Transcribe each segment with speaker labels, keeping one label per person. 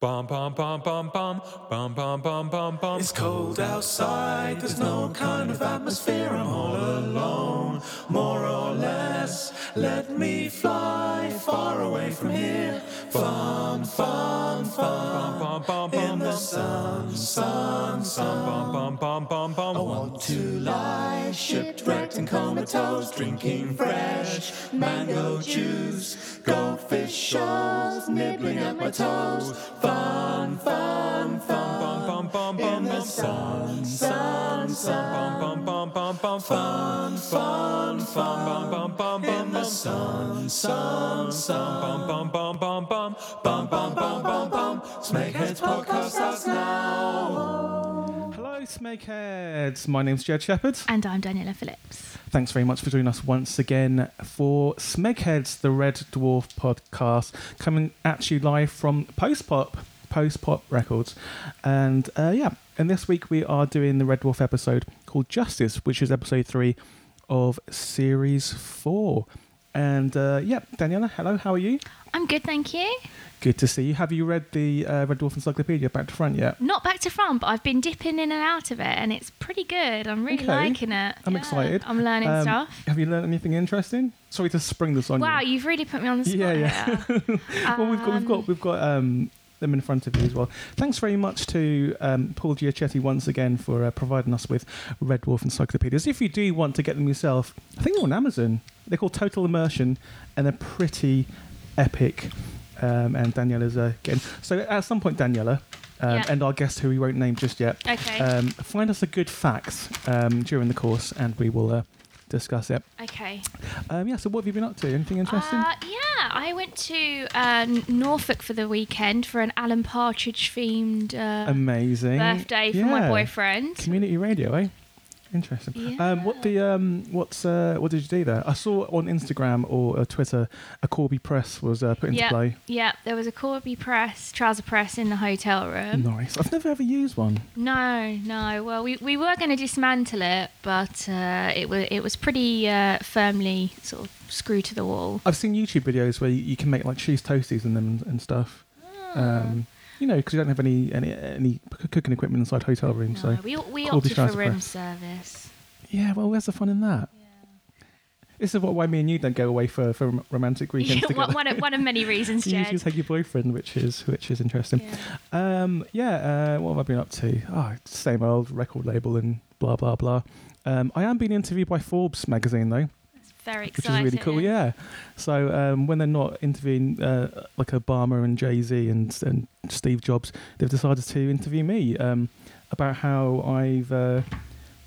Speaker 1: Bum bum bum bum bum bum bum bum bum bum.
Speaker 2: It's cold outside, there's no kind of atmosphere. I'm all alone, more or less. Let me fly far away from here. Fun, fun,
Speaker 1: Bum
Speaker 2: fun.
Speaker 1: bum bum
Speaker 2: In
Speaker 1: bum
Speaker 2: the
Speaker 1: bum.
Speaker 2: sun, sun, sun.
Speaker 1: Bum bum bum bum
Speaker 2: I
Speaker 1: bum.
Speaker 2: want to lie shipwrecked and comatose, drinking fresh mango juice, goldfish shoals, nibbling at my toes. Fun, fun, fun.
Speaker 1: Bum bum bum
Speaker 2: In
Speaker 1: bum
Speaker 2: the
Speaker 1: bum.
Speaker 2: sun, sun, sun.
Speaker 1: Bum bum bum bum bum.
Speaker 2: Fun, fun,
Speaker 1: Bum
Speaker 2: fun.
Speaker 1: bum bum
Speaker 2: In
Speaker 1: bum
Speaker 2: the
Speaker 1: bum.
Speaker 2: sun, sun, sun.
Speaker 1: Bum bum bum bum bum.
Speaker 2: Bum, bum, bum, bum, bum. Snakeheads podcast starts now.
Speaker 3: Hello, Snakeheads. My name's Jed Shepherd.
Speaker 4: And I'm Daniela Phillips.
Speaker 3: Thanks very much for joining us once again for Smegheads, the Red Dwarf podcast, coming at you live from Post Pop, Post Pop Records. And uh, yeah, and this week we are doing the Red Dwarf episode called Justice, which is episode three of series four. And uh, yeah, Daniela, hello, how are you?
Speaker 4: I'm good, thank you.
Speaker 3: Good to see you. Have you read the uh, Red Dwarf Encyclopedia back to front yet?
Speaker 4: Not back to front, but I've been dipping in and out of it, and it's pretty good. I'm really
Speaker 3: Okay.
Speaker 4: liking it.
Speaker 3: I'm
Speaker 4: Yeah.
Speaker 3: excited.
Speaker 4: I'm learning
Speaker 3: Um,
Speaker 4: stuff.
Speaker 3: Have you learned anything interesting? Sorry to spring this on you.
Speaker 4: Wow, you've really put me on the spot.
Speaker 3: Yeah, yeah.
Speaker 4: here.
Speaker 3: well, we've got we've got we've got um, them in front of you as well. Thanks very much to um, Paul Giacetti once again for uh, providing us with Red Dwarf encyclopedias. If you do want to get them yourself, I think they're on Amazon. They're called Total Immersion, and they're pretty epic. Um, and Daniela's uh, getting so at some point Daniela. Um,
Speaker 4: Yeah.
Speaker 3: And our guest, who we won't name just yet,
Speaker 4: Okay.
Speaker 3: um, find us a good fact um, during the course, and we will uh, discuss it.
Speaker 4: okay.
Speaker 3: Um, yeah. So, what have you been up to? Anything interesting?
Speaker 4: Uh, yeah, I went to uh, N- Norfolk for the weekend for an Alan Partridge themed uh,
Speaker 3: Amazing
Speaker 4: birthday for my
Speaker 3: Yeah.
Speaker 4: boyfriend.
Speaker 3: Community radio, eh? Interesting. Um, what the um, what's uh, what did you do there? I saw on Instagram or uh, Twitter a Corby press was uh, put into
Speaker 4: yeah,
Speaker 3: play.
Speaker 4: yeah, there was a Corby press, trouser press in the hotel room.
Speaker 3: Nice. I've never ever used one.
Speaker 4: No, no. Well, we, we were going to dismantle it, but uh, it was it was pretty uh, firmly sort of screwed to the wall.
Speaker 3: I've seen YouTube videos where you, you can make like cheese toasties in them and, and stuff.
Speaker 4: Ah.
Speaker 3: Um, you know, because you don't have any any any c- cooking equipment inside hotel
Speaker 4: No,
Speaker 3: rooms. So
Speaker 4: we we
Speaker 3: Corby
Speaker 4: opted for
Speaker 3: trouser
Speaker 4: room
Speaker 3: press.
Speaker 4: service.
Speaker 3: yeah, well, where's the fun in that? This is what why me and you don't go away for, for rom- romantic weekends together.
Speaker 4: one, one, of, one of many reasons,
Speaker 3: you usually
Speaker 4: Jed.
Speaker 3: take your boyfriend, which is which is interesting.
Speaker 4: Yeah.
Speaker 3: Um, yeah, uh, what have I been up to? Oh, same old record label and blah blah blah. Um, I am being interviewed by Forbes magazine though,
Speaker 4: It's very
Speaker 3: which
Speaker 4: exciting.
Speaker 3: is really cool. Yeah, so um, when they're not interviewing uh, like Obama and Jay Z and and Steve Jobs, they've decided to interview me um, about how I've. Uh,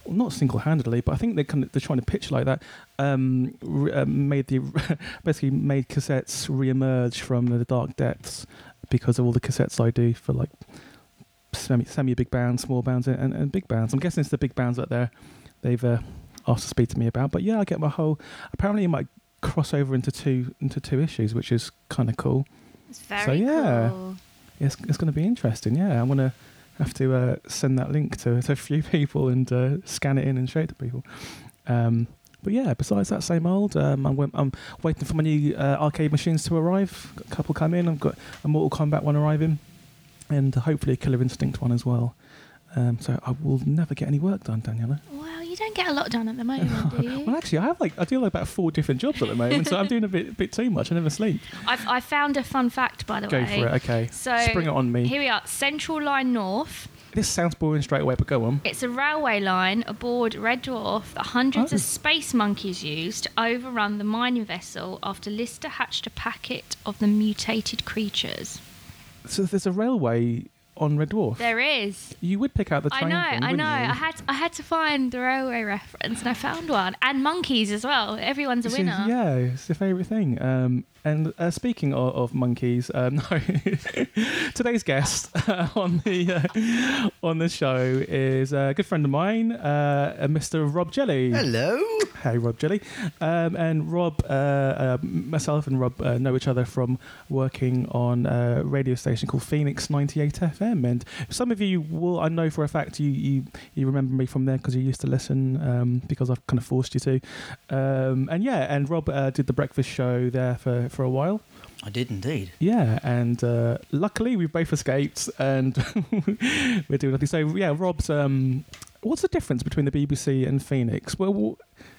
Speaker 3: well, not single-handedly, but I think they're kind of, they're trying to pitch like that. Um, re- uh, made the basically made cassettes re-emerge from the dark depths because of all the cassettes I do for like semi semi big bands, small bands, and, and, and big bands. I'm guessing it's the big bands out there they've uh, asked to speak to me about. But yeah, I get my whole. Apparently, it might cross over into two into two issues, which is kind of cool.
Speaker 4: It's very
Speaker 3: yeah.
Speaker 4: cool.
Speaker 3: It's, it's going to be interesting. Yeah, I'm going to have to uh, send that link to, to a few people and uh, scan it in and show it to people. Um, but yeah, besides that same old, um, I'm, wa- I'm waiting for my new uh, arcade machines to arrive. Got a couple come in. I've got a Mortal Kombat one arriving, and hopefully a Killer Instinct one as well. Um, so I will never get any work done, Daniela.
Speaker 4: Well, you don't get a lot done at the moment, do
Speaker 3: Well,
Speaker 4: you?
Speaker 3: actually, I have like I do like about four different jobs at the moment, so I'm doing a bit bit too much. I never sleep.
Speaker 4: I've, I found a fun fact, by the
Speaker 3: Go
Speaker 4: way.
Speaker 3: for it. Okay,
Speaker 4: So
Speaker 3: spring it on me.
Speaker 4: Here we are, Central Line North.
Speaker 3: This sounds boring straight away, but go on.
Speaker 4: It's a railway line aboard Red Dwarf that hundreds
Speaker 3: Oh.
Speaker 4: of space monkeys used to overrun the mining vessel after Lister hatched a packet of the mutated creatures.
Speaker 3: So there's a railway on Red Dwarf.
Speaker 4: There is.
Speaker 3: you would pick out the
Speaker 4: I
Speaker 3: train.
Speaker 4: know,
Speaker 3: thing,
Speaker 4: I
Speaker 3: wouldn't
Speaker 4: know.
Speaker 3: You?
Speaker 4: I had I had to find the railway reference and I found one. And monkeys as well. Everyone's a
Speaker 3: It's-
Speaker 4: winner.
Speaker 3: yeah, it's their favourite thing. Um, and uh, speaking of, of monkeys, um, no, today's guest uh, on the uh, on the show is a good friend of mine, uh, uh, Mr. Rob Jelly.
Speaker 5: Hello.
Speaker 3: Hey, Rob Jelly. Um, and Rob, uh, uh, myself and Rob uh, know each other from working on a radio station called Phoenix 98 FM. And some of you will, I know for a fact, you you, you remember me from there because you used to listen um, because I've kind of forced you to. Um, and yeah, and Rob uh, did the breakfast show there for for a while.
Speaker 5: I did indeed.
Speaker 3: Yeah, and uh, luckily we both escaped, and we're doing nothing. So yeah, Rob's. Um, what's the difference between the BBC and Phoenix? Well,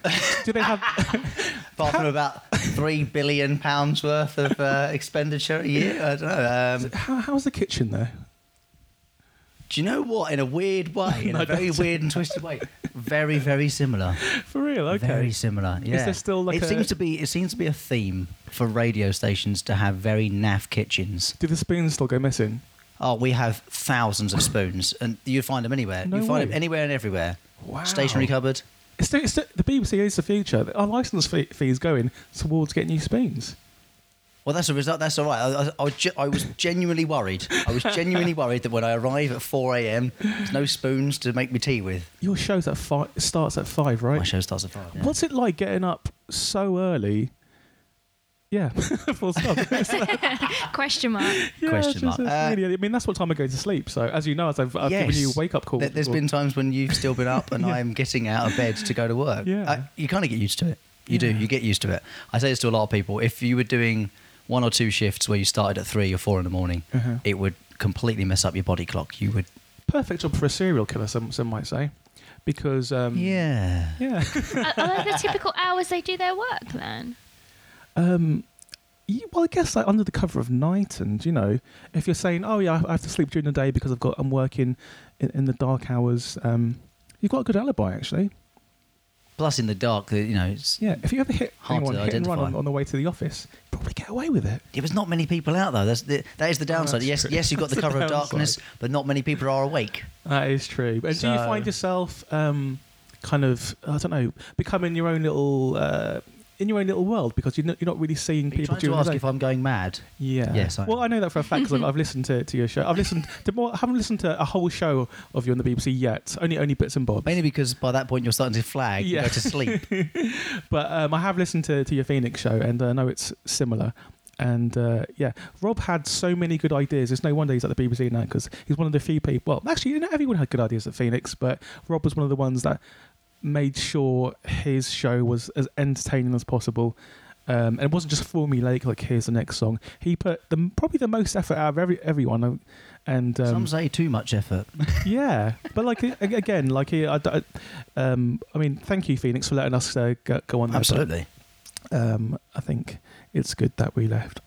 Speaker 3: wh- do they have?
Speaker 5: Apart from about three billion pounds worth of uh, expenditure a year, I don't know. Um,
Speaker 3: how, how's the kitchen there?
Speaker 5: do you know what? In a weird way, in
Speaker 3: No,
Speaker 5: a very
Speaker 3: don't.
Speaker 5: weird and twisted way, very very similar.
Speaker 3: For real? Okay.
Speaker 5: Very similar. Yeah.
Speaker 3: there still like
Speaker 5: it
Speaker 3: a-
Speaker 5: seems to be it seems to be a theme for radio stations to have very naff kitchens.
Speaker 3: do the spoons still go missing?
Speaker 5: Oh, we have thousands of spoons, and you find them anywhere.
Speaker 3: No
Speaker 5: you find
Speaker 3: way.
Speaker 5: them anywhere and everywhere.
Speaker 3: Wow.
Speaker 5: Stationary cupboard.
Speaker 3: It's the, it's the, the BBC is the future. Our license fee, fee is going towards getting new spoons.
Speaker 5: Well, that's a result. That's all right. I, I, I, ge- I was genuinely worried. I was genuinely worried that when I arrive at 4 a.m., there's no spoons to make me tea with.
Speaker 3: Your show's at five, starts at five, right?
Speaker 5: My show starts at 5. yeah.
Speaker 3: What's it like getting up so early? Yeah, full stop.
Speaker 4: Question mark.
Speaker 3: Yeah,
Speaker 5: Question
Speaker 3: it's
Speaker 5: mark.
Speaker 3: it's
Speaker 5: Uh,
Speaker 3: really- I mean, that's what time I go to sleep. So, as you know, as I've, I've given you wake up calls.
Speaker 5: There- There's
Speaker 3: before.
Speaker 5: been times when you've still been up and I'm getting out of bed to go to work.
Speaker 3: Yeah.
Speaker 5: Uh, you kind of get used to it. You do. You get used to it. I say this to a lot of people. If you were doing one or two shifts where you started at three or four in the morning,
Speaker 3: Uh-huh.
Speaker 5: it would completely mess up your body clock. You would.
Speaker 3: perfect job for a serial killer. Some some might say, because um,
Speaker 5: Yeah.
Speaker 3: yeah,
Speaker 4: Are, are they the typical hours they do their work then?
Speaker 3: You- well, I guess like under the cover of night, and you know, if you're saying, oh yeah, I have to sleep during the day because I've got I'm working in, in the dark hours. Um, you've got a good alibi actually.
Speaker 5: Plus, in the dark, the- you know, it's,
Speaker 3: Yeah, if you ever hit
Speaker 5: Hard to
Speaker 3: anyone hit and run on,
Speaker 5: identify.
Speaker 3: on the way to the office, you probably get away with it.
Speaker 5: there was not many people out though. That's the, that is the downside.
Speaker 3: that's
Speaker 5: yes,
Speaker 3: true.
Speaker 5: yes, you've got the
Speaker 3: That's the
Speaker 5: cover of
Speaker 3: downside.
Speaker 5: darkness, but not many people are awake.
Speaker 3: That is true. And do you
Speaker 5: So-
Speaker 3: find yourself um, kind of I don't know becoming your own little uh, in your own little world because you're not, you're not really seeing
Speaker 5: Are you
Speaker 3: people
Speaker 5: trying to
Speaker 3: during
Speaker 5: ask
Speaker 3: the day?
Speaker 5: if I'm going mad?
Speaker 3: yeah.
Speaker 5: Yes, I
Speaker 3: well,
Speaker 5: am.
Speaker 3: I know that for a fact because I've, I've listened to, to your show. I've listened to more. I haven't listened to a whole show of you on the BBC yet. Only only bits and bobs.
Speaker 5: Mainly because by that point you're starting to flag.
Speaker 3: Yeah.
Speaker 5: You go to sleep.
Speaker 3: But um, I have listened to, to your Phoenix show, and I know it's similar. And uh, yeah, Rob had so many good ideas. It's no wonder he's at the BBC now because he's one of the few people. Well, actually, you know, everyone had good ideas at Phoenix, but Rob was one of the ones that made sure his show was as entertaining as possible. Um, and it wasn't just formulaic, like here's the next song. He put the, probably the most effort out of every, everyone. And um,
Speaker 5: Some say too much effort.
Speaker 3: yeah, but like a- again, like he, I, I- um, I mean, thank you, Phoenix, for letting us uh, go, go on. there, but-
Speaker 5: Absolutely.
Speaker 3: um, I think it's good that we left.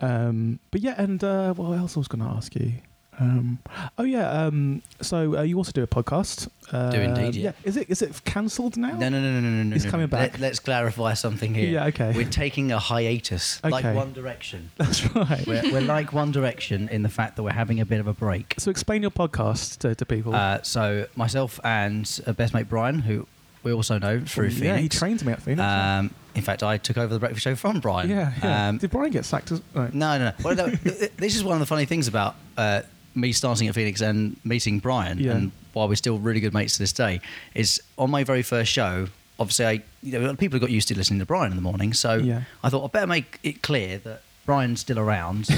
Speaker 3: Um, but yeah, and uh, what else I was going to ask you? Um, oh yeah, um, so uh, you also do a podcast? Uh,
Speaker 5: indeed, yeah.
Speaker 3: Is it is it cancelled now?
Speaker 5: No, no, no, no, no, no, no.
Speaker 3: Oh, He's
Speaker 5: no.
Speaker 3: coming back.
Speaker 5: Let, us clarify something here.
Speaker 3: Yeah, okay.
Speaker 5: We're taking a hiatus,
Speaker 3: Okay.
Speaker 5: like One Direction.
Speaker 3: That's right.
Speaker 5: We're, we're like One Direction in the fact that we're having a bit of a break.
Speaker 3: so explain your podcast to, to people.
Speaker 5: Uh, so myself and uh, best mate Brian, who we also know through Phoenix.
Speaker 3: yeah, he trained me at Phoenix.
Speaker 5: Um, in fact, I took over the breakfast show from Brian.
Speaker 3: yeah, yeah.
Speaker 5: Um,
Speaker 3: Did Brian get sacked? As, right.
Speaker 5: No, no, no. Well, no, th- th- this is one of the funny things about uh, me starting at Phoenix and meeting Brian,
Speaker 3: Yeah.
Speaker 5: and why we're still really good mates to this day, is on my very first show. Obviously, I you know people got used to listening to Brian in the morning, so
Speaker 3: Yeah.
Speaker 5: I thought I would better make it clear that Brian's still around.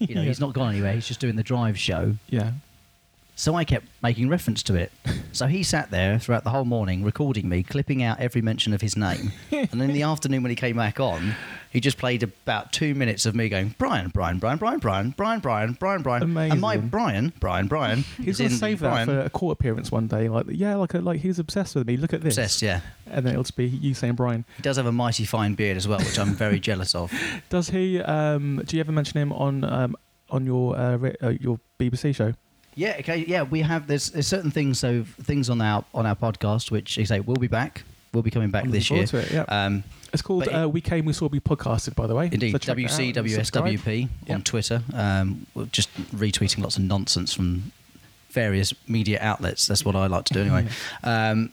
Speaker 5: you know, he's not gone anywhere. He's just doing the drive show.
Speaker 3: Yeah.
Speaker 5: So I kept making reference to it. So he sat there throughout the whole morning recording me, clipping out every mention of his name. and in the afternoon when he came back on, he just played about two minutes of me going, Brian, Brian, Brian, Brian, Brian, Brian, Brian, Brian, Brian. And my
Speaker 3: Amazing.
Speaker 5: Brian, Brian, Brian.
Speaker 3: He's
Speaker 5: is in
Speaker 3: gonna
Speaker 5: the
Speaker 3: save that
Speaker 5: Brian
Speaker 3: for a court appearance one day. Like, yeah, like, a, like he's obsessed with me. Look at this.
Speaker 5: obsessed, yeah.
Speaker 3: And then it'll just be you saying Brian.
Speaker 5: He does have a mighty fine beard as well, which I'm very jealous of.
Speaker 3: Does he? Um, do you ever mention him on um, on your uh, re- uh, your BBC show?
Speaker 5: Yeah, okay, yeah, we have there's, there's certain things so things on our on our podcast which you say we'll be back. We'll be coming back
Speaker 3: I'm
Speaker 5: this
Speaker 3: looking
Speaker 5: year.
Speaker 3: forward to it, yeah.
Speaker 5: Um
Speaker 3: It's called
Speaker 5: But it-
Speaker 3: uh, "We Came, We Saw, We Podcasted." By the way,
Speaker 5: Indeed,
Speaker 3: So check it out and subscribe.
Speaker 5: WCWSWP on
Speaker 3: Yep.
Speaker 5: Twitter. Um, we're just retweeting lots of nonsense from various media outlets. That's what I like to do anyway. um,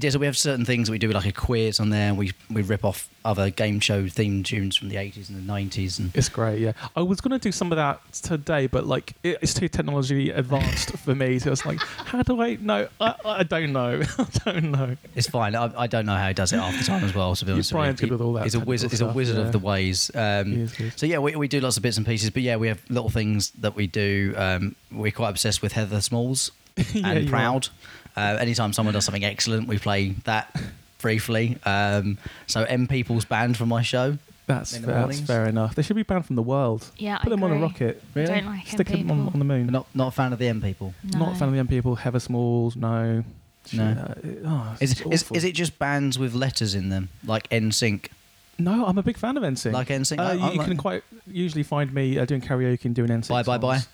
Speaker 5: yeah, so we have certain things that we do, like a quiz on there. And we we rip off other game show theme tunes from the eighties and the nineties, and
Speaker 3: It's great, yeah. I was gonna do some of that today, but like it, it's too technology advanced for me. So it's like, how do I? No, I, I don't know. I don't know.
Speaker 5: it's fine. I, I don't know how he does it half the time as well. To be honest, with you.
Speaker 3: Brian's good with all that
Speaker 5: He's a
Speaker 3: technical
Speaker 5: wizard. He's a
Speaker 3: stuff,
Speaker 5: wizard
Speaker 3: yeah.
Speaker 5: of the ways. Um,
Speaker 3: He is good.
Speaker 5: So yeah, we, we do lots of bits and pieces, but yeah, we have little things that we do. Um, we're quite obsessed with Heather Smalls
Speaker 3: Yeah, you
Speaker 5: and
Speaker 3: are.
Speaker 5: Proud. Uh, anytime someone does something excellent, we play that briefly. Um, so M People's band from my show.
Speaker 3: That's,
Speaker 5: In the
Speaker 3: that's
Speaker 5: mornings?
Speaker 3: fair enough. They should be banned from the world.
Speaker 4: Yeah,
Speaker 3: Put
Speaker 4: I
Speaker 3: them on a
Speaker 4: agree.
Speaker 3: rocket.
Speaker 4: Really? Don't like
Speaker 3: Stick
Speaker 4: them
Speaker 3: them on,
Speaker 4: people.
Speaker 3: on the moon.
Speaker 5: Not not a fan of the M people.
Speaker 3: Not a fan of the M people. Heather Smalls, no. She-
Speaker 5: No.
Speaker 3: uh, it- oh,
Speaker 5: Is
Speaker 3: it's
Speaker 5: it, is,
Speaker 3: awful.
Speaker 5: is it just bands with letters in them, like NSYNC?
Speaker 3: No, I'm a big fan of NSYNC.
Speaker 5: Like NSYNC?
Speaker 3: Uh,
Speaker 5: I-
Speaker 3: you
Speaker 5: I
Speaker 3: you
Speaker 5: like-
Speaker 3: can quite usually find me uh, doing karaoke and doing NSYNC.
Speaker 5: Bye, bye, bye.
Speaker 3: songs.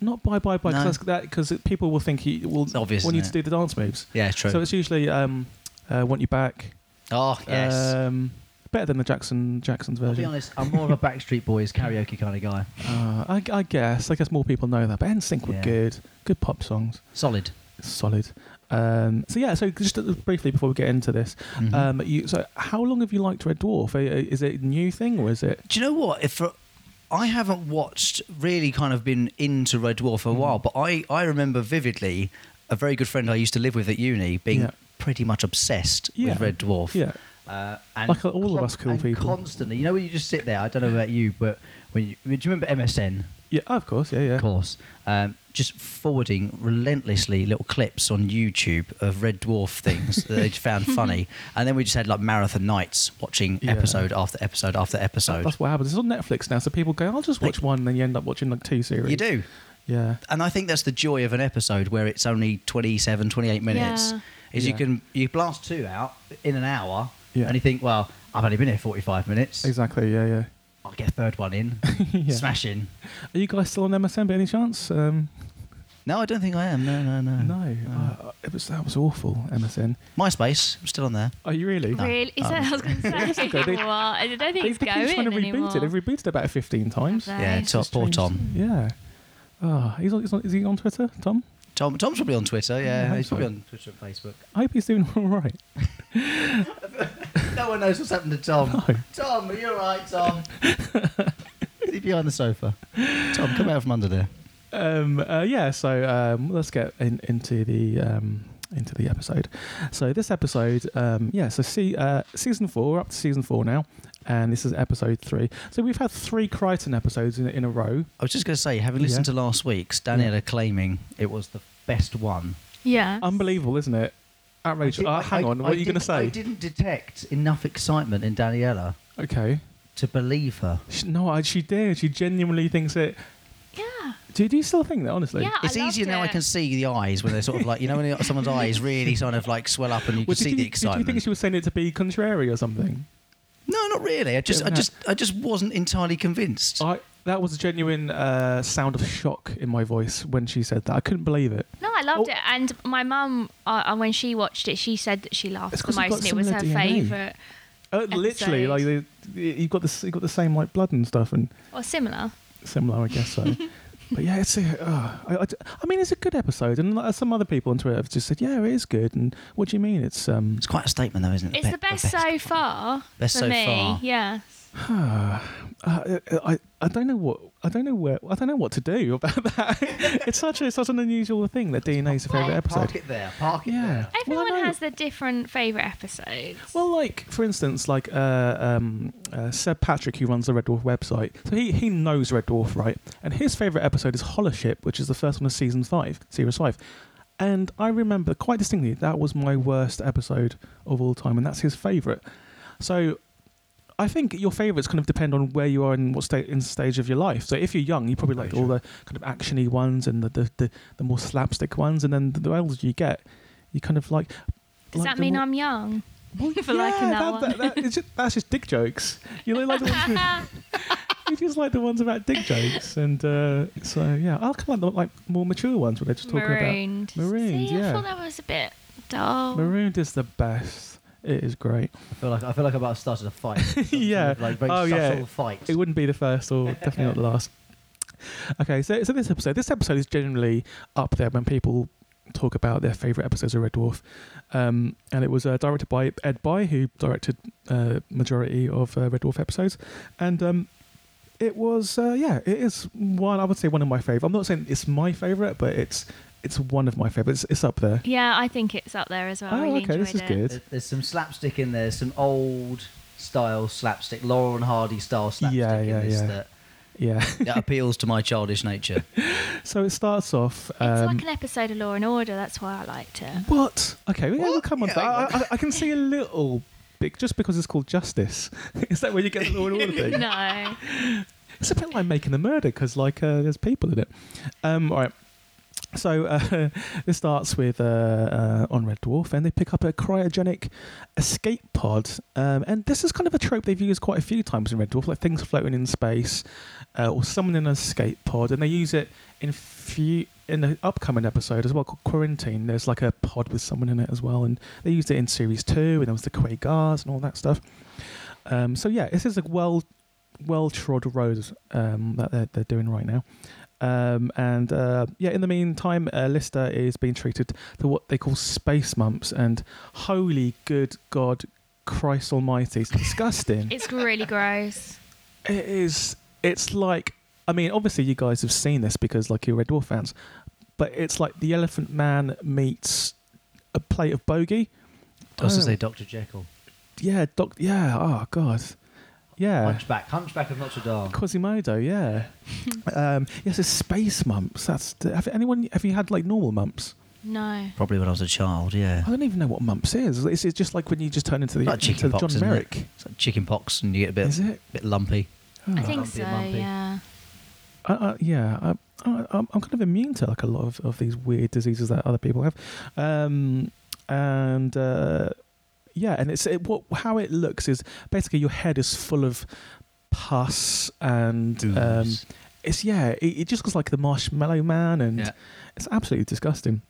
Speaker 3: Not bye bye bye
Speaker 5: No.
Speaker 3: because that because people will think you will
Speaker 5: It's obvious,
Speaker 3: want you to
Speaker 5: isn't
Speaker 3: do the dance moves.
Speaker 5: Yeah, true.
Speaker 3: So it's usually um, uh, want you back.
Speaker 5: oh yes.
Speaker 3: Um, better than the Jackson Jackson's
Speaker 5: I'll be
Speaker 3: version.
Speaker 5: honest. I'm more of a Backstreet Boys karaoke kind of guy.
Speaker 3: Uh, I, I guess I guess more people know that. But NSYNC were
Speaker 5: Yeah.
Speaker 3: good, good pop songs,
Speaker 5: Solid.
Speaker 3: solid. Um, so yeah, so just uh, briefly before we get into this,
Speaker 5: Mhm.
Speaker 3: um, you, so how long have you liked Red Dwarf? Uh, Is it a new thing or is it?
Speaker 5: Do you know what? If uh, I haven't watched, really kind of been into Red Dwarf
Speaker 3: Hmm.
Speaker 5: for a while, but I, I remember vividly a very good friend I used to live with at uni being
Speaker 3: Yeah.
Speaker 5: pretty much obsessed
Speaker 3: Yeah.
Speaker 5: with Red Dwarf.
Speaker 3: Yeah,
Speaker 5: Uh, and
Speaker 3: Like all of us cool
Speaker 5: and
Speaker 3: people.
Speaker 5: Constantly. You know when you just sit there, I don't know about you, but when you, do you remember MSN?
Speaker 3: yeah, of course, yeah, yeah.
Speaker 5: Of course. Um, just forwarding relentlessly little clips on YouTube of Red Dwarf things that they found funny. And then we just had like marathon nights watching
Speaker 3: Yeah.
Speaker 5: episode after episode after episode.
Speaker 3: That's what happens. It's on Netflix now, so people go, "I'll just watch one," and then you end up watching like two series.
Speaker 5: you do.
Speaker 3: yeah.
Speaker 5: and I think that's the joy of an episode where it's only 27, 28 minutes.
Speaker 4: Yeah.
Speaker 5: Is
Speaker 3: Yeah.
Speaker 5: you can you blast two out in an hour,
Speaker 3: Yeah.
Speaker 5: and you think, well, I've only been here forty five minutes.
Speaker 3: Exactly, yeah, yeah.
Speaker 5: I'll get a third one in,
Speaker 3: Yeah.
Speaker 5: smash in.
Speaker 3: Are you guys still on MSN by any chance? Um,
Speaker 5: No, I don't think I am. No, no, no.
Speaker 3: no, uh, it was that was awful. MSN.
Speaker 5: MySpace, I'm still on there.
Speaker 3: Are you really?
Speaker 4: Really? Is that I was going to say?
Speaker 3: good. um, They-
Speaker 4: Well, I don't think
Speaker 3: They-
Speaker 4: it's
Speaker 3: they keep
Speaker 4: going
Speaker 3: trying to reboot
Speaker 4: anymore.
Speaker 3: it. They've rebooted about fifteen times.
Speaker 4: Have
Speaker 5: Yeah,
Speaker 4: Nice.
Speaker 5: Tom,
Speaker 3: Uh, It's
Speaker 5: poor
Speaker 3: changed.
Speaker 5: Tom.
Speaker 3: Yeah. Oh, he's, on- he's on, is he on Twitter, Tom?
Speaker 5: Tom. Tom's probably on Twitter.
Speaker 3: Yeah, I
Speaker 5: Yeah,
Speaker 3: hope
Speaker 5: he's probably
Speaker 3: so.
Speaker 5: on Twitter and Facebook.
Speaker 3: I hope he's doing all right.
Speaker 5: No one knows what's happened to Tom.
Speaker 3: No.
Speaker 5: Tom, are you all right, Tom? Is he behind the sofa? Tom, come out from under there.
Speaker 3: Um, uh, yeah, so um, let's get in, into the um, into the episode. So this episode, um, yeah, so see, uh, season four, we're up to season four now, and this is episode three. So we've had three Crichton episodes in, in a row.
Speaker 5: I was just going to say, having listened
Speaker 3: Yeah.
Speaker 5: to last week's, Daniela
Speaker 3: Yeah.
Speaker 5: claiming it was the best one.
Speaker 4: Yeah.
Speaker 3: Unbelievable, isn't it? Outrageous.
Speaker 5: I did-
Speaker 3: uh,
Speaker 5: I-
Speaker 3: hang
Speaker 5: I-
Speaker 3: on, what
Speaker 5: I
Speaker 3: are you going to
Speaker 5: didn't- I
Speaker 3: say?
Speaker 5: didn't detect enough excitement in Daniela
Speaker 3: Okay.
Speaker 5: to believe her.
Speaker 3: She, no, I, she did. She genuinely thinks it.
Speaker 4: yeah.
Speaker 3: Do, do you still think that, honestly?
Speaker 4: Yeah. I
Speaker 5: It's easier
Speaker 4: loved
Speaker 5: now. I
Speaker 4: it.
Speaker 5: can see the eyes when they're sort of like you know when someone's eyes really kind of like swell up and you can
Speaker 3: Well, did,
Speaker 5: see the
Speaker 3: you, did you
Speaker 5: excitement.
Speaker 3: think she was saying it to be contrary or something?
Speaker 5: No, not really. I just, I
Speaker 3: No.
Speaker 5: just, I just wasn't entirely convinced.
Speaker 3: I, that was a genuine uh, sound of shock in my voice when she said that. I couldn't believe it.
Speaker 4: No, I loved
Speaker 3: Oh.
Speaker 4: it. And my mum, uh, uh, when she watched it, she said that she laughed
Speaker 3: It's
Speaker 4: the
Speaker 3: 'cause we've
Speaker 4: most. And
Speaker 3: got
Speaker 4: it was her
Speaker 3: similar DNA.
Speaker 4: favourite.
Speaker 3: Uh, literally,
Speaker 4: Episode.
Speaker 3: like the, you've got the s- you've got the same like blood and stuff and
Speaker 4: Or similar.
Speaker 3: similar, I guess so. but yeah, it's a, uh, I, I d- I mean, it's a good episode, and like, some other people on Twitter have just said, "Yeah, it is good." And what do you mean? It's um,
Speaker 5: It's quite a statement, though, isn't it?
Speaker 4: It's
Speaker 5: Be-
Speaker 4: the best, so far.
Speaker 5: Best
Speaker 4: for
Speaker 5: so
Speaker 4: me.
Speaker 5: far.
Speaker 4: Yes.
Speaker 3: uh, I, I I don't know what I don't know where I don't know what to do about that. it's such a, it's such an unusual thing that DNA's a favorite
Speaker 5: Park
Speaker 3: episode.
Speaker 5: it there. Park it
Speaker 3: Yeah,
Speaker 5: there.
Speaker 3: Well, I
Speaker 4: Everyone
Speaker 3: know-
Speaker 4: has their different favourite episodes.
Speaker 3: Well, like for instance, like uh, um, uh, Seb Patrick, who runs the Red Dwarf website, so he he knows Red Dwarf, right? And his favorite episode is Hollership, which is the first one of season five, series five. And I remember quite distinctly that was my worst episode of all time, and that's his favorite. So. I think your favourites kind of depend on where you are and what state in stage of your life. So if you're young, you probably like all the kind of actiony ones and the, the, the, the more slapstick ones, and then the older you get, you kind of like.
Speaker 4: Does
Speaker 3: like
Speaker 4: that
Speaker 3: the
Speaker 4: mean
Speaker 3: more-
Speaker 4: I'm young?
Speaker 3: well,
Speaker 4: for liking that one.
Speaker 3: that- it's just, that's just dick jokes. You know, like the ones, you just like the ones about dick jokes, and uh, so yeah, I'll come on the like more mature ones where they're just talking
Speaker 4: Marooned.
Speaker 3: about marooned.
Speaker 4: See, I thought
Speaker 3: yeah,
Speaker 4: that was a bit dull.
Speaker 3: marooned is the best. It is great.
Speaker 5: I feel like I feel like I've about started a fight.
Speaker 3: Yeah.
Speaker 5: Like very
Speaker 3: Oh, yeah.
Speaker 5: subtle fight.
Speaker 3: It wouldn't be the first, or definitely not the last. Okay, so so this episode, this episode is generally up there when people talk about their favorite episodes of Red Dwarf, um, and it was uh, directed by Ed By, who directed uh, majority of uh, Red Dwarf episodes, and um, it was uh, yeah, it is one I would say one of my favorite. I'm not saying it's my favorite, but it's it's one of my favorites. It's up there.
Speaker 4: Yeah, I think it's up there as well. I
Speaker 3: oh,
Speaker 4: really
Speaker 3: okay, this is
Speaker 4: enjoyed it.
Speaker 3: good.
Speaker 5: There- There's some slapstick in there, some old style slapstick, Laurel and Hardy style slapstick
Speaker 3: Yeah, yeah,
Speaker 5: in this
Speaker 3: yeah.
Speaker 5: That,
Speaker 3: Yeah.
Speaker 5: that appeals to my childish nature.
Speaker 3: so it starts off.
Speaker 4: It's
Speaker 3: Um,
Speaker 4: like an episode of Law and Order. That's why I liked it.
Speaker 3: What? Okay, we- yeah, we'll come on. to
Speaker 5: Yeah,
Speaker 3: that. I, I, I can see a little be- just because it's called justice. Is that where you get the law and order thing?
Speaker 4: No.
Speaker 3: It's a bit like making a murder because like uh, there's people in it. Um, all right. So uh, this starts with uh, uh, on Red Dwarf, and they pick up a cryogenic escape pod, um, and this is kind of a trope they've used quite a few times in Red Dwarf, like things floating in space, uh, or someone in an escape pod, and they use it in few in the upcoming episode as well called Quarantine. There's like a pod with someone in it as well, and they used it in series two, and there was the Quagars and all that stuff. Um, so yeah, this is a well well trod road um, that they're, they're doing right now. Um, and uh, yeah, in the meantime, uh, Lister is being treated to what they call space mumps, and holy good God, Christ Almighty, it's disgusting.
Speaker 4: It's really gross.
Speaker 3: it is. It's like, I mean, obviously you guys have seen this because like you're Red Dwarf fans, but it's like the Elephant Man meets a plate of bogey.
Speaker 5: I was
Speaker 3: Oh.
Speaker 5: to say Dr. Jekyll.
Speaker 3: Yeah, doc. Yeah. Oh God. Yeah.
Speaker 5: Hunchback. Hunchback of Notre Dame.
Speaker 3: Quasimodo, yeah. um, yes, it's space mumps. That's have anyone have you had like normal mumps?
Speaker 4: No.
Speaker 5: Probably when I was a child, yeah.
Speaker 3: I don't even know what mumps is. It's, it's just like when Oh, you just turn into the
Speaker 5: Like
Speaker 3: into
Speaker 5: chicken pox,
Speaker 3: John
Speaker 5: isn't
Speaker 3: Merrick.
Speaker 5: it? It's like chicken pox and you get a bit,
Speaker 3: Is it?
Speaker 5: bit lumpy.
Speaker 4: I
Speaker 5: Oh.
Speaker 4: think
Speaker 5: Lumpy,
Speaker 4: so,
Speaker 5: lumpy.
Speaker 4: yeah.
Speaker 3: I, I, yeah, I, I, I'm I'm kind of immune to like a lot of, of these weird diseases that other people have, um, and uh, yeah, and it's it, what how it looks is basically your head is full of pus and um,
Speaker 5: Ooze.
Speaker 3: it's yeah, it, it just looks like the Marshmallow Man, and
Speaker 5: Yeah.
Speaker 3: it's absolutely disgusting.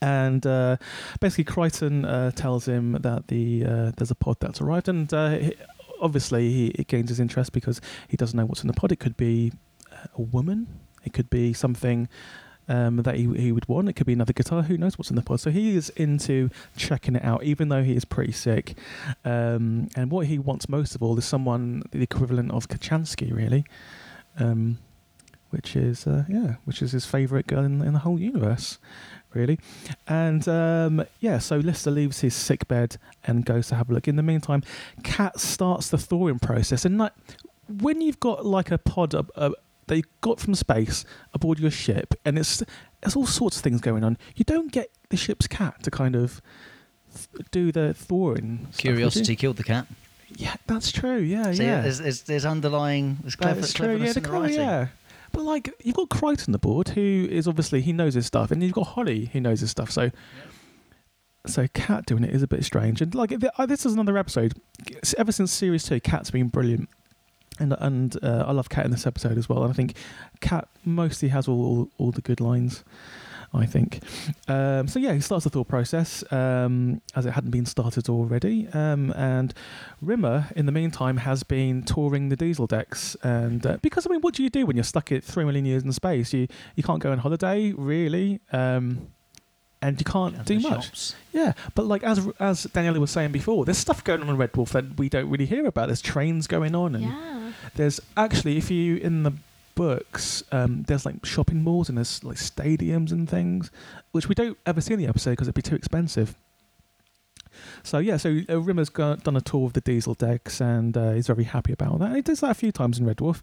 Speaker 3: And uh, basically, Crichton uh, tells him that the uh, there's a pod that's arrived, and uh, he- obviously he it gains his interest because he doesn't know what's in the pod. It could be uh, a woman, it could be something um, that he, he would want. It could be another guitar. Who knows what's in the pod? So he is into checking it out, even though he is pretty sick. Um, and what he wants most of all is someone the equivalent of Kachansky, really, um, which is uh, yeah, which is his favourite girl in, in the whole universe, really. And um, yeah, so Lister leaves his sick bed and goes to have a look. In the meantime, Cat starts the thawing process, and like when you've got like a pod up. up that you got from space aboard your ship, and it's there's all sorts of things going on. You don't get the ship's cat to kind of th- do the thawing. stuff, would you?
Speaker 5: Curiosity killed the cat.
Speaker 3: yeah, that's true. Yeah,
Speaker 5: See,
Speaker 3: Oh, yeah,
Speaker 5: there's, there's, there's underlying there's
Speaker 3: That
Speaker 5: clever,
Speaker 3: is
Speaker 5: cleverness
Speaker 3: Yeah,
Speaker 5: in the
Speaker 3: colour,
Speaker 5: writing.
Speaker 3: yeah. But like you've got Crichton the board, who is obviously he knows his stuff, and you've got Holly who knows his stuff. So, so Cat doing it is a bit strange. And like th- uh, this is another episode. S- Ever since series two, Cat's been brilliant, and and uh, I love Cat in this episode as well. And I think Cat mostly has all all, all the good lines. I think. Um, so yeah, he starts the thought process um, as it hadn't been started already, um, and Rimmer, in the meantime, has been touring the diesel decks, and uh, because I mean, what do you do when you're stuck at three million years in space? You you can't go on holiday, really, um, and you can't
Speaker 5: And
Speaker 3: do
Speaker 5: the
Speaker 3: much.
Speaker 5: shops.
Speaker 3: Yeah, but like as as Daniela was saying before, there's stuff going on in Red Dwarf that we don't really hear about. There's trains going on, and
Speaker 4: Yeah.
Speaker 3: there's actually if you in the books um, there's like shopping malls and there's like stadiums and things which we don't ever see in the episode because it'd be too expensive so yeah so uh, rimmer's go- done a tour of the diesel decks and uh, he's very happy about that he does that a few times in red dwarf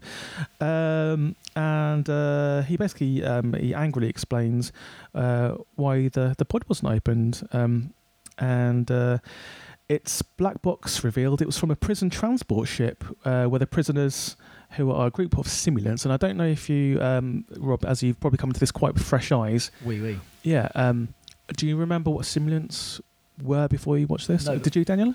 Speaker 3: um, and uh, he basically um, he angrily explains uh, why the, the pod wasn't opened um, and uh, its black box revealed it was from a prison transport ship uh, where the prisoners who are a group of simulants and i don't know if you um, rob as you've probably come to this quite with fresh eyes
Speaker 5: Wee wee.
Speaker 3: yeah um, do you remember what simulants were before you watched this
Speaker 5: No.
Speaker 3: did you daniela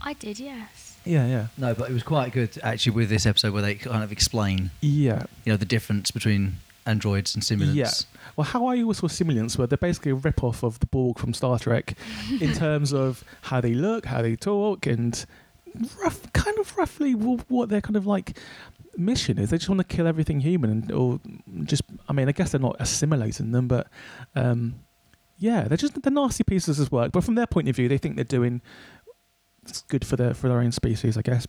Speaker 4: I did, yes.
Speaker 3: yeah yeah
Speaker 5: No, but it was quite good actually with this episode where they kind of explain,
Speaker 3: yeah
Speaker 5: you know, the difference between androids and simulants.
Speaker 3: Yeah. Well, how I always saw simulants were they're basically a rip-off of the Borg from Star Trek in terms of how they look, how they talk, and rough, kind of roughly wh- what their kind of like mission is. They just want to kill everything human, and, or just, I mean, I guess they're not assimilating them, but um, yeah, they're just they're nasty pieces of work. But from their point of view, they think they're doing it's good for their for their own species, I guess.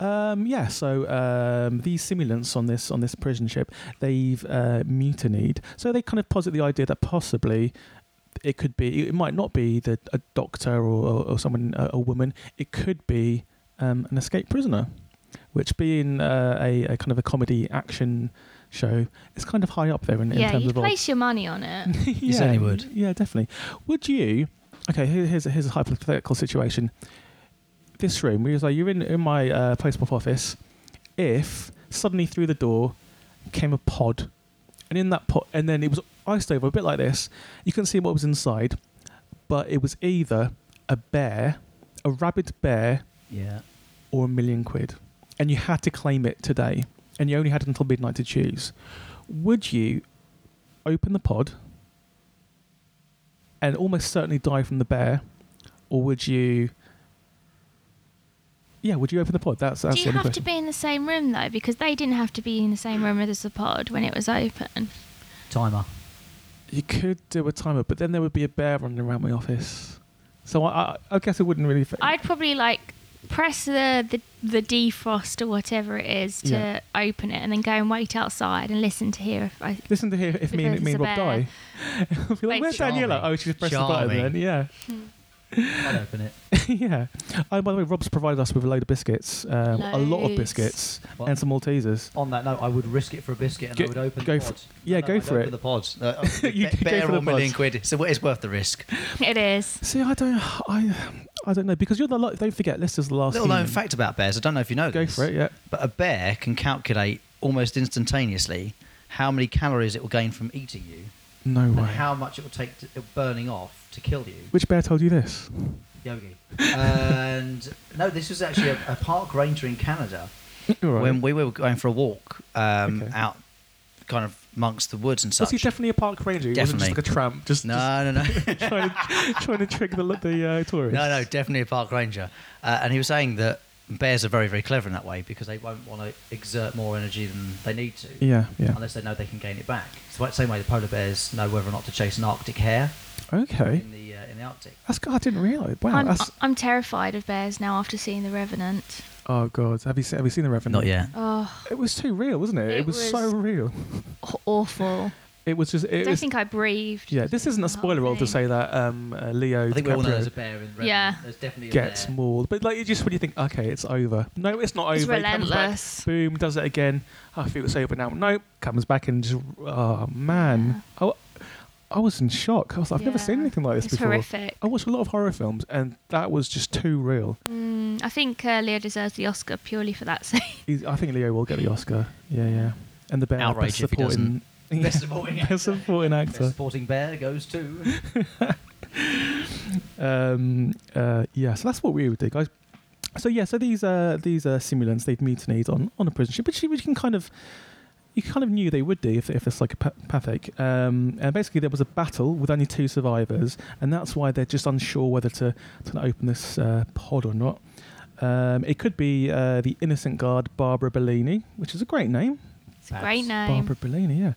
Speaker 3: Um, yeah, so um, these simulants on this on this prison ship, they've uh, mutinied. So they kind of posit the idea that possibly it could be, it might not be the a doctor or, or, or someone, a, a woman. It could be um, an escaped prisoner, which being uh, a, a kind of a comedy action show, it's kind of high up there in, in
Speaker 4: yeah,
Speaker 3: terms
Speaker 4: you'd
Speaker 3: of odds
Speaker 4: place your money on it.
Speaker 3: yeah,
Speaker 5: certainly would.
Speaker 3: Yeah, definitely. Would you? Okay, here- here's a, here's a hypothetical situation. this room. We was like, you're in, in my uh, postmorph office. If suddenly through the door came a pod, and in that pod, and then it was iced over a bit like this. You couldn't see what was inside, but it was either a bear, a rabid bear,
Speaker 5: Yeah.
Speaker 3: or a million quid, and you had to claim it today, and you only had until midnight to choose, would you open the pod and almost certainly die from the bear, or would you? Yeah, would you open the pod? That's that's
Speaker 4: Do
Speaker 3: the
Speaker 4: you
Speaker 3: only
Speaker 4: have
Speaker 3: question.
Speaker 4: to be in the same room though? Because they didn't have to be in the same room as the pod when it was open.
Speaker 5: Timer.
Speaker 3: you could do a timer, but then there would be a bear running around my office. So I, I, I guess it wouldn't really. affect-
Speaker 4: I'd probably like press the, the the defrost or whatever it is to
Speaker 3: Yeah.
Speaker 4: open it, and then go and wait outside and listen to hear if I.
Speaker 3: Listen to hear if me and,
Speaker 4: Because
Speaker 3: me and
Speaker 4: it's
Speaker 3: Rob
Speaker 4: a bear.
Speaker 3: die. I'll be like,
Speaker 4: Wait,
Speaker 3: where's
Speaker 5: Charming.
Speaker 3: Daniela? Oh, she's pressed the
Speaker 5: Charming.
Speaker 3: button then. Yeah.
Speaker 5: I'd open it.
Speaker 3: yeah. Oh, by the way, Rob's provided us with a load of biscuits, um, a lot of
Speaker 4: Loads.
Speaker 3: biscuits,
Speaker 5: What?
Speaker 3: and some Maltesers.
Speaker 5: On that note, I would risk it for a biscuit and
Speaker 3: Go-
Speaker 5: I would open
Speaker 3: go
Speaker 5: the
Speaker 3: for-
Speaker 5: pods.
Speaker 3: yeah, go
Speaker 5: I'd
Speaker 3: for
Speaker 5: open
Speaker 3: it.
Speaker 5: The pods. No, uh,
Speaker 3: You
Speaker 5: be-
Speaker 3: could go
Speaker 5: bear
Speaker 3: for the
Speaker 5: or million
Speaker 3: pods.
Speaker 5: quid. So it's worth the risk.
Speaker 4: It is.
Speaker 3: See, I don't, I, I don't know because you're the lo- don't forget Lister's the last.
Speaker 5: Little known
Speaker 3: human.
Speaker 5: fact about bears. I don't know if you know
Speaker 3: Go
Speaker 5: this.
Speaker 3: for it, yeah.
Speaker 5: But a bear can calculate almost instantaneously how many calories it will gain from eating you
Speaker 3: No
Speaker 5: and
Speaker 3: way.
Speaker 5: how much it will take to, uh, burning off to kill you.
Speaker 3: Which bear told you this?
Speaker 5: Yogi. and no, this was actually a, a park ranger in Canada.
Speaker 3: You're right.
Speaker 5: When we were going for a walk um,
Speaker 3: Okay.
Speaker 5: out kind of amongst the woods and
Speaker 3: was
Speaker 5: such.
Speaker 3: he definitely a park ranger? He wasn't just
Speaker 5: Definitely.
Speaker 3: like a tramp, just,
Speaker 5: no, no, no.
Speaker 3: just trying, to, trying to trick the the uh, tourists.
Speaker 5: No, no, definitely a park ranger. Uh, and he was saying that bears are very, very clever in that way because they won't want to exert more energy than they need to.
Speaker 3: Yeah, yeah.
Speaker 5: Unless they know they can gain it back. So the same way the polar bears know whether or not to chase an Arctic hare
Speaker 3: Okay,
Speaker 5: in the uh, in the Arctic.
Speaker 3: that's I didn't realise. Wow,
Speaker 4: I'm,
Speaker 3: that's
Speaker 4: I'm terrified of bears now after seeing The Revenant.
Speaker 3: oh god. Have you seen, have you seen the Revenant?
Speaker 5: Not yet.
Speaker 4: Oh,
Speaker 3: It was too real, wasn't it? It,
Speaker 4: It
Speaker 3: was, so
Speaker 4: was-
Speaker 3: real.
Speaker 4: aw- awful.
Speaker 3: It was just.
Speaker 4: I
Speaker 3: It
Speaker 4: don't
Speaker 3: was,
Speaker 4: think I breathed.
Speaker 3: yeah, this isn't a
Speaker 4: The whole
Speaker 3: spoiler role to
Speaker 4: thing.
Speaker 3: say that um, uh, Leo
Speaker 5: I think we all know
Speaker 3: DiCaprio-
Speaker 5: there's a bear in Revenant.
Speaker 4: Yeah.
Speaker 5: There's definitely a
Speaker 3: gets
Speaker 5: bear.
Speaker 3: mauled. But like, you just when you think, okay, it's over. No, it's not over.
Speaker 4: It's
Speaker 3: He comes back,
Speaker 4: relentless.
Speaker 3: boom, does it again. I feel it's over now. Nope, comes back and just, oh man, I, I was in shock. I was like, I've never
Speaker 4: Yeah.
Speaker 3: seen anything like this
Speaker 4: It's
Speaker 3: before.
Speaker 4: horrific.
Speaker 3: I watched a lot of horror films, and that was just too real.
Speaker 4: Mm, I think uh, Leo deserves the Oscar purely for that scene.
Speaker 3: He's, I think Leo will get the Oscar. Yeah, yeah. And the bear best
Speaker 5: Outrage if he
Speaker 3: supporting,
Speaker 5: Best supporting
Speaker 3: Yeah, best supporting
Speaker 5: Best
Speaker 3: actor.
Speaker 5: supporting bear goes to.
Speaker 3: Um, uh, yeah, so that's what we would do, guys. So yeah, so these uh, these uh, simulants they've mutinied on, on a prison ship, which you which you can kind of you kind of knew they would do if if they're psychopathic. Um, and basically, there was a battle with only two survivors, and that's why they're just unsure whether to to open this uh, pod or not. Um, it could be uh, the innocent guard Barbara Bellini, which is a great name.
Speaker 4: It's a great name.
Speaker 3: Barbara Bellini, yeah.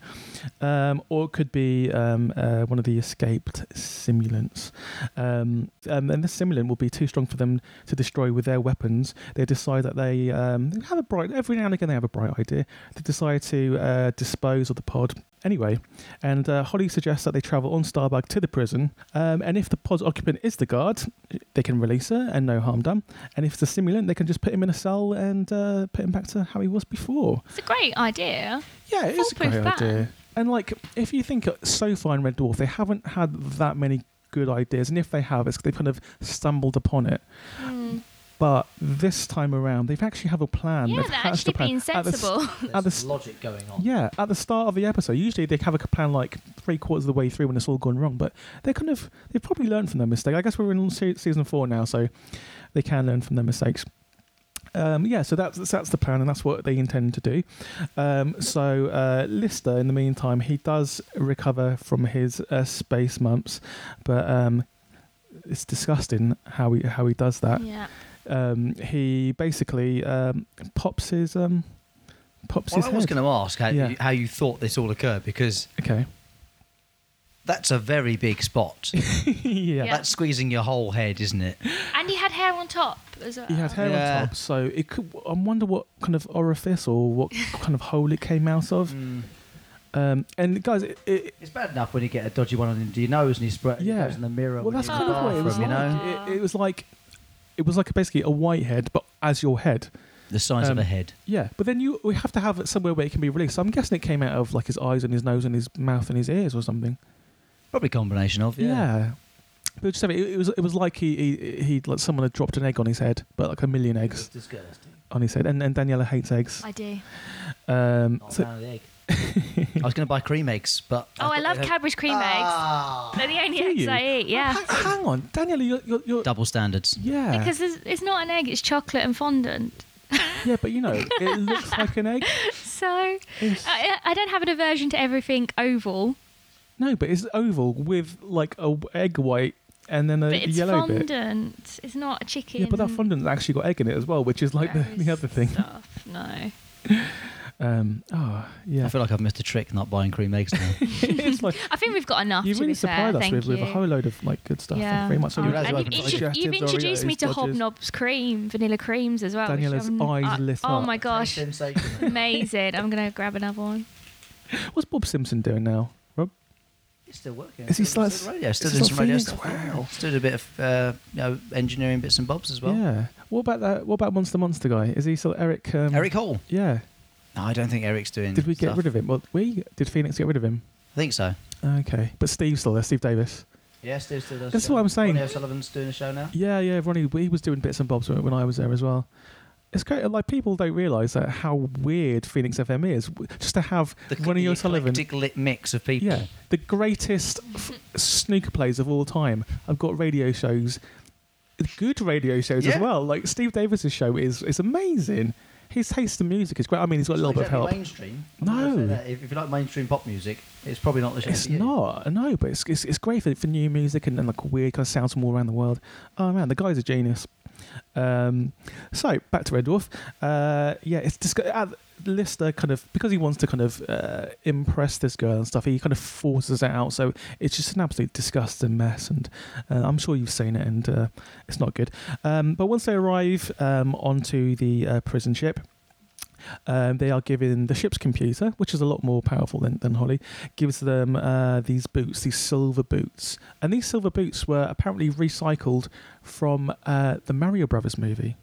Speaker 3: Um, or it could be um, uh, one of the escaped simulants. Um, um, and this simulant will be too strong for them to destroy with their weapons. They decide that they um, they have a bright, every now and again they have a bright idea. They decide to uh, dispose of the pod anyway. And uh, Holly suggests that they travel on Starbug to the prison. Um, and if the pod's occupant is the guard, they can release her and no harm done. And if it's a simulant, they can just put him in a cell and uh, put him back to how he was before.
Speaker 4: It's a great idea.
Speaker 3: Yeah, it is a great
Speaker 4: Foolproof plan.
Speaker 3: idea. And like, if you think so far in Red Dwarf, they haven't had that many good ideas, and if they have, it's they've kind of stumbled upon it. But this time around, they've actually have a plan.
Speaker 4: Hmm. yeah,
Speaker 3: they've
Speaker 4: they're
Speaker 3: hatched a
Speaker 4: actually
Speaker 3: plan.
Speaker 4: being
Speaker 3: At the s-
Speaker 4: sensible.
Speaker 5: There's
Speaker 3: At the s-
Speaker 5: logic going on.
Speaker 3: yeah, at the start of the episode, usually they have a plan like three quarters of the way through when it's all gone wrong. But they're kind of they've probably learned from their mistake. I guess we're in se- season four now, so they can learn from their mistakes. Um, yeah, so that's that's the plan, and that's what they intend to do. Um, so uh, Lister, in the meantime, he does recover from his uh, space mumps, but um, it's disgusting how he how he does that
Speaker 4: yeah.
Speaker 3: um, he basically um, pops his um, pops
Speaker 5: Well,
Speaker 3: his
Speaker 5: I was
Speaker 3: head.
Speaker 5: going to ask how,
Speaker 3: Yeah.
Speaker 5: how you thought this all occurred because
Speaker 3: okay,
Speaker 5: that's a very big spot.
Speaker 3: yeah.
Speaker 4: Yeah.
Speaker 5: That's squeezing your whole head, isn't it?
Speaker 4: And he had hair on top as well.
Speaker 3: He had hair
Speaker 5: Yeah.
Speaker 3: on top, so it could. I wonder what kind of orifice or what kind of hole it came out of.
Speaker 5: Mm.
Speaker 3: Um, and guys, it, it,
Speaker 5: It's bad enough when you get a dodgy one under your nose and you spread it
Speaker 3: Yeah.
Speaker 5: goes in the mirror.
Speaker 3: well,
Speaker 5: when
Speaker 3: that's
Speaker 5: you're in
Speaker 3: kind
Speaker 5: the
Speaker 3: of what it was
Speaker 5: bathroom,
Speaker 4: like.
Speaker 5: you know?
Speaker 3: It, it was like, it was like basically a white head, but as your head.
Speaker 5: The size
Speaker 3: Um,
Speaker 5: of a head.
Speaker 3: Yeah, but then you we have to have it somewhere where it can be released. So I'm guessing it came out of like his eyes and his nose and his mouth and his ears or something.
Speaker 5: Probably combination of, yeah.
Speaker 3: Yeah. But just having, it, it was it was like he he he like someone had dropped an egg on his head, but like a million eggs
Speaker 5: disgusting.
Speaker 3: on his head. And and Daniela hates eggs.
Speaker 4: I do.
Speaker 3: Um,
Speaker 5: Not
Speaker 3: so,
Speaker 5: a fan of Oh, the egg. I was going to buy cream eggs, but
Speaker 4: Oh, I love Cadbury's cream eggs. They're the only
Speaker 3: Do
Speaker 4: eggs
Speaker 3: you? Oh,
Speaker 4: I eat. Yeah.
Speaker 3: hang, hang on, Daniela, you're you're, you're
Speaker 5: double standards.
Speaker 3: yeah
Speaker 4: Because it's, it's not an egg, it's chocolate and fondant.
Speaker 3: yeah, but you know it looks like an egg.
Speaker 4: So I,
Speaker 3: It's-
Speaker 4: I- I don't have an aversion to everything oval,
Speaker 3: no, but it's oval with like a w- egg white and then a
Speaker 4: but it's
Speaker 3: yellow bit.
Speaker 4: fondant. It's not a chicken.
Speaker 3: Yeah, but that fondant's actually got egg in it as well, which is like the, the other thing.
Speaker 4: Stuff. No.
Speaker 3: Um, oh yeah,
Speaker 5: I feel like I've missed a trick not buying cream eggs now.
Speaker 3: it's like
Speaker 4: I think we've got enough.
Speaker 3: you
Speaker 4: to
Speaker 3: really
Speaker 4: be fair.
Speaker 3: supplied us
Speaker 4: Thank
Speaker 3: with, with a
Speaker 4: you.
Speaker 3: whole load of like good stuff. Thank
Speaker 4: Yeah.
Speaker 3: you very much.
Speaker 4: Oh,
Speaker 5: You
Speaker 3: You're
Speaker 5: realise
Speaker 4: and
Speaker 5: what
Speaker 4: you've,
Speaker 5: I've
Speaker 4: intro-
Speaker 3: got?
Speaker 4: you've
Speaker 3: Digestive
Speaker 4: introduced me to
Speaker 3: Oreos, Dodgers.
Speaker 4: Hobnob's cream, vanilla creams as well. which
Speaker 3: Daniela's
Speaker 4: I've-
Speaker 3: eyes
Speaker 4: I-
Speaker 3: lit
Speaker 4: Oh
Speaker 3: up.
Speaker 4: my gosh,
Speaker 5: Sensational.
Speaker 4: amazing! I'm gonna grab another one.
Speaker 3: What's Bob Simpson doing now? Rob?
Speaker 5: It's still working.
Speaker 3: Is he still-
Speaker 5: Still radio? Still
Speaker 3: is he
Speaker 5: doing
Speaker 3: still
Speaker 5: some radio
Speaker 3: Phoenix?
Speaker 5: stuff.
Speaker 3: Wow.
Speaker 5: Still did a bit of uh, you know, engineering bits and bobs as well.
Speaker 3: yeah. What about that? What about Monster Monster guy? Is he still Eric? Um,
Speaker 5: Eric Hall.
Speaker 3: Yeah.
Speaker 5: No, I don't think Eric's doing.
Speaker 3: Did we get
Speaker 5: stuff.
Speaker 3: rid of him? Well, we did. Phoenix get rid of him?
Speaker 5: I think so.
Speaker 3: Okay. But Steve's still there. Steve Davis.
Speaker 5: Yeah, still, still does.
Speaker 3: That's what I'm saying.
Speaker 5: Ronnie O'Sullivan's doing a show now.
Speaker 3: Yeah, yeah. Ronnie, he was doing bits and bobs when when I was there as well. It's great. uh, Like people don't realise that how weird Phoenix FM is. W- Just to have
Speaker 5: The,
Speaker 3: Ronnie
Speaker 5: the
Speaker 3: O'Sullivan.
Speaker 5: eclectic lit mix of people.
Speaker 3: Yeah, the greatest f- snooker players of all time. I've got radio shows, good radio shows
Speaker 5: Yeah.
Speaker 3: as well. Like Steve Davis's show is is amazing. His taste in music is great. I mean, he's got a little bit of help.
Speaker 5: Mainstream.
Speaker 3: I'm not gonna say No. that.
Speaker 5: If, you like mainstream pop music, it's probably not the show.
Speaker 3: It's not, no, but it's, it's it's great for, for new music and, and like weird kind of sounds from all around the world. Oh man, the guy's a genius. Um, so back to Red Dwarf. Uh, yeah, it's just uh, Lister kind of because he wants to kind of uh, impress this girl and stuff. He kind of forces it out, so it's just an absolute disgusting mess. And uh, I'm sure you've seen it, and uh, it's not good. Um, but once they arrive um, onto the uh, prison ship. Um, they are given the ship's computer, which is a lot more powerful than, than Holly, gives them uh, these boots, these silver boots. And these silver boots were apparently recycled from uh, the Mario Brothers movie.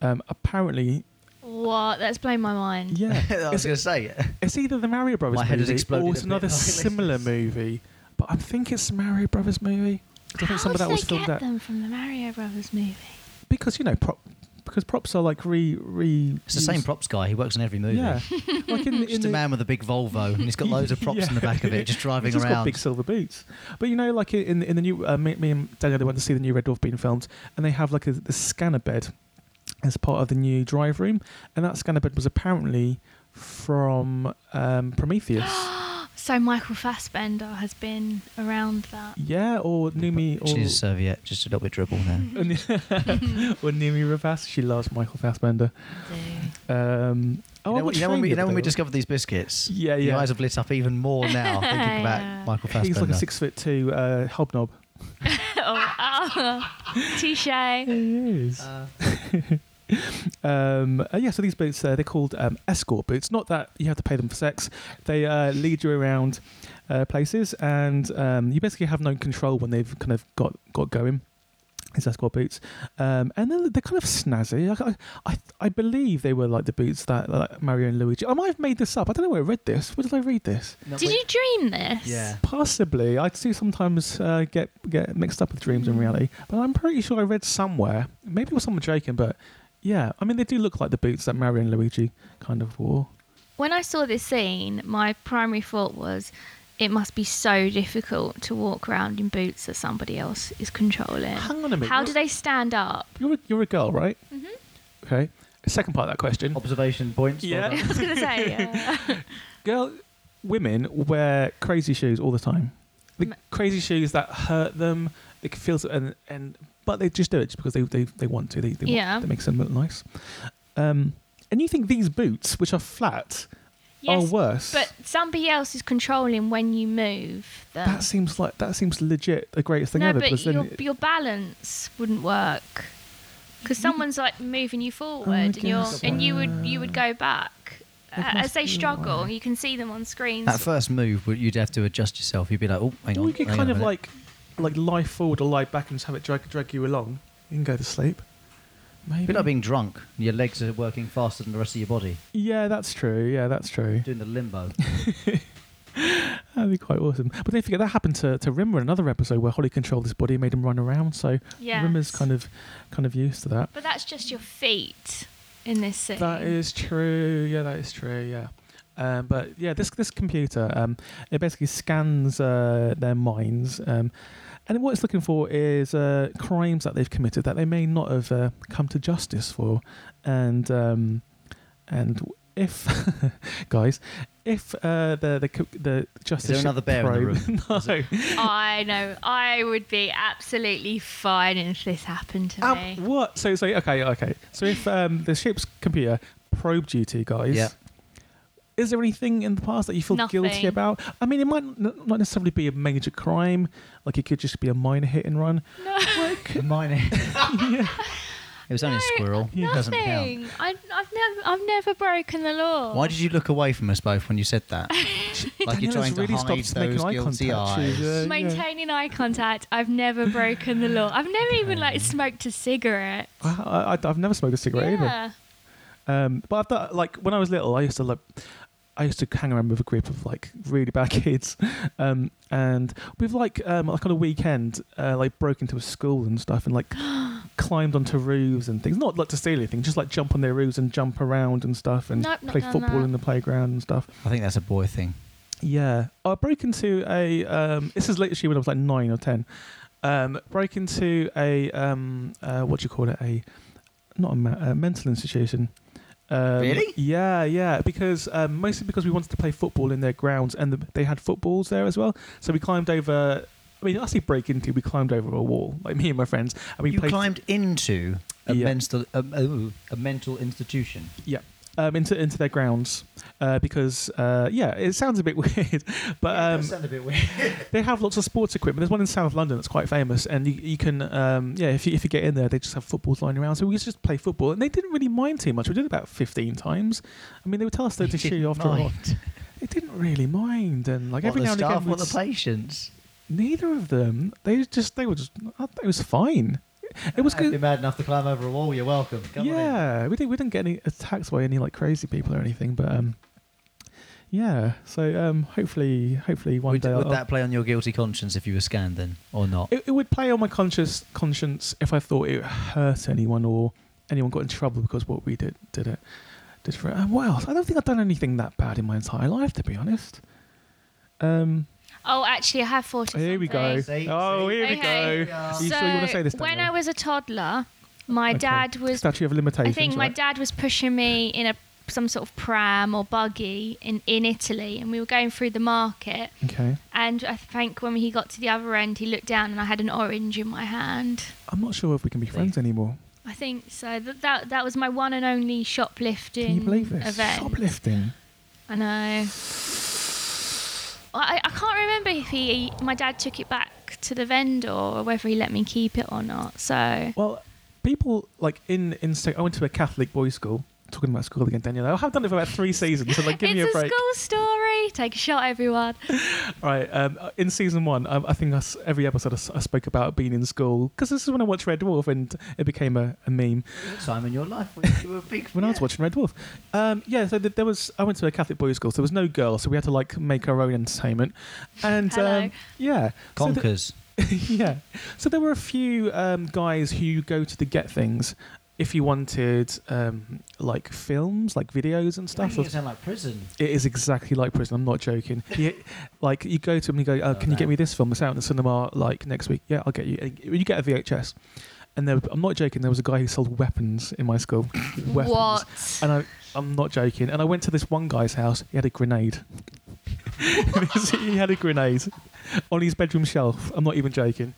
Speaker 3: Um, apparently,
Speaker 4: What? That's blown my mind.
Speaker 3: yeah.
Speaker 5: I was
Speaker 3: it's,
Speaker 5: going to say.
Speaker 3: it's either the Mario Brothers
Speaker 5: My head has
Speaker 3: movie
Speaker 5: exploded
Speaker 3: or it's
Speaker 5: a bit.
Speaker 3: another similar movie. But I think it's the Mario Brothers movie. 'Cause I
Speaker 4: How
Speaker 3: think some of
Speaker 4: did
Speaker 3: that was
Speaker 4: they
Speaker 3: filmed
Speaker 4: get
Speaker 3: at
Speaker 4: them from the Mario Brothers movie?
Speaker 3: because you know prop because props are like re re.
Speaker 5: It's the same props guy. He works in every movie.
Speaker 3: Yeah, like in, in
Speaker 5: Just
Speaker 3: the,
Speaker 5: a man with a big Volvo, and he's got loads of props
Speaker 3: Yeah.
Speaker 5: in the back of it, just driving
Speaker 3: He's just got
Speaker 5: around.
Speaker 3: big silver boots. But you know, like in in the new, uh, me, me and Daniel they went to see the new Red Dwarf being filmed, and they have like a, the scanner bed as part of the new drive room, and that scanner bed was apparently from um, Prometheus.
Speaker 4: So Michael Fassbender has been around that.
Speaker 3: yeah, or Numi,
Speaker 5: She needs a
Speaker 3: or
Speaker 5: serviette, uh, just a little bit dribble there.
Speaker 3: or Numi Ravas. She loves Michael Fassbender. Um, oh,
Speaker 5: you know,
Speaker 3: I'm
Speaker 5: when- you know when,
Speaker 3: trained
Speaker 5: we, you
Speaker 3: with
Speaker 5: know when we
Speaker 3: those.
Speaker 5: discovered these biscuits?
Speaker 3: Yeah,
Speaker 5: Your
Speaker 3: yeah.
Speaker 5: eyes have lit up even more now thinking about
Speaker 4: Yeah.
Speaker 5: Michael Fassbender.
Speaker 3: He's like a six foot two uh, hobnob.
Speaker 4: oh, oh. touche.
Speaker 3: He is.
Speaker 5: Uh,
Speaker 3: um, uh, yeah, so these boots, uh, they're called um, escort boots. Not that you have to pay them for sex. They uh, lead you around uh, places, and um, you basically have no control when they've kind of got, got going. These escort boots, um, and they're, they're kind of snazzy. Like, I, I, I believe they were like the boots that like Mario and Luigi. I might have made this up. I don't know where I read this. Where did I read this?
Speaker 4: Did you dream this?
Speaker 5: Yeah.
Speaker 3: Possibly. I do sometimes uh, get get mixed up with dreams
Speaker 4: Hmm.
Speaker 3: and reality, but I'm pretty sure I read somewhere. Maybe it was someone joking, but yeah. I mean, they do look like the boots that Mario and Luigi kind of wore.
Speaker 4: When I saw this scene, my primary thought was it must be so difficult to walk around in boots that somebody else is controlling.
Speaker 3: Hang on a minute.
Speaker 4: How
Speaker 3: you're,
Speaker 4: do they stand up?
Speaker 3: You're a, you're a girl, right? Mm-hmm. Okay. Second part of that
Speaker 4: Oh.
Speaker 3: question.
Speaker 5: Observation points. well
Speaker 3: Yeah.
Speaker 5: done.
Speaker 4: I was going to say,
Speaker 3: Oh,
Speaker 4: uh,
Speaker 3: Girl, women wear crazy shoes all the time. The
Speaker 4: Ma-
Speaker 3: crazy shoes that hurt them. It feels and and but they just do it just because they they, they want to. They, they
Speaker 4: Yeah.
Speaker 3: want, that makes them look nice. Um, and you think these boots, which are flat,
Speaker 4: yes,
Speaker 3: are Oh, worse?
Speaker 4: but somebody else is controlling when you move. Them.
Speaker 3: that seems like that seems legit the greatest thing
Speaker 4: um, no,
Speaker 3: ever.
Speaker 4: but
Speaker 3: because then
Speaker 4: your,
Speaker 3: it-
Speaker 4: your balance wouldn't work because someone's like moving you forward, and you are
Speaker 3: Mm-hmm. Oh, guess,
Speaker 4: and you would you would go back
Speaker 3: It
Speaker 4: Uh,
Speaker 3: must
Speaker 4: as they
Speaker 3: be
Speaker 4: struggle.
Speaker 3: why.
Speaker 4: You can see them on screens.
Speaker 5: That first move, would- you'd have to adjust yourself. You'd be like, oh, hang on.
Speaker 3: or you could
Speaker 5: hang on
Speaker 3: kind
Speaker 5: a
Speaker 3: of
Speaker 5: minute.
Speaker 3: like like lie forward or lie back and just have it drag drag you along. You can go to sleep.
Speaker 5: It'd
Speaker 3: Maybe
Speaker 5: be like being drunk. and Your legs are working faster than the rest of your body.
Speaker 3: yeah, that's true. Yeah, that's true.
Speaker 5: Doing the limbo.
Speaker 3: That'd be quite awesome. But don't forget that happened to, to Rimmer in another episode where Holly controlled his body and made him run around. So Rimmer's
Speaker 4: Yes.
Speaker 3: kind of kind of used to that.
Speaker 4: But that's just your feet in this scene.
Speaker 3: That is true. Yeah, that is true. Yeah. Um, but yeah, this this computer um, it basically scans uh, their minds, um, and what it's looking for is uh, crimes that they've committed that they may not have uh, come to justice for, and um, and if guys, if uh, the the co- the justice
Speaker 5: another bear in the
Speaker 3: probe- no, Um,
Speaker 4: I know. I would be absolutely fine if this happened to
Speaker 3: Um,
Speaker 4: me.
Speaker 3: what? So, so okay, okay. So, if um, the ship's computer probe duty, guys,
Speaker 5: Yeah.
Speaker 3: is there anything in the past that you feel guilty
Speaker 4: Nothing.
Speaker 3: about? I mean, it might n- not necessarily be a major crime. Like, it could just be a minor hit and run.
Speaker 4: No,
Speaker 5: Mining. It was only a squirrel. It doesn't count.
Speaker 4: nothing. I, I've never, I've never broken the law.
Speaker 5: Why did you look away from us both when you said that? like
Speaker 3: Daniela's
Speaker 5: you're trying to
Speaker 3: really
Speaker 5: hide
Speaker 3: stopped making
Speaker 5: those
Speaker 3: eye
Speaker 5: guilty
Speaker 3: contact.
Speaker 5: eyes.
Speaker 3: She's, uh, Yeah.
Speaker 4: Maintaining eye contact. I've never broken the law. I've never even like smoked a cigarette.
Speaker 3: I, I, I've never smoked a cigarette either.
Speaker 4: Yeah.
Speaker 3: Um, but I've done, like when I was little, I used to like, I used to hang around with a group of like really bad kids, um, and we've like um, like on a weekend, uh, like broke into a school and stuff, and like climbed onto roofs and things. Not like to steal anything, just like jump on their roofs and jump around and stuff, and
Speaker 4: Nope, not
Speaker 3: play
Speaker 4: done
Speaker 3: football
Speaker 4: that.
Speaker 3: in the playground and stuff.
Speaker 5: I think that's a boy thing.
Speaker 3: Yeah, I broke into a. Um, this is literally when I was like nine or ten. Um, broke into a um, uh, what do you call it? A not a, ma- a mental institution. Um,
Speaker 5: Really?
Speaker 3: Yeah, yeah. Because um, mostly because we wanted to play football in their grounds, and the, they had footballs there as well. So we climbed over. I mean, I say break into. We climbed over a wall, like me and my friends, and we
Speaker 5: you
Speaker 3: played.
Speaker 5: climbed into a,
Speaker 3: Yeah.
Speaker 5: mental, a, a- a mental institution.
Speaker 3: Yeah. Um, into into their grounds uh, because uh, yeah, it sounds a bit weird, but um,
Speaker 5: a bit weird.
Speaker 3: They have lots of sports equipment. There's one in South London that's quite famous, and you, you can, um, yeah, if you, if you get in there, they just have footballs lying around. So we used to just play football, and they didn't really mind too much. We did it about 15 times. I mean, they would tell us though to shoot after a while. They didn't really mind, and like
Speaker 5: What
Speaker 3: every
Speaker 5: the
Speaker 3: now and
Speaker 5: staff,
Speaker 3: again,
Speaker 5: what
Speaker 3: we'd
Speaker 5: the
Speaker 3: s-
Speaker 5: patients.
Speaker 3: neither of them. They just they were just it was fine. It was good.
Speaker 5: mad enough to climb over Ah, a wall, you're welcome.
Speaker 3: yeah, we didn't we didn't get any attacked by any like crazy people or anything, but um, yeah. So um, hopefully, hopefully one
Speaker 5: Would,
Speaker 3: day
Speaker 5: would
Speaker 3: I'll-
Speaker 5: that play on your guilty conscience if you were scanned then, or not?
Speaker 3: It, it would play on my conscious conscience if I thought it hurt anyone or anyone got in trouble because what we did did it did for it. And what else? I don't think I've done anything that bad in my entire life, to be honest. Um,
Speaker 4: Oh, actually, I have thought of
Speaker 3: here we go.
Speaker 4: something.
Speaker 5: See,
Speaker 3: oh,
Speaker 5: see.
Speaker 3: here
Speaker 4: Okay.
Speaker 3: we go. Are you
Speaker 4: so
Speaker 3: sure you want to say this?
Speaker 4: when I
Speaker 3: Daniel?
Speaker 4: was a toddler, my
Speaker 3: Okay.
Speaker 4: dad was
Speaker 3: statue of limitations.
Speaker 4: I think my
Speaker 3: right?
Speaker 4: dad was pushing me in a some sort of pram or buggy in, in Italy, and we were going through the market.
Speaker 3: Okay,
Speaker 4: And I think when he got to the other end, he looked down and I had an orange in my hand.
Speaker 3: I'm not sure if we can be friends anymore.
Speaker 4: I think so. That that, that was my one and only shoplifting
Speaker 3: Can you believe this?
Speaker 4: event.
Speaker 3: Shoplifting.
Speaker 4: I know. I, I can't remember if he my dad took it back to the vendor or whether he let me keep it or not. So
Speaker 3: Well, people like in in sec- I went to a Catholic boys' school. Talking about school again, Daniel. I have done it for about three seasons, so like, give
Speaker 4: it's
Speaker 3: me a
Speaker 4: a
Speaker 3: break.
Speaker 4: school story. Take a shot, everyone.
Speaker 3: All right. Um, in season one, I, I think I s every episode I, s- I spoke about being in school because this is when I watched Red Dwarf and it became a, a meme
Speaker 5: Time in your life when you were a big
Speaker 3: when I was watching Red Dwarf. Um, yeah. So th- there was I went to a Catholic boys' school, so there was no girls, so we had to like make our own entertainment. And
Speaker 4: Hello.
Speaker 3: Um, yeah, so th-
Speaker 5: Conkers.
Speaker 3: yeah. So there were a few um, guys who go to the get things if you wanted um, like films, like videos and stuff.
Speaker 5: sound like prison.
Speaker 3: It is exactly like prison. I'm not joking. You, like you go to them and you go, oh, "Can you get me this film? It's out in the cinema like next week." Yeah, I'll get you. And You get a VHS, and there, I'm not joking. There was a guy who sold weapons in my school. weapons.
Speaker 4: What?
Speaker 3: And I, I'm not joking. And I went to this one guy's house. He had a grenade. he had a grenade on his bedroom shelf. I'm not even joking.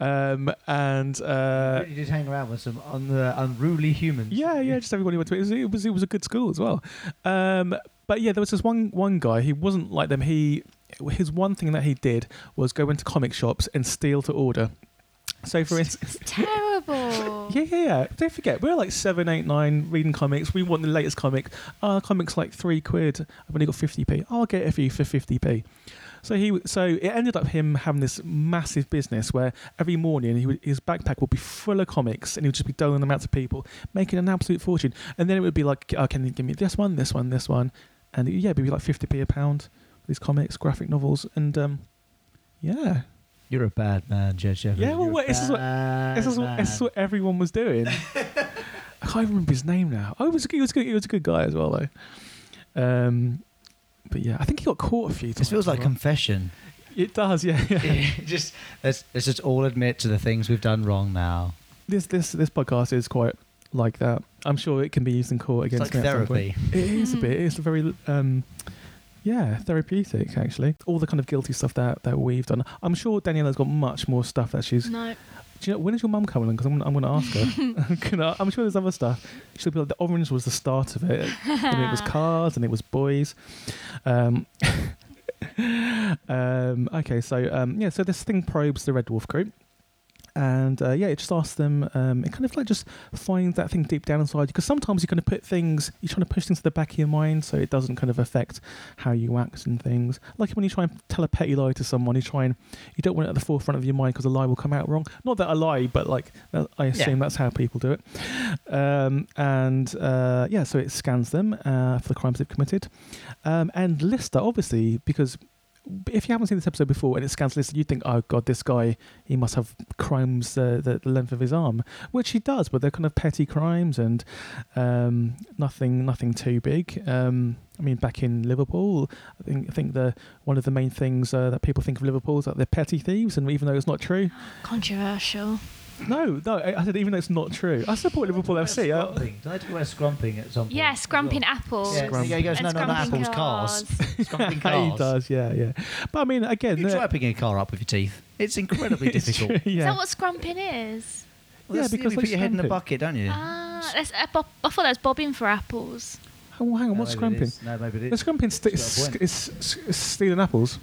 Speaker 3: Um, and uh,
Speaker 5: did hang around with some uh, unruly humans.
Speaker 3: yeah, yeah, just everybody went to it. It was, it was, it was a good school as well. Um, but yeah, there was this one one guy. He wasn't like them. He his one thing that he did was go into comic shops and steal to order. So for instance,
Speaker 4: Terrible.
Speaker 3: yeah, yeah, yeah. Don't forget, we were like seven, eight, nine, reading comics. We want the latest comic. Our comics like three quid. I've only got fifty p. I'll get it for you for fifty p. So he, so it ended up him having this massive business where every morning he would, his backpack would be full of comics and he would just be doling them out to people, making an absolute fortune. And then it would be like, oh, can you give me this one, this one, this one, and yeah, it'd be like fifty p a pound. these comics, graphic novels, and um, yeah,
Speaker 5: You're a bad man, Jed Sheffield.
Speaker 3: yeah. Well,
Speaker 5: You're a
Speaker 3: wait, this is what
Speaker 5: bad
Speaker 3: this is what, this
Speaker 5: man.
Speaker 3: is what everyone was doing. I can't remember his name now. Oh, he was a good, he was a good, he was a good guy as well though. Um, but yeah, I think he got caught a few times.
Speaker 5: This feels
Speaker 3: as
Speaker 5: like
Speaker 3: well.
Speaker 5: confession.
Speaker 3: it does. Yeah, yeah.
Speaker 5: just let's, let's just all admit to the things we've done wrong now.
Speaker 3: This this this podcast is quite like that. I'm sure it can be used in court
Speaker 5: It's
Speaker 3: against
Speaker 5: like
Speaker 3: me at some point.
Speaker 5: therapy.
Speaker 3: It is a bit. It's very, um, yeah, therapeutic actually. All the kind of guilty stuff that that we've done. I'm sure Daniela's got much more stuff that she's.
Speaker 4: No.
Speaker 3: Do you know when is your mum coming? Because I'm, gonna- I'm going to ask her. 'Cause I- I'm sure there's other stuff. She'll be like, the orange was the start of it. and it was cars, and it was boys. Um, um, okay, so um, yeah, so this thing probes the Red Dwarf group. And uh, yeah, it just asks them. Um, it kind of like just finds that thing deep down inside because sometimes you kind of put things, you're trying to push things to the back of your mind so it doesn't kind of affect how you act and things. Like when you try and tell a petty lie to someone, you try and you don't want it at the forefront of your mind because a lie will come out wrong. Not that a lie, but like that- I assume that's how people do it. Um, and uh, yeah, so it scans them uh, for the crimes they've committed. Um, and Lister, obviously, because if you haven't seen this episode before and it scans Lister, you'd think, oh god, this guy, he must have crimes uh, the, the length of his arm, which he does, but they're kind of petty crimes and um, nothing, nothing too big. Um, I mean, back in Liverpool, I think I think the one of the main things uh, that people think of Liverpool is that they're petty thieves, and even though it's not true,
Speaker 4: Controversial.
Speaker 3: no, no, I I said even though it's not true, I support Liverpool FC. I-
Speaker 5: Did I talk about scrumping at some point?
Speaker 4: Yeah, scrumping apples.
Speaker 5: Yeah,
Speaker 3: Scrumping.
Speaker 5: he goes,
Speaker 4: And
Speaker 5: no, no, not
Speaker 4: scrumping
Speaker 5: apples, cars. scrumping
Speaker 3: he
Speaker 5: cars.
Speaker 3: does, yeah, yeah. But I mean, again,
Speaker 5: You
Speaker 3: they're-
Speaker 5: try picking a car up with your teeth. It's incredibly
Speaker 3: it's
Speaker 5: difficult.
Speaker 3: true,
Speaker 4: Is
Speaker 3: yeah.
Speaker 4: that what scrumping is?
Speaker 5: Well,
Speaker 3: Yeah,
Speaker 5: that's the thing,
Speaker 3: because
Speaker 5: you put
Speaker 3: they
Speaker 5: your head in a
Speaker 3: scrump it.
Speaker 5: bucket, don't you?
Speaker 4: Ah, that's, I, bob, I thought that was bobbing for apples.
Speaker 3: Oh, hang on, what's scrumping?
Speaker 5: No, maybe it
Speaker 3: The scrumping st-
Speaker 5: It's got a
Speaker 3: is,
Speaker 5: point.
Speaker 3: is, is stealing apples.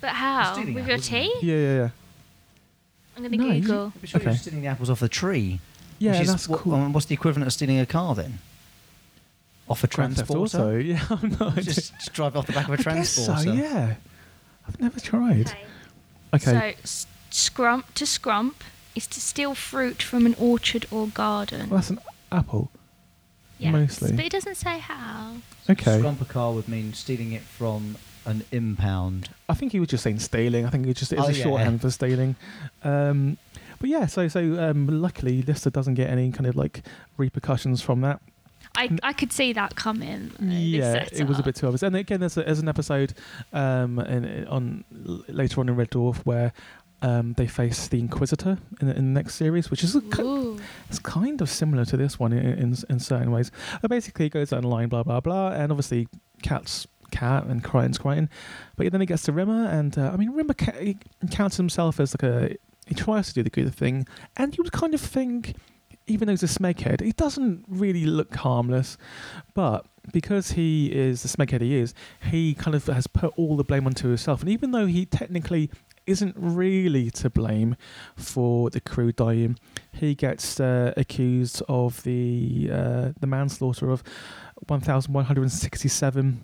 Speaker 4: But how?
Speaker 5: stealing
Speaker 4: With
Speaker 5: apples,
Speaker 4: your
Speaker 5: isn't
Speaker 4: tea?
Speaker 3: Yeah, yeah, yeah.
Speaker 4: I'm going to
Speaker 3: No, you-
Speaker 4: Google.
Speaker 5: Sure
Speaker 3: Okay.
Speaker 5: you're stealing the apples off the tree.
Speaker 3: Yeah,
Speaker 5: which is
Speaker 3: that's
Speaker 5: what-
Speaker 3: cool.
Speaker 5: um, what's the equivalent of stealing a car then? Off a
Speaker 3: Grand Theft
Speaker 5: transporter.
Speaker 3: Auto. Yeah, I'm not.
Speaker 5: Just, just drive off the back of a
Speaker 3: I guess
Speaker 5: transporter.
Speaker 3: so. Yeah, I've never tried.
Speaker 4: Okay.
Speaker 3: Okay.
Speaker 4: So, s- scrump to scrump is to steal fruit from an orchard or garden.
Speaker 3: well, that's an apple.
Speaker 4: Yes,
Speaker 3: mostly.
Speaker 4: But it doesn't say how.
Speaker 3: Okay.
Speaker 5: Scrump a car would mean stealing it from an impound.
Speaker 3: I think he was just saying stealing. I think it was just it's
Speaker 5: Oh,
Speaker 3: a
Speaker 5: yeah.
Speaker 3: shorthand for stealing. Um, but yeah, so so um, luckily Lister doesn't get any kind of like repercussions from that.
Speaker 4: I, I could see that coming. though, this
Speaker 3: yeah, it was a
Speaker 4: setup.
Speaker 3: bit too obvious. And again, there's, a, there's an episode um, in, on later on in Red Dwarf where um, they face the Inquisitor in the, in the next series, which is a kind,
Speaker 4: Ooh.
Speaker 3: It's kind of similar to this one in in, in certain ways. But basically, it goes down the line, blah blah blah, and obviously, cat's cat and Crichton's Crichton. But then it gets to Rimmer, and uh, I mean, Rimmer ca- he counts himself as like a he tries to do the good thing, and you would kind of think, even though he's a smeghead, he doesn't really look harmless, but. Because he is the smeghead he is, he kind of has put all the blame onto himself. And even though he technically isn't really to blame for the crew dying, he gets uh, accused of the uh, the manslaughter of 1,167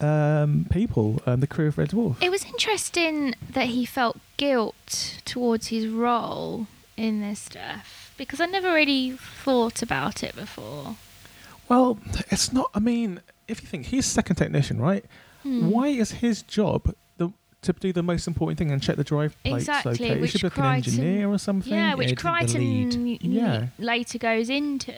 Speaker 3: um, people, um, the crew of Red Dwarf.
Speaker 4: It was interesting that he felt guilt towards his role in this stuff because I never really thought about it before.
Speaker 3: Well, it's not. I mean, if you think he's second technician, right?
Speaker 4: Hmm. Mm.
Speaker 3: Why is his job the to do the most important thing and check the drive plates?
Speaker 4: Exactly,
Speaker 3: okay, it
Speaker 4: which
Speaker 3: should be like an
Speaker 4: Crichton-
Speaker 3: engineer or something.
Speaker 4: yeah, which
Speaker 5: it took the lead.
Speaker 4: Crichton
Speaker 3: Yeah.
Speaker 4: later goes into.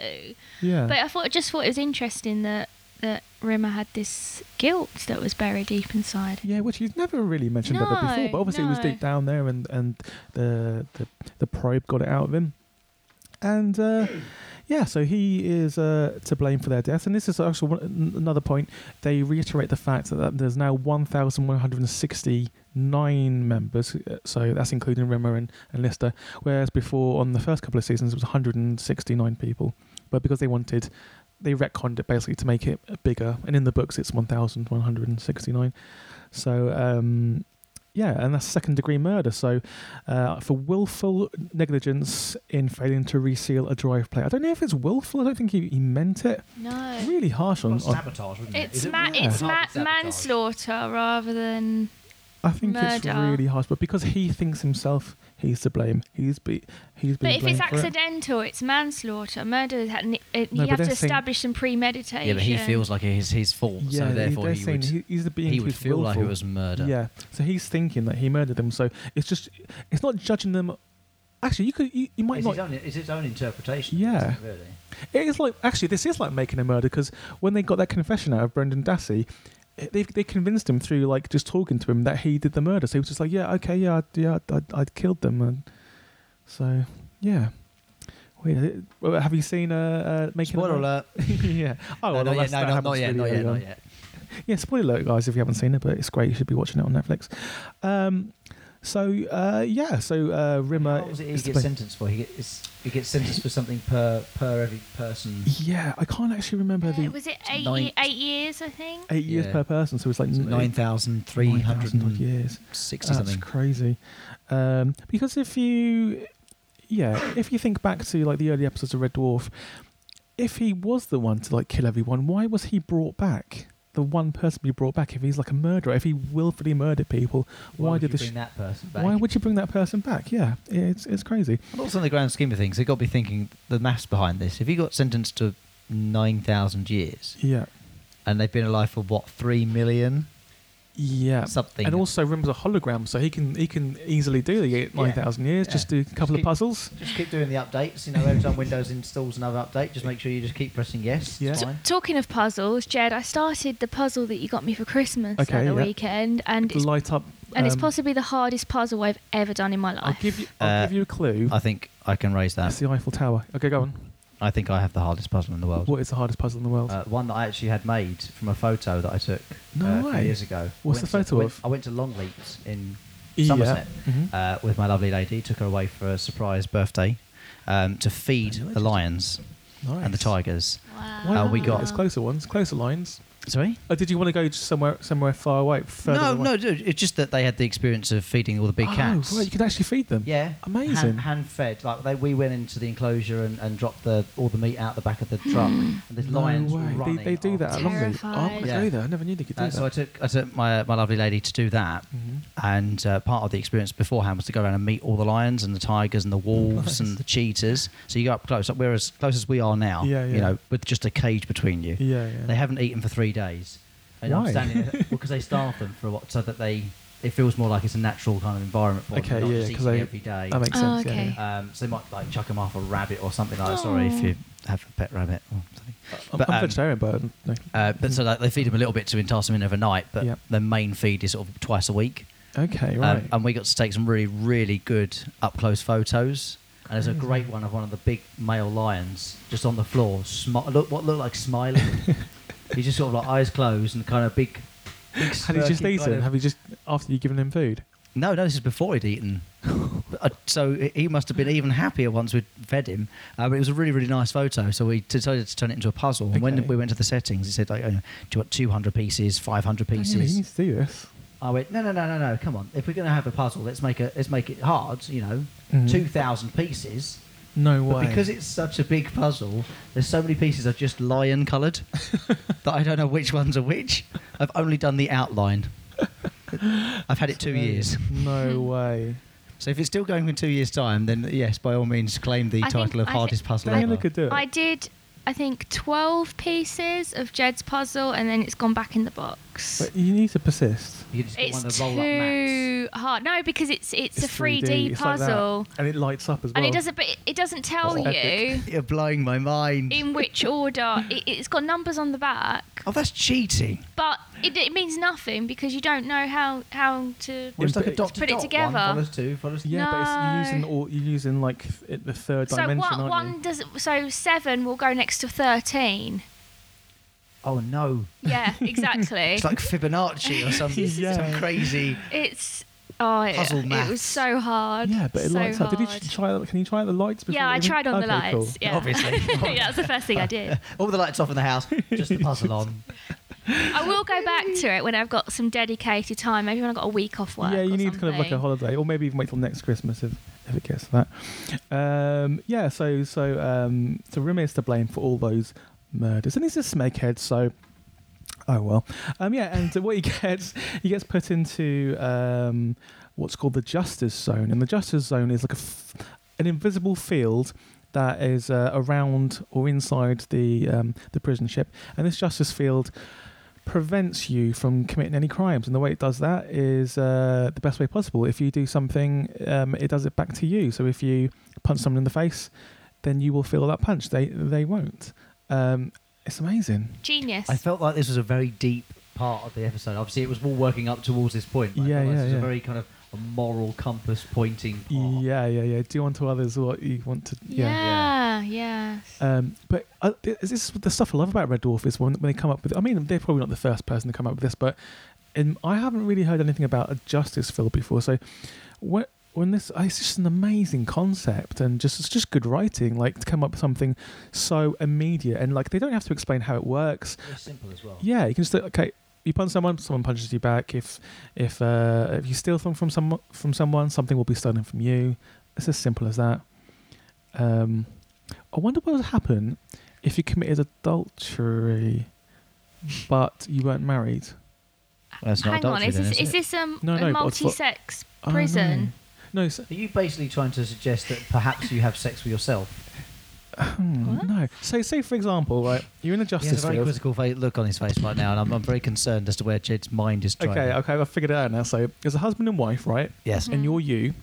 Speaker 3: yeah.
Speaker 4: But I thought, just thought it was interesting that that Rimmer had this guilt that was buried deep inside.
Speaker 3: Yeah, which he's never really mentioned ever before,
Speaker 4: No,
Speaker 3: but obviously it was
Speaker 4: no.
Speaker 3: deep down there, and and the the, the probe got it out of him, and uh, yeah, so he is uh, to blame for their death. And this is actually one, an- another point. They reiterate the fact that there's now 1,169 members, uh, so that's including Rimmer and, and Lister, whereas before on the first couple of seasons it was 169 people, but because they wanted. They retconned it basically to make it bigger, and in the books it's 1,169. So um, yeah, and that's second degree murder. So uh, for willful negligence in failing to reseal a drive plate, I don't know if it's willful. I don't think he, he meant it.
Speaker 4: No,
Speaker 3: Really harsh on. on
Speaker 5: sabotage, wouldn't
Speaker 4: it's ma- it's ma- manslaughter rather than
Speaker 3: I think it's
Speaker 4: Murder.
Speaker 3: really harsh, but because he thinks himself he's to blame, he's be he's
Speaker 4: But
Speaker 3: been
Speaker 4: if it's
Speaker 3: blamed for it.
Speaker 4: accidental, it's manslaughter. Murder, is had- it,
Speaker 3: No,
Speaker 4: you
Speaker 3: but
Speaker 4: have
Speaker 3: they're
Speaker 4: to
Speaker 3: saying-
Speaker 4: establish some premeditation.
Speaker 5: Yeah, but he feels like it is his fault,
Speaker 3: Yeah,
Speaker 5: so
Speaker 3: they-
Speaker 5: therefore
Speaker 3: they're
Speaker 5: he
Speaker 3: saying
Speaker 5: would,
Speaker 3: he- he's the being
Speaker 5: he
Speaker 3: too
Speaker 5: would feel like it
Speaker 3: willful.
Speaker 5: was murder.
Speaker 3: Yeah, so he's thinking that he murdered them. So it's just it's not judging them. Actually, you could you, you might
Speaker 5: It's
Speaker 3: not.
Speaker 5: his, own, it's his own interpretation.
Speaker 3: Yeah.
Speaker 5: isn't it, really?
Speaker 3: It is like actually, this is like making a murder because when they got that confession out of Brendan Dassey, it- they they convinced him through like just talking to him that he did the murder. So he was just like, yeah, okay, yeah, I, yeah, I, I, I killed them, and so yeah. Wait, uh, well, have you seen uh, uh making a
Speaker 5: Spoiler
Speaker 3: murder?
Speaker 5: alert.
Speaker 3: yeah. Oh, well,
Speaker 5: no, not
Speaker 3: that's-
Speaker 5: yet, no,
Speaker 3: that
Speaker 5: no,
Speaker 3: happens
Speaker 5: not yet,
Speaker 3: really
Speaker 5: not
Speaker 3: early
Speaker 5: yet,
Speaker 3: on.
Speaker 5: not yet.
Speaker 3: Yeah, spoiler alert, guys, if you haven't seen it, but it's great. You should be watching it on Netflix. Um, so uh, yeah, so uh, Rimmer.
Speaker 5: What was it he
Speaker 3: is
Speaker 5: gets
Speaker 3: the play-
Speaker 5: sentenced for? He gets, he gets sentenced for something per per every person.
Speaker 3: yeah, I can't actually remember the
Speaker 4: Uh, was it eight,
Speaker 5: nine-
Speaker 4: ye- eight years, I think?
Speaker 3: eight years
Speaker 5: Yeah.
Speaker 3: per person, so it's like n-
Speaker 5: Nine thousand three hundred
Speaker 3: 9,000 odd
Speaker 5: and
Speaker 3: years.
Speaker 5: sixty
Speaker 3: That's
Speaker 5: something.
Speaker 3: crazy. Um, because if you, yeah, if you think back to like the early episodes of Red Dwarf, if he was the one to like kill everyone, why was he brought back? The one person be brought back if he's like a murderer, if he willfully murdered people, why,
Speaker 5: would
Speaker 3: did
Speaker 5: you
Speaker 3: the sh-
Speaker 5: bring that person back?
Speaker 3: Why would you bring that person back? Yeah, it's it's crazy.
Speaker 5: And also, in the grand scheme of things, they've got to be thinking the maths behind this. If he got sentenced to 9,000 years
Speaker 3: Yeah,
Speaker 5: and they've been alive for what, 3 million?
Speaker 3: yeah.
Speaker 5: Something.
Speaker 3: And also, Rim's a hologram, so he can he can easily do the nine thousand years.
Speaker 5: Yeah.
Speaker 3: Just do a couple of
Speaker 5: Keep-
Speaker 3: puzzles.
Speaker 5: Just keep doing the updates. You know, every time Windows installs another update, just make sure you just keep pressing yes.
Speaker 3: Yeah.
Speaker 5: It's
Speaker 4: T-
Speaker 5: fine.
Speaker 4: talking of puzzles, Jed, I started the puzzle that you got me for Christmas
Speaker 3: Okay,
Speaker 4: at the
Speaker 3: yeah.
Speaker 4: weekend, and it's,
Speaker 3: Light up.
Speaker 4: and it's
Speaker 3: um,
Speaker 4: possibly the hardest puzzle I've ever done in my
Speaker 3: I'll
Speaker 4: life.
Speaker 3: give you. I'll
Speaker 5: Uh,
Speaker 3: give you a clue.
Speaker 5: I think I can raise
Speaker 3: That's
Speaker 5: that.
Speaker 3: the Eiffel Tower. Okay, go on.
Speaker 5: I think I have the hardest puzzle in the world.
Speaker 3: What is the hardest puzzle in the world?
Speaker 5: Uh, one that I actually had made from a photo that I took
Speaker 3: No
Speaker 5: uh, a few
Speaker 3: way.
Speaker 5: years ago.
Speaker 3: What's
Speaker 5: Went
Speaker 3: the
Speaker 5: to-
Speaker 3: photo
Speaker 5: I went-
Speaker 3: of?
Speaker 5: I went to Longleat in
Speaker 3: Yeah.
Speaker 5: Somerset
Speaker 3: Mhm.
Speaker 5: uh, with my lovely lady. Took her away for a surprise birthday um, to feed the lions
Speaker 3: nice.
Speaker 5: and the tigers.
Speaker 4: wow.
Speaker 3: Why
Speaker 5: Uh, we
Speaker 3: not?
Speaker 5: got-
Speaker 3: It's closer ones, closer lines.
Speaker 5: Sorry.
Speaker 3: Oh, did you want to go just somewhere somewhere far away? Further
Speaker 5: no,
Speaker 3: away?
Speaker 5: no, dude, it's just that they had the experience of feeding all the big
Speaker 3: oh,
Speaker 5: cats.
Speaker 3: Right, you could actually feed them.
Speaker 5: Yeah,
Speaker 3: Amazing.
Speaker 5: Hand, hand fed. Like they, we went into the enclosure and, and dropped the all the meat out the back of the truck. and the
Speaker 3: No
Speaker 5: lions were
Speaker 3: way.
Speaker 5: running.
Speaker 3: They, they do
Speaker 5: after
Speaker 3: that at
Speaker 5: us.
Speaker 4: long
Speaker 3: Longleat. Oh, I'm gonna
Speaker 5: Terrified.
Speaker 3: go there. I never knew they could do
Speaker 5: Uh,
Speaker 3: that.
Speaker 5: so I took I took my my lovely lady to do that,
Speaker 3: Mm-hmm.
Speaker 5: and uh, part of the experience beforehand was to go around and meet all the lions and the tigers and the wolves and the cheetas. So you go up close. Like, we're as close as we are now.
Speaker 3: Yeah, yeah.
Speaker 5: You know, with just a cage between you.
Speaker 3: Yeah, yeah.
Speaker 5: They haven't eaten for three days. And I'm
Speaker 3: Why?
Speaker 5: standing there because they starve them for what so that they it feels more like it's a natural kind of environment for
Speaker 3: Okay,
Speaker 5: them.
Speaker 3: yeah,
Speaker 5: not just
Speaker 3: 'cause
Speaker 5: eating
Speaker 3: they-
Speaker 5: every day.
Speaker 3: That makes
Speaker 4: Oh,
Speaker 3: sense.
Speaker 4: okay.
Speaker 3: Yeah, yeah.
Speaker 5: um, so they might like chuck them off a rabbit or something like that. Sorry if you have a pet rabbit or something.
Speaker 3: I'm,
Speaker 5: But,
Speaker 3: I'm
Speaker 5: um,
Speaker 3: vegetarian, but no.
Speaker 5: Uh, but so like, they feed them a little bit to entice them in overnight, but
Speaker 3: Yep.
Speaker 5: their main feed is sort of twice a week.
Speaker 3: okay,
Speaker 5: Um,
Speaker 3: right.
Speaker 5: and we got to take some really, really good up close photos. And
Speaker 3: Mm-hmm.
Speaker 5: there's a great one of one of the big male lions just on the floor, smi- look what looked like smiling. He's just sort of like eyes closed and kind of big. big
Speaker 3: Had you just
Speaker 5: smirky kind
Speaker 3: eaten?
Speaker 5: of-
Speaker 3: Have you just after you given him food?
Speaker 5: no, no, this is before he'd eaten. Uh, so he must have been even happier once we'd fed him. Uh, but it was a really, really nice photo. So we decided to turn it into a puzzle. And
Speaker 3: Okay.
Speaker 5: when we went to the settings, it said, like, oh, do you want 200 pieces, 500
Speaker 3: He
Speaker 5: pieces?
Speaker 3: needs to do this.
Speaker 5: I went, no, no, no, no, no. Come on. If we're going to have a puzzle, let's make a, let's make it hard. You know,
Speaker 3: Mhm.
Speaker 5: two thousand pieces.
Speaker 3: No
Speaker 5: But
Speaker 3: way.
Speaker 5: because it's such a big puzzle, there's so many pieces are just lion coloured that I don't know which ones are which. I've only done the outline. I've had it two years.
Speaker 3: No
Speaker 4: Hmm.
Speaker 3: way.
Speaker 5: So if it's still going in two years' time, then yes, by all means, claim the
Speaker 4: I think-
Speaker 5: title of
Speaker 4: I thi-
Speaker 5: hardest puzzle
Speaker 3: Diana
Speaker 5: ever.
Speaker 3: could do it.
Speaker 4: I did, I think, 12 pieces of Jed's puzzle, and then it's gone back in the box.
Speaker 3: But you need to persist.
Speaker 5: You could just get one of
Speaker 4: it's
Speaker 5: the roll-up mats.
Speaker 4: too hard. No, because it's it's, a 3D,
Speaker 3: It's like that.
Speaker 4: puzzle,
Speaker 3: and it lights up as well.
Speaker 4: and it doesn't. But it, it doesn't tell
Speaker 3: Oh.
Speaker 4: you
Speaker 3: Epic.
Speaker 5: You're blowing my mind.
Speaker 4: in which order. It, it's got numbers on the back,
Speaker 5: oh, that's cheating.
Speaker 4: but it, it means nothing because you don't know how how to.
Speaker 5: It was like
Speaker 3: but
Speaker 5: a
Speaker 3: it's-
Speaker 5: dot to
Speaker 4: Put it
Speaker 5: dot,
Speaker 4: together.
Speaker 5: One follows two, follows
Speaker 3: Yeah, but it's
Speaker 4: No.
Speaker 3: using all you're using like th- it- the third
Speaker 4: So
Speaker 3: dimension,
Speaker 4: what
Speaker 3: aren't
Speaker 4: one
Speaker 3: you?
Speaker 4: does? So seven will go next to thirteen.
Speaker 5: Oh no.
Speaker 4: Yeah, exactly.
Speaker 5: It's like Fibonacci or some,
Speaker 3: Yeah.
Speaker 5: some crazy.
Speaker 4: it's oh, it,
Speaker 5: Puzzle
Speaker 4: it was
Speaker 5: maths.
Speaker 4: so hard.
Speaker 3: Yeah, but it
Speaker 4: so
Speaker 3: lights up. Did you
Speaker 4: hard.
Speaker 3: t- try? Can you try the lights? Before
Speaker 4: Yeah, I
Speaker 3: even-
Speaker 4: tried on the
Speaker 3: okay,
Speaker 4: lights.
Speaker 3: cool.
Speaker 4: Yeah,
Speaker 5: Obviously.
Speaker 4: yeah, that's the first thing I did.
Speaker 5: All the lights off in the house, just the puzzle on.
Speaker 4: I will go back to it when I've got some dedicated time. Maybe when I've got a week off work.
Speaker 3: Yeah, you
Speaker 4: or
Speaker 3: need kind of like a
Speaker 4: something.
Speaker 3: holiday, or maybe even wait till next Christmas if, if it gets to that. Um, yeah, so so um, so Rimmer is to blame for all those murders, and he's a snakehead. So Oh well, um, yeah, and what he gets, he gets put into um, what's called the Justice Zone, and the Justice Zone is like a f- an invisible field that is uh, around or inside the um, the prison ship, and this Justice Field prevents you from committing any crimes, and the way it does that is uh, the best way possible. If you do something, um, it does it back to you. So if you punch someone in the face, then you will feel that punch. They they won't. Um, it's amazing.
Speaker 4: Genius.
Speaker 5: I felt like this was a very deep part of the episode. Obviously, it was all working up towards this point. But
Speaker 3: Yeah,
Speaker 5: I felt like
Speaker 3: yeah,
Speaker 5: This was
Speaker 3: yeah.
Speaker 5: a very kind of a moral compass pointing part.
Speaker 3: Yeah, yeah, yeah. Do unto others what you want to. Yeah.
Speaker 4: yeah, yeah.
Speaker 3: Um, but uh, th- is this the stuff I love about Red Dwarf is when, when they come up with. I mean, they're probably not the first person to come up with this, but in, I haven't really heard anything about a justice field before. So when, when this, uh, it's just an amazing concept and just it's just good writing. Like to come up with something so immediate and like they don't have to explain how it works.
Speaker 5: Very simple as well.
Speaker 3: Yeah, you can just okay. You punch someone, someone punches you back. If if uh, if you steal something from some from someone, something will be stolen from you. It's as simple as that. Um, I wonder what would happen if you committed adultery, but you weren't married.
Speaker 5: Well, it's not
Speaker 4: Hang on,
Speaker 5: adultery
Speaker 4: is
Speaker 5: then,
Speaker 4: this,
Speaker 5: is
Speaker 4: is
Speaker 5: it?
Speaker 4: this um,
Speaker 3: No, no,
Speaker 4: a
Speaker 3: but it's what-
Speaker 4: multi-sex
Speaker 3: Oh, no.
Speaker 4: prison?
Speaker 3: No, so,
Speaker 5: Are you basically trying to suggest that perhaps you have sex with yourself?
Speaker 3: hmm,
Speaker 4: What?
Speaker 3: no. So say for example, right? You're in a
Speaker 5: He has a
Speaker 3: justice
Speaker 5: very
Speaker 3: field.
Speaker 5: quizzical fa- look on his face right now, and I'm, I'm very concerned as to where Jed's mind is driving.
Speaker 3: Okay, okay, I figured it out now. So there's a husband and wife, right?
Speaker 5: Yes.
Speaker 3: And you're you,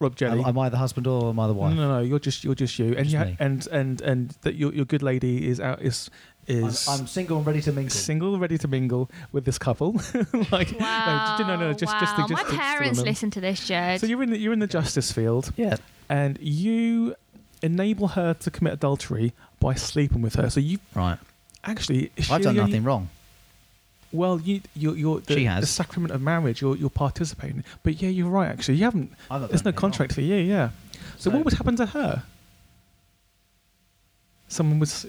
Speaker 3: Rob Jelly.
Speaker 5: Am, am I the husband or am I the wife?
Speaker 3: No, no, no. You're just you're just you, and
Speaker 5: Just
Speaker 3: you ha-
Speaker 5: me.
Speaker 3: and and and that your your good lady is out is is.
Speaker 5: I'm, I'm single and ready to mingle.
Speaker 3: Single, ready to mingle with this couple. like
Speaker 4: Wow,
Speaker 3: no, no, no, just
Speaker 4: Oh, wow.
Speaker 3: just, to- just,
Speaker 4: My
Speaker 3: to- just to
Speaker 4: parents
Speaker 3: remember.
Speaker 4: listen to this, Jed.
Speaker 3: So you're in the, you're in the justice field,
Speaker 5: yeah.
Speaker 3: and you enable her to commit adultery by sleeping with her. So you
Speaker 5: Right.
Speaker 3: actually
Speaker 5: I've
Speaker 3: she-
Speaker 5: done
Speaker 3: you-
Speaker 5: nothing wrong.
Speaker 3: Well, you you you're the,
Speaker 5: She has.
Speaker 3: the sacrament of marriage. You're you're participating, but yeah, you're right. Actually, you haven't.
Speaker 5: I've not
Speaker 3: There's no
Speaker 5: done anything
Speaker 3: contract for you. Yeah. So,
Speaker 5: So-
Speaker 3: what would happen to her? Someone was.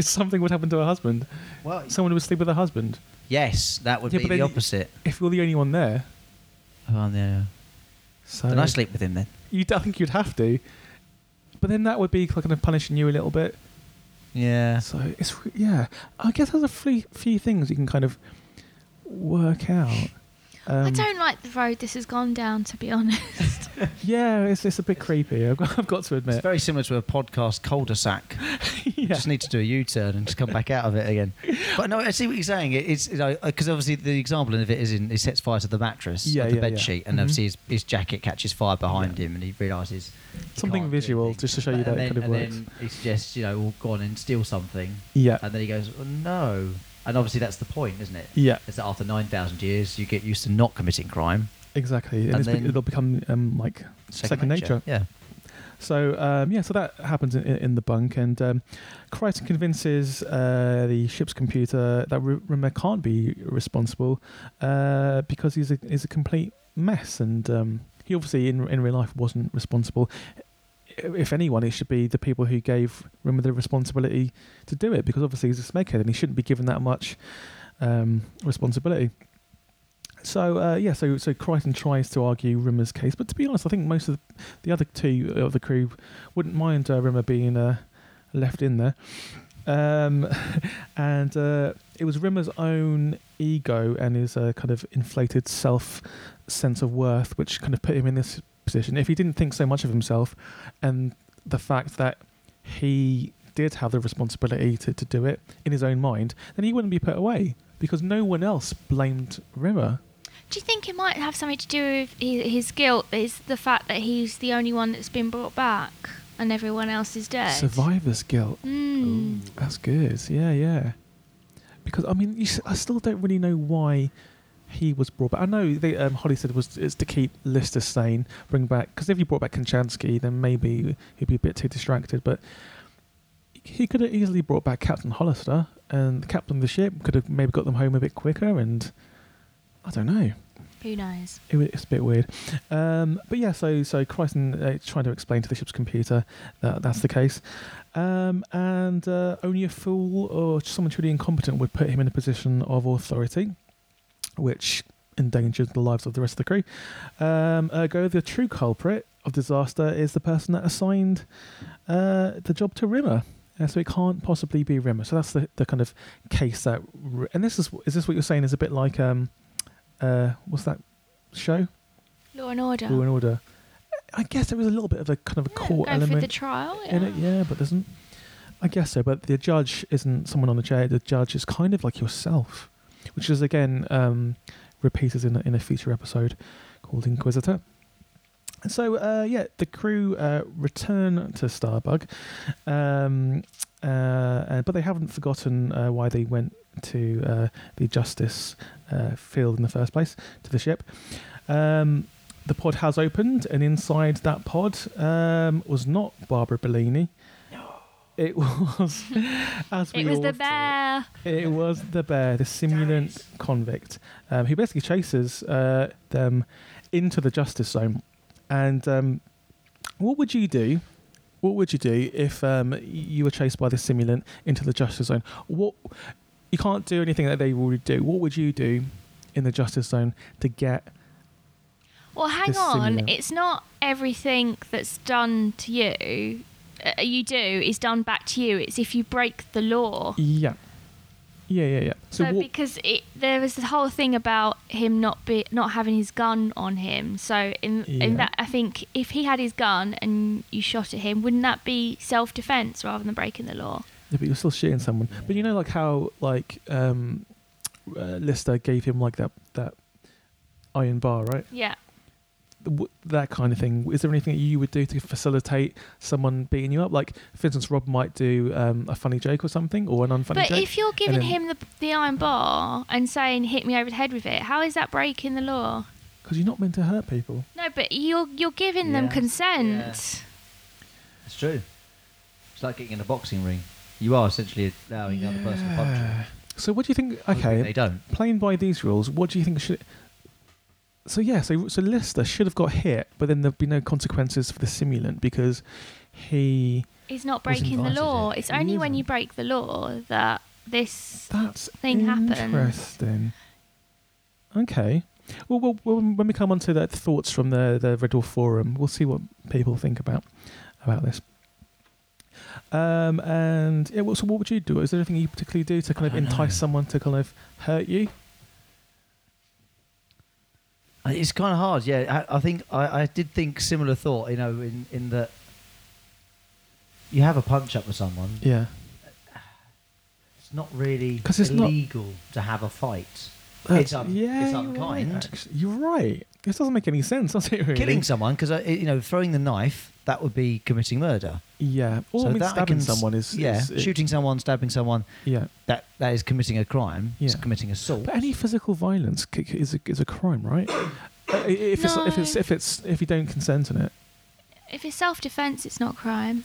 Speaker 3: Something would happen to her husband.
Speaker 5: Well,
Speaker 3: Someone would sleep with her husband.
Speaker 5: yes, that would
Speaker 3: Yeah,
Speaker 5: be
Speaker 3: but then
Speaker 5: the
Speaker 3: you-
Speaker 5: opposite.
Speaker 3: If you're the only one there,
Speaker 5: Oh, no.
Speaker 3: so
Speaker 5: Then I sleep with him then.
Speaker 3: You'd, I think you'd have to. But then that would be kind of punishing you a little bit.
Speaker 5: Yeah.
Speaker 3: So it's re- yeah. I guess there's a few, few things you can kind of work out. Um,
Speaker 4: I don't like the road this has gone down, to be honest.
Speaker 3: Yeah, it's it's a bit creepy. I've got, I've got to
Speaker 5: It's
Speaker 3: admit.
Speaker 5: very similar to a podcast cul-de-sac.
Speaker 3: yeah.
Speaker 5: Just need to do a U-turn and just come back out of it again. But no, I see what you're saying. It, it's you know because obviously the example of it is in he sets fire to the mattress,
Speaker 3: Yeah,
Speaker 5: of the
Speaker 3: yeah,
Speaker 5: bed
Speaker 3: yeah.
Speaker 5: sheet, and
Speaker 3: Mhm.
Speaker 5: obviously his, his jacket catches fire behind him, and he realizes he
Speaker 3: Something
Speaker 5: can't do
Speaker 3: visual,
Speaker 5: anything.
Speaker 3: just to show you
Speaker 5: But-
Speaker 3: that
Speaker 5: and
Speaker 3: it
Speaker 5: then,
Speaker 3: kind of
Speaker 5: and
Speaker 3: works.
Speaker 5: Then he suggests you know well, go on and steal something,
Speaker 3: Yeah.
Speaker 5: and then he goes oh, no, and obviously that's the point, isn't it?
Speaker 3: Yeah.
Speaker 5: Is that after nine thousand years you get used to not committing crime,
Speaker 3: Exactly, and,
Speaker 5: And
Speaker 3: it's be-
Speaker 5: then-
Speaker 3: it'll become um, like second, nature.
Speaker 5: Yeah.
Speaker 3: So um, yeah, so that happens in, in the bunk, and um, Crichton convinces uh, the ship's computer that R- Rimmer can't be responsible uh, because he's a he's a complete mess, and um, he obviously in in real life wasn't responsible. If anyone, it should be the people who gave Rimmer the responsibility to do it, because obviously he's a snakehead and he shouldn't be given that much um, responsibility. So uh, yeah, so so Crichton tries to argue Rimmer's case, but to be honest, I think most of the, the other two of the crew wouldn't mind uh, Rimmer being uh, left in there. Um, and uh, it was Rimmer's own ego and his uh, kind of inflated self sense of worth which kind of put him in this position. If he didn't think so much of himself, and the fact that he did have the responsibility to, to do it in his own mind, then he wouldn't be put away because no one else blamed Rimmer.
Speaker 4: Do you think it might have something to do with his, his guilt? Is the fact that he's the only one that's been brought back and everyone else is dead?
Speaker 3: Survivor's guilt.
Speaker 4: Mm.
Speaker 3: That's good. Yeah, yeah. Because I mean, you, s- I still don't really know why he was brought back. I know they, um, Holly said it was it's to keep Lister sane, bring back because if you brought back Konchansky, then maybe he'd be a bit too distracted. But he could have easily brought back Captain Hollister, and the captain of the ship could have maybe got them home a bit quicker. And I don't know
Speaker 4: Who knows?
Speaker 3: it was, it's a bit weird. Um, but yeah, so so Crichton uh, is trying to explain to the ship's computer that that's the case, um, and uh, only a fool or someone truly incompetent would put him in a position of authority, which endangers the lives of the rest of the crew. Um, ergo, the true culprit of disaster is the person that assigned uh, the job to Rimmer. Uh, so it can't possibly be Rimmer. So that's the, the kind of case that. r- And this is is this what you're saying is a bit like um, uh, what's that show?
Speaker 4: Law and order.
Speaker 3: Law and Order. I guess there was a little bit of a kind of a
Speaker 4: Yeah,
Speaker 3: core
Speaker 4: going through
Speaker 3: element
Speaker 4: the trial. Yeah.
Speaker 3: in it, yeah, but doesn't. I guess so, but the judge isn't someone on the chair. The judge is kind of like yourself, which is again um, repeated in a, in a future episode called Inquisitor. And So uh, yeah, the crew uh, return to Starbug, um, uh, and- but they haven't forgotten uh, why they went to uh, the justice uh, field in the first place to the ship. Um, the pod has opened, and inside that pod um, was not Barbara Bellini. It was, as we
Speaker 4: It was
Speaker 3: all
Speaker 4: the
Speaker 3: thought.
Speaker 4: bear.
Speaker 3: It was the bear, the simulant convict, um, who basically chases uh, them into the justice zone. And um, what would you do? What would you do if um, you were chased by the simulant into the justice zone? What you can't do anything that they would do. What would you do in the justice zone to get?
Speaker 4: Well, hang
Speaker 3: The
Speaker 4: on.
Speaker 3: simulant.
Speaker 4: It's not everything that's done to you. Uh, you do is done back to you. It's if you break the law.
Speaker 3: Yeah, yeah, yeah, yeah. So,
Speaker 4: So
Speaker 3: what,
Speaker 4: because it, there was the whole thing about him not be not having his gun on him. So in
Speaker 3: Yeah.
Speaker 4: in that, I think if he had his gun and you shot at him, wouldn't that be self defense rather than breaking the law?
Speaker 3: Yeah, but you're still shooting someone. But you know, like how like um, uh, Lister gave him like that that iron bar, right?
Speaker 4: Yeah.
Speaker 3: W- That kind of thing. Is there anything that you would do to facilitate someone beating you up? Like, for instance, Rob might do um, a funny joke or something, or an unfunny
Speaker 4: But
Speaker 3: joke.
Speaker 4: if you're giving
Speaker 3: then-
Speaker 4: him the, the iron bar and saying hit me over the head with it, how is that breaking the law?
Speaker 3: Because you're not meant to hurt people.
Speaker 4: No, but you're you're giving them
Speaker 5: Yeah.
Speaker 4: consent.
Speaker 5: It's true. It's like getting in a boxing ring. You are essentially allowing the other person to punch you.
Speaker 3: So, what do you think?
Speaker 5: Other people, They
Speaker 3: Okay,
Speaker 5: don't.
Speaker 3: playing by these rules, what do you think should? So yeah, so so Lister should have got hit, but then there'd be no consequences for the simulant because he.
Speaker 4: It's not
Speaker 3: Wasn't
Speaker 4: breaking the
Speaker 3: invited,
Speaker 4: law.
Speaker 3: it-
Speaker 4: It's
Speaker 3: it
Speaker 4: only when
Speaker 3: wasn't.
Speaker 4: you break the law that this
Speaker 3: That's
Speaker 4: thing happens.
Speaker 3: interesting. Okay. Well, well, well, when we come on to the thoughts from the, the Red Dwarf forum, we'll see what people think about about this. Um, and yeah, well, so what would you do? Is there anything you particularly do to kind of
Speaker 5: don't
Speaker 3: entice someone to kind of hurt you?
Speaker 5: Uh, It's kind of hard, yeah. I, I think I, I did think similar thought, you know, in, in that you have a punch up with someone.
Speaker 3: Yeah,
Speaker 5: It's not really
Speaker 3: 'Cause it's not-
Speaker 5: illegal to have a fight. it's un,
Speaker 3: yeah,
Speaker 5: it's
Speaker 3: you're right,
Speaker 5: unkind.
Speaker 3: actu- you're right. This doesn't make any sense, does it? Really?
Speaker 5: Killing someone because you know throwing the knife that would be committing murder.
Speaker 3: Yeah. Or I mean,
Speaker 5: that I
Speaker 3: stabbing
Speaker 5: can s-
Speaker 3: someone is
Speaker 5: yeah
Speaker 3: is- it-
Speaker 5: shooting someone, stabbing someone
Speaker 3: Yeah.
Speaker 5: that that is committing a crime. It's
Speaker 3: Yeah.
Speaker 5: committing assault.
Speaker 3: But any physical violence c- c- is a, is a crime, right? Uh, i- if, it's, if it's
Speaker 4: No.
Speaker 3: if it's if you don't consent in it,
Speaker 4: If it's self defense, it's not crime.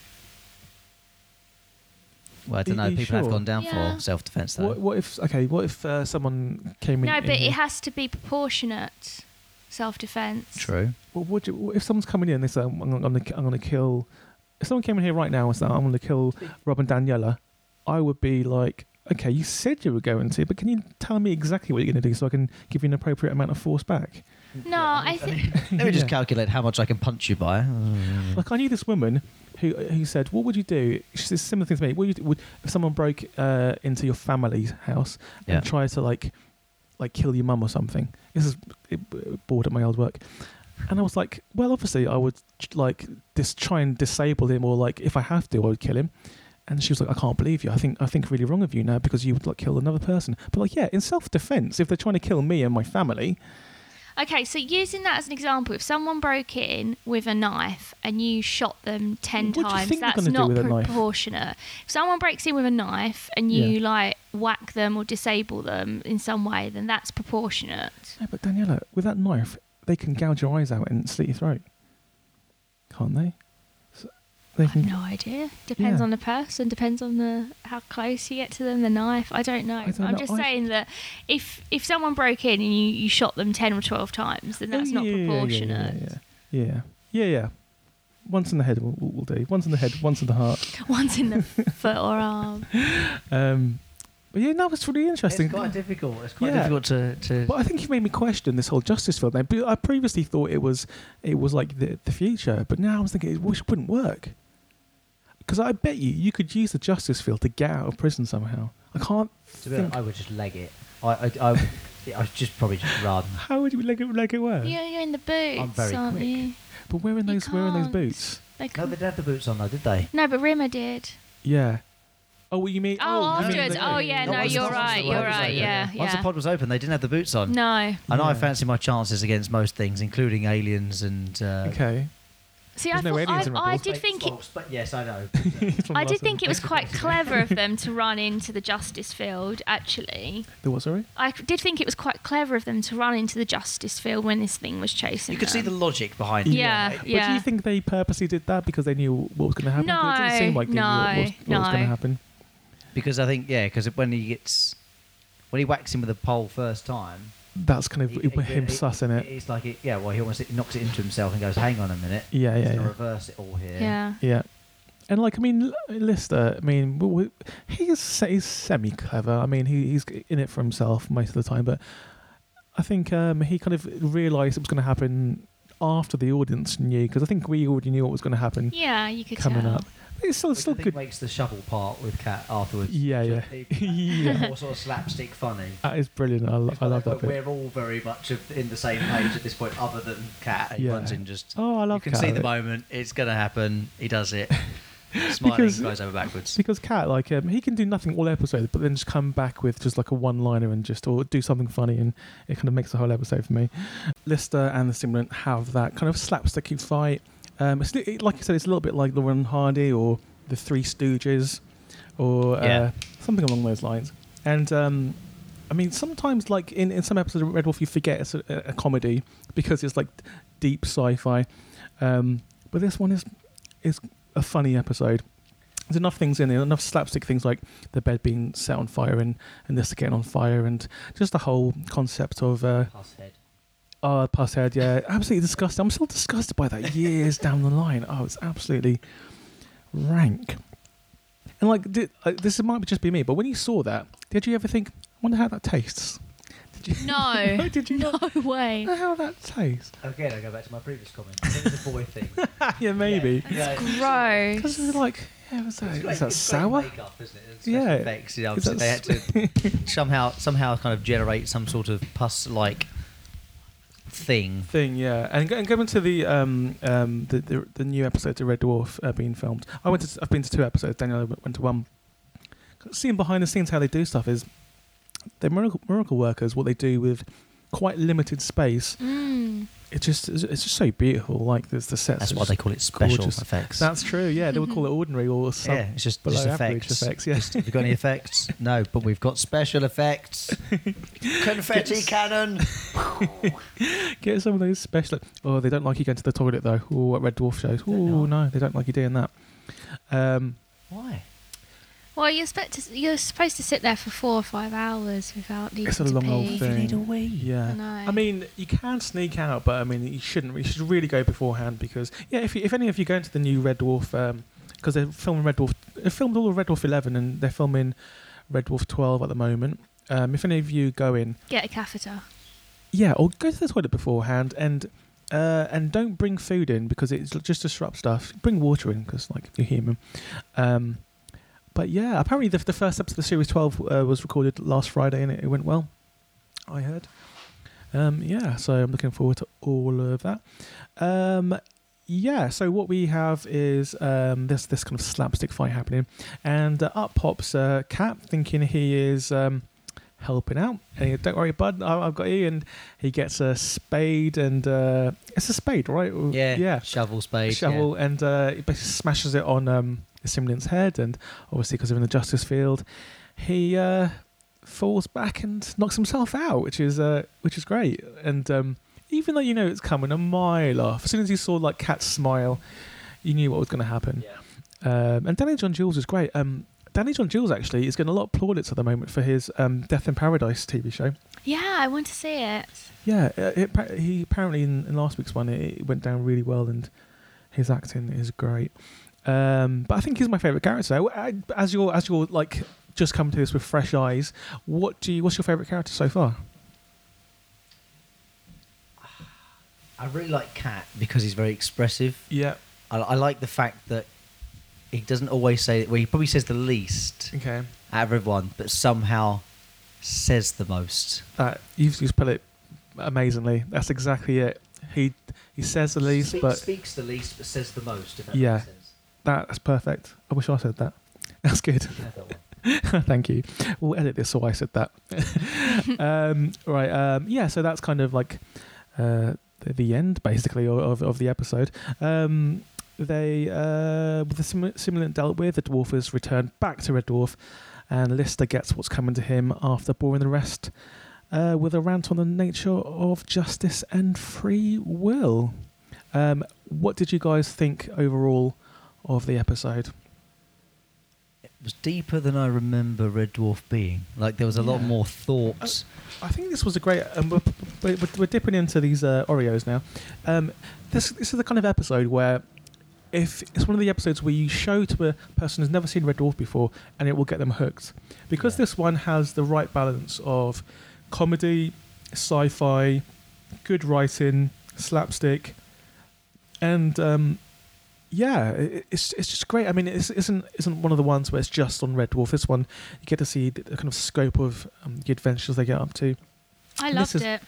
Speaker 5: well, I don't
Speaker 3: Are
Speaker 5: know.
Speaker 3: you
Speaker 5: People have
Speaker 3: sure?
Speaker 5: gone down
Speaker 4: Yeah.
Speaker 5: for self defence though.
Speaker 3: what, what if okay? What if uh, someone came in?
Speaker 4: No, but
Speaker 3: in-
Speaker 4: it has to be proportionate self defense.
Speaker 5: True.
Speaker 3: Well, would you, what if someone's coming in and they say, "I'm, gonna- I'm going to I'm going to kill." If someone came in here right now and said, "I'm going to kill Rob and Daniela," I would be like, "Okay, you said you were going to, but can you tell me exactly what you're going to do so I can give you an appropriate amount of force back?"
Speaker 4: No, I think
Speaker 5: Let me just
Speaker 3: Yeah.
Speaker 5: calculate how much I can punch you by.
Speaker 3: Like I knew this woman who who said, "What would you do?" She said similar things to me. What would, you, would if someone broke uh, into your family's house
Speaker 5: Yeah.
Speaker 3: and tried to like like kill your mum or something? This is it, bored at my old work, and I was like, "Well, obviously, I would like just try and disable him, or like if I have to, I would kill him." And she was like, "I can't believe you. I think I think really wrong of you now because you would like kill another person." But like, yeah, in self-defense, if they're trying to kill me and my family,
Speaker 4: okay. So using that as an example, if someone broke in with a knife and you shot them ten
Speaker 3: What do you
Speaker 4: times,
Speaker 3: think they're
Speaker 4: that's
Speaker 3: gonna do
Speaker 4: not
Speaker 3: with a knife?
Speaker 4: proportionate. If someone breaks in with a knife and you like whack them or disable them in some way, then that's proportionate.
Speaker 3: No, but Daniela, with that knife, they can gouge your eyes out and slit your throat, can't they? So they
Speaker 4: I have
Speaker 3: can.
Speaker 4: no idea. Depends
Speaker 3: Yeah.
Speaker 4: on the person. Depends on the how close you get to them. The knife. I don't know.
Speaker 3: I don't
Speaker 4: I'm
Speaker 3: know.
Speaker 4: just
Speaker 3: I-
Speaker 4: saying that if if someone broke in and you, you shot them ten or twelve times, then
Speaker 3: Oh,
Speaker 4: that's not
Speaker 3: yeah, yeah, yeah,
Speaker 4: proportionate.
Speaker 3: Yeah, yeah, yeah. yeah, yeah. Once in the head, we'll, we'll do. Once in the head, once in the heart.
Speaker 4: One's in the foot or arm.
Speaker 3: Um, but yeah, no, it's really interesting.
Speaker 5: It's quite difficult. It's quite
Speaker 3: Yeah.
Speaker 5: difficult to, to
Speaker 3: But I think you made me question this whole justice field. Now, But I previously thought it was it was like the the future, but now I was thinking it wou- wouldn't work. Because I bet you you could use the justice field to get out of prison somehow. I can't
Speaker 6: To be honest,
Speaker 3: think.
Speaker 6: I would just leg it. I, I, I, would- I would just probably just run.
Speaker 3: How would you leg it, leg it where?
Speaker 4: You're, you're in the boots,
Speaker 6: very
Speaker 4: aren't
Speaker 6: quick.
Speaker 4: you?
Speaker 3: But wearing
Speaker 4: You
Speaker 3: those wearing those
Speaker 4: can't.
Speaker 3: boots.
Speaker 4: They
Speaker 6: No,
Speaker 4: can
Speaker 6: they didn't have the boots on though, did they?
Speaker 4: No, but Rimmer did.
Speaker 3: Yeah. Oh, well, you mean?
Speaker 4: Oh,
Speaker 3: you mean
Speaker 4: afterwards.
Speaker 3: the-
Speaker 4: Oh, yeah,
Speaker 5: Not
Speaker 4: no,
Speaker 5: once-
Speaker 4: you're
Speaker 5: not once
Speaker 4: right.
Speaker 5: the
Speaker 4: You're
Speaker 5: pod was
Speaker 4: right.
Speaker 5: open.
Speaker 4: Yeah,
Speaker 5: Once the
Speaker 4: yeah.
Speaker 5: pod was open, they didn't have the boots
Speaker 3: Um,
Speaker 5: on.
Speaker 4: No.
Speaker 5: And I
Speaker 3: Yeah.
Speaker 5: fancy my chances against most things, including aliens and. Uh,
Speaker 3: Okay.
Speaker 4: See, I,
Speaker 3: There's no
Speaker 4: thought,
Speaker 3: aliens in
Speaker 4: I, I
Speaker 3: Rebels.
Speaker 4: did think it.
Speaker 6: But yes, I know.
Speaker 4: I did think it was quite clever of them to run into the justice field. Actually,
Speaker 3: The what? Sorry.
Speaker 4: I c- did think it was quite clever of them to run into the justice field when this thing was chasing.
Speaker 5: You could see the
Speaker 4: them.
Speaker 5: logic behind it.
Speaker 4: Yeah, yeah.
Speaker 3: But do you think they purposely did that because they knew what was going to happen? 'Cause it didn't
Speaker 4: No,
Speaker 3: seem like they knew what was,
Speaker 4: no,
Speaker 3: going to
Speaker 4: no.
Speaker 3: happen.
Speaker 5: Because I think, yeah, because when he gets. When he whacks him with a pole first time.
Speaker 3: That's kind of
Speaker 6: He- he-
Speaker 3: him
Speaker 6: he-
Speaker 3: sussing it.
Speaker 6: It's like, it, yeah, well, he almost knocks it into himself and goes, hang on a minute.
Speaker 3: Yeah,
Speaker 6: He's
Speaker 3: yeah,
Speaker 6: gonna
Speaker 3: yeah.
Speaker 6: reverse it all here.
Speaker 4: yeah.
Speaker 3: Yeah. And like I mean, L- Lister. I mean, w- w- he is se- he's semi clever. I mean, he, he's in it for himself most of the time. But I think um, he kind of realised it was going to happen after the audience knew, because I think we already knew what was going to happen
Speaker 4: Yeah, you could
Speaker 3: coming
Speaker 4: tell.
Speaker 3: up. It's still
Speaker 6: Which
Speaker 3: still
Speaker 6: I think
Speaker 3: good.
Speaker 6: makes the shovel part with Cat afterwards.
Speaker 3: Yeah, yeah.
Speaker 6: yeah. More sort of slapstick funny.
Speaker 3: That is brilliant. I, lo- I love
Speaker 6: But
Speaker 3: that bit.
Speaker 6: We're all very much of- in the same page at this point, other than Cat.
Speaker 5: He
Speaker 3: Yeah.
Speaker 5: runs in just.
Speaker 3: Oh, I love.
Speaker 5: you can
Speaker 3: Cat
Speaker 5: see
Speaker 3: in
Speaker 5: the
Speaker 3: it.
Speaker 5: moment. It's going to happen. He does it. Smiling,
Speaker 3: Because-
Speaker 5: goes over backwards.
Speaker 3: Because Cat, like, um, he can do nothing all episode, but then just come back with just like a one liner and just, or do something funny, and it kind of makes the whole episode for me. Lister and the Simulant have that kind of slapsticky fight. Um, it's, li- it, like I said, it's a little bit like Lauren Hardy or The Three Stooges or
Speaker 5: Yeah.
Speaker 3: uh, something along those lines. And um, I mean, sometimes, like, in, in some episodes of Red Wolf, you forget it's a, a comedy because it's like deep sci fi. Um, but this one is is a funny episode. There's enough things in there, enough slapstick things like the bed being set on fire and, and this getting on fire, and just the whole concept of uh,
Speaker 6: Puss head.
Speaker 3: oh, past head, yeah, absolutely disgusting. I'm still disgusted by that years down the line. Oh, it's absolutely rank. And like, did, uh, this might just be me, but when you saw that, did you ever think, I wonder how that tastes? Did you?
Speaker 4: No,
Speaker 3: did you not?
Speaker 4: no way.
Speaker 3: know How that tastes?
Speaker 6: Again, I go back to my previous comment. I think it's a boy thing.
Speaker 3: yeah, maybe.
Speaker 6: Yeah.
Speaker 4: Gross.
Speaker 3: Because you're like, yeah, was that,
Speaker 6: It's great-
Speaker 3: is that
Speaker 6: it's great
Speaker 3: sour?
Speaker 6: Makeup, isn't it? And special
Speaker 3: Yeah.
Speaker 5: Effects, you know,
Speaker 3: Is
Speaker 5: so
Speaker 3: that
Speaker 5: they had to somehow somehow kind of generate some sort of pus like thing.
Speaker 3: thing, yeah. And, go- and going to the um, um, the, the the new episodes of Red Dwarf uh, being filmed, I went to I've been to two episodes. Daniel went went to one. Seeing behind the scenes how they do stuff is they're miracle, miracle workers. What they do with quite limited space,
Speaker 4: Mm.
Speaker 3: it just it's it's just so beautiful. Like there's the sets.
Speaker 5: That's
Speaker 3: are
Speaker 5: why
Speaker 3: just-
Speaker 5: they call it special
Speaker 3: gorgeous.
Speaker 5: effects.
Speaker 3: That's true. Yeah, they would call it ordinary or sub
Speaker 5: yeah, it's just,
Speaker 3: below
Speaker 5: just
Speaker 3: average
Speaker 5: effects.
Speaker 3: effects. Yeah.
Speaker 5: Have you got any effects? No, but we've got special effects. Confetti cannon.
Speaker 3: Get some of those special. Oh, they don't like you going to the toilet though. Oh, at Red Dwarf shows. Oh no, they don't like you doing that. Um,
Speaker 5: Why?
Speaker 4: Well, you're supposed to you're supposed to sit there for four or five hours without needing
Speaker 3: It's a
Speaker 4: to
Speaker 3: long
Speaker 4: pee.
Speaker 3: old thing.
Speaker 4: I
Speaker 3: Yeah.
Speaker 4: know.
Speaker 3: I mean, you can sneak out, but I mean, you shouldn't. You should really go beforehand because, yeah, if, you, if any of you go into the new Red Dwarf, because they're filming Red Dwarf, they filmed all of Red Dwarf 11 and they're filming Red Dwarf 12 at the moment. Um, if any of you go in,
Speaker 4: Get a catheter.
Speaker 3: yeah, or go to the toilet beforehand and uh, and don't bring food in because it just disrupts stuff. Bring water in because like you're human. Um, but yeah, apparently the, the first episode of series twelve uh, was recorded last Friday and it, it went well. I heard. Um, yeah, so I'm looking forward to all of that. Um, yeah, so what we have is um, this this kind of slapstick fight happening, and uh, up pops uh, Cap thinking he is. Um, helping out. And he, don't worry, bud, I, I've got you. And he gets a spade, and uh, it's a spade, right?
Speaker 5: Yeah.
Speaker 3: yeah.
Speaker 5: Shovel spade.
Speaker 3: Shovel, and uh, he basically smashes it on um, the Simulant's head, and obviously because they're in the justice field, he uh, falls back and knocks himself out, which is uh, which is great. And um, even though you know it's coming a mile off, as soon as you saw like Cat smile, you knew what was going to happen.
Speaker 6: Yeah.
Speaker 3: Um, and Danny John Jules is great. Um, Danny John Jules actually is getting a lot of plaudits at the moment for his um, Death in Paradise TV show.
Speaker 4: Yeah, I want to see it.
Speaker 3: Yeah, uh, it, pa- he apparently in, in last week's one it, it went down really well, and his acting is great. Um, but I think he's my favourite character. I- I- As you're as you're like just coming to this with fresh eyes, what do you? What's your favourite character so far?
Speaker 5: I really like Cat because he's very expressive.
Speaker 3: Yeah,
Speaker 5: I, I like the fact that he doesn't always say well he probably says the least
Speaker 3: Okay.
Speaker 5: out of everyone, but somehow says the most.
Speaker 3: That you've just put it amazingly. That's exactly it. He he says the least,
Speaker 5: Speak-
Speaker 3: but
Speaker 5: speaks the least, but says the most. If that
Speaker 3: Yeah.
Speaker 5: makes sense.
Speaker 3: that's perfect. I wish I said that. That's good.
Speaker 5: Yeah, that one.
Speaker 3: Thank you. We'll edit this so I said that. um, right. Um, yeah. So that's kind of like uh, the, the end, basically, o- of, of the episode. Um, they, uh, with the simu- simulant dealt with, the dwarf is returned back to Red Dwarf, and Lister gets what's coming to him after boring the rest uh, with a rant on the nature of justice and free will. Um, what did you guys think overall of the episode?
Speaker 5: It was deeper than I remember Red Dwarf being. Like there was a lot
Speaker 3: Yeah.
Speaker 5: more thoughts.
Speaker 3: I think this was a great. Um, we're, we're, we're dipping into these uh, Oreos now. Um, this this is the kind of episode where if it's one of the episodes where you show to a person who's never seen Red Dwarf before, and it will get them hooked, because
Speaker 5: Yeah.
Speaker 3: this one has the right balance of comedy, sci-fi, good writing, slapstick, and um, yeah, it, it's it's just great. I mean, it's isn't isn't one of the ones where it's just on Red Dwarf. This one you get to see the kind of scope of um, the adventures they get up to.
Speaker 4: I
Speaker 3: This
Speaker 4: loved
Speaker 3: is-
Speaker 4: it.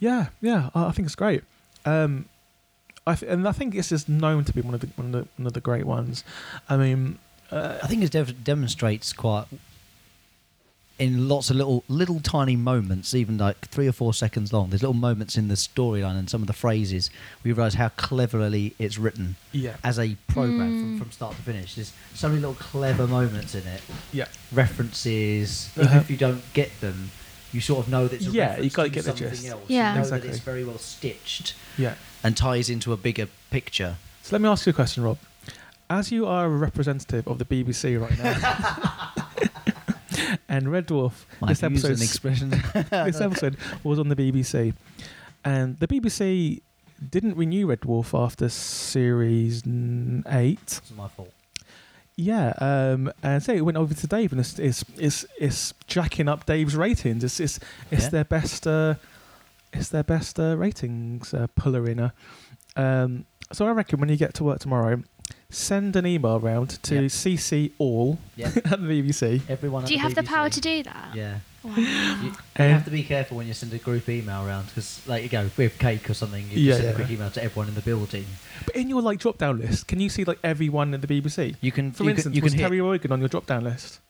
Speaker 3: Yeah, yeah, I, I think it's great. Um, I th- and I think this is known to be one of the one of the, one of the great ones. I mean, uh,
Speaker 5: I think it dev- demonstrates quite in lots of little little tiny moments, even like three or four seconds long. There's little moments in the storyline and some of the phrases. We realise how cleverly it's written
Speaker 3: yeah,
Speaker 5: as a program from, from start to finish. There's so many little clever moments in it,
Speaker 3: yeah,
Speaker 5: references. Even
Speaker 3: Uh-huh.
Speaker 5: if you don't get them, you sort of know that it's a
Speaker 3: Yeah, you
Speaker 5: reference
Speaker 3: gotta
Speaker 5: to
Speaker 3: get the
Speaker 5: something
Speaker 3: gist.
Speaker 5: else.
Speaker 4: Yeah.
Speaker 5: you know
Speaker 3: Exactly.
Speaker 5: that it's very well stitched
Speaker 3: yeah.
Speaker 5: and ties into a bigger picture.
Speaker 3: So let me ask you a question, Rob. As you are a representative of the BBC right now, and Red Dwarf, this episode,
Speaker 5: expression.
Speaker 3: this episode was on the BBC, and the BBC didn't renew Red Dwarf after series n- eight.
Speaker 5: it's my fault.
Speaker 3: Yeah, um, and so it went over to Dave, and it's it's it's, it's jacking up Dave's ratings. It's it's it's
Speaker 5: Yeah.
Speaker 3: their best uh, it's their best uh, ratings uh, puller in. Uh, um, so I reckon when you get to work tomorrow, send an email round to
Speaker 5: Yeah.
Speaker 3: CC all
Speaker 5: Yeah.
Speaker 3: at the BBC.
Speaker 5: Everyone. at
Speaker 4: Do you have the power
Speaker 5: BBC.
Speaker 4: to do that?
Speaker 5: Yeah.
Speaker 4: Wow.
Speaker 5: You, you
Speaker 3: Um,
Speaker 5: have to be careful when you send a group email around because, like, you go with cake or something, you
Speaker 3: Yeah,
Speaker 5: send
Speaker 3: yeah.
Speaker 5: a quick email to everyone in the building.
Speaker 3: But in your like drop down list, can you see like everyone at the BBC?
Speaker 7: You can,
Speaker 3: For
Speaker 7: you
Speaker 3: instance,
Speaker 7: can, you
Speaker 3: was
Speaker 7: can hit,
Speaker 3: Terry Rogan on your drop down list?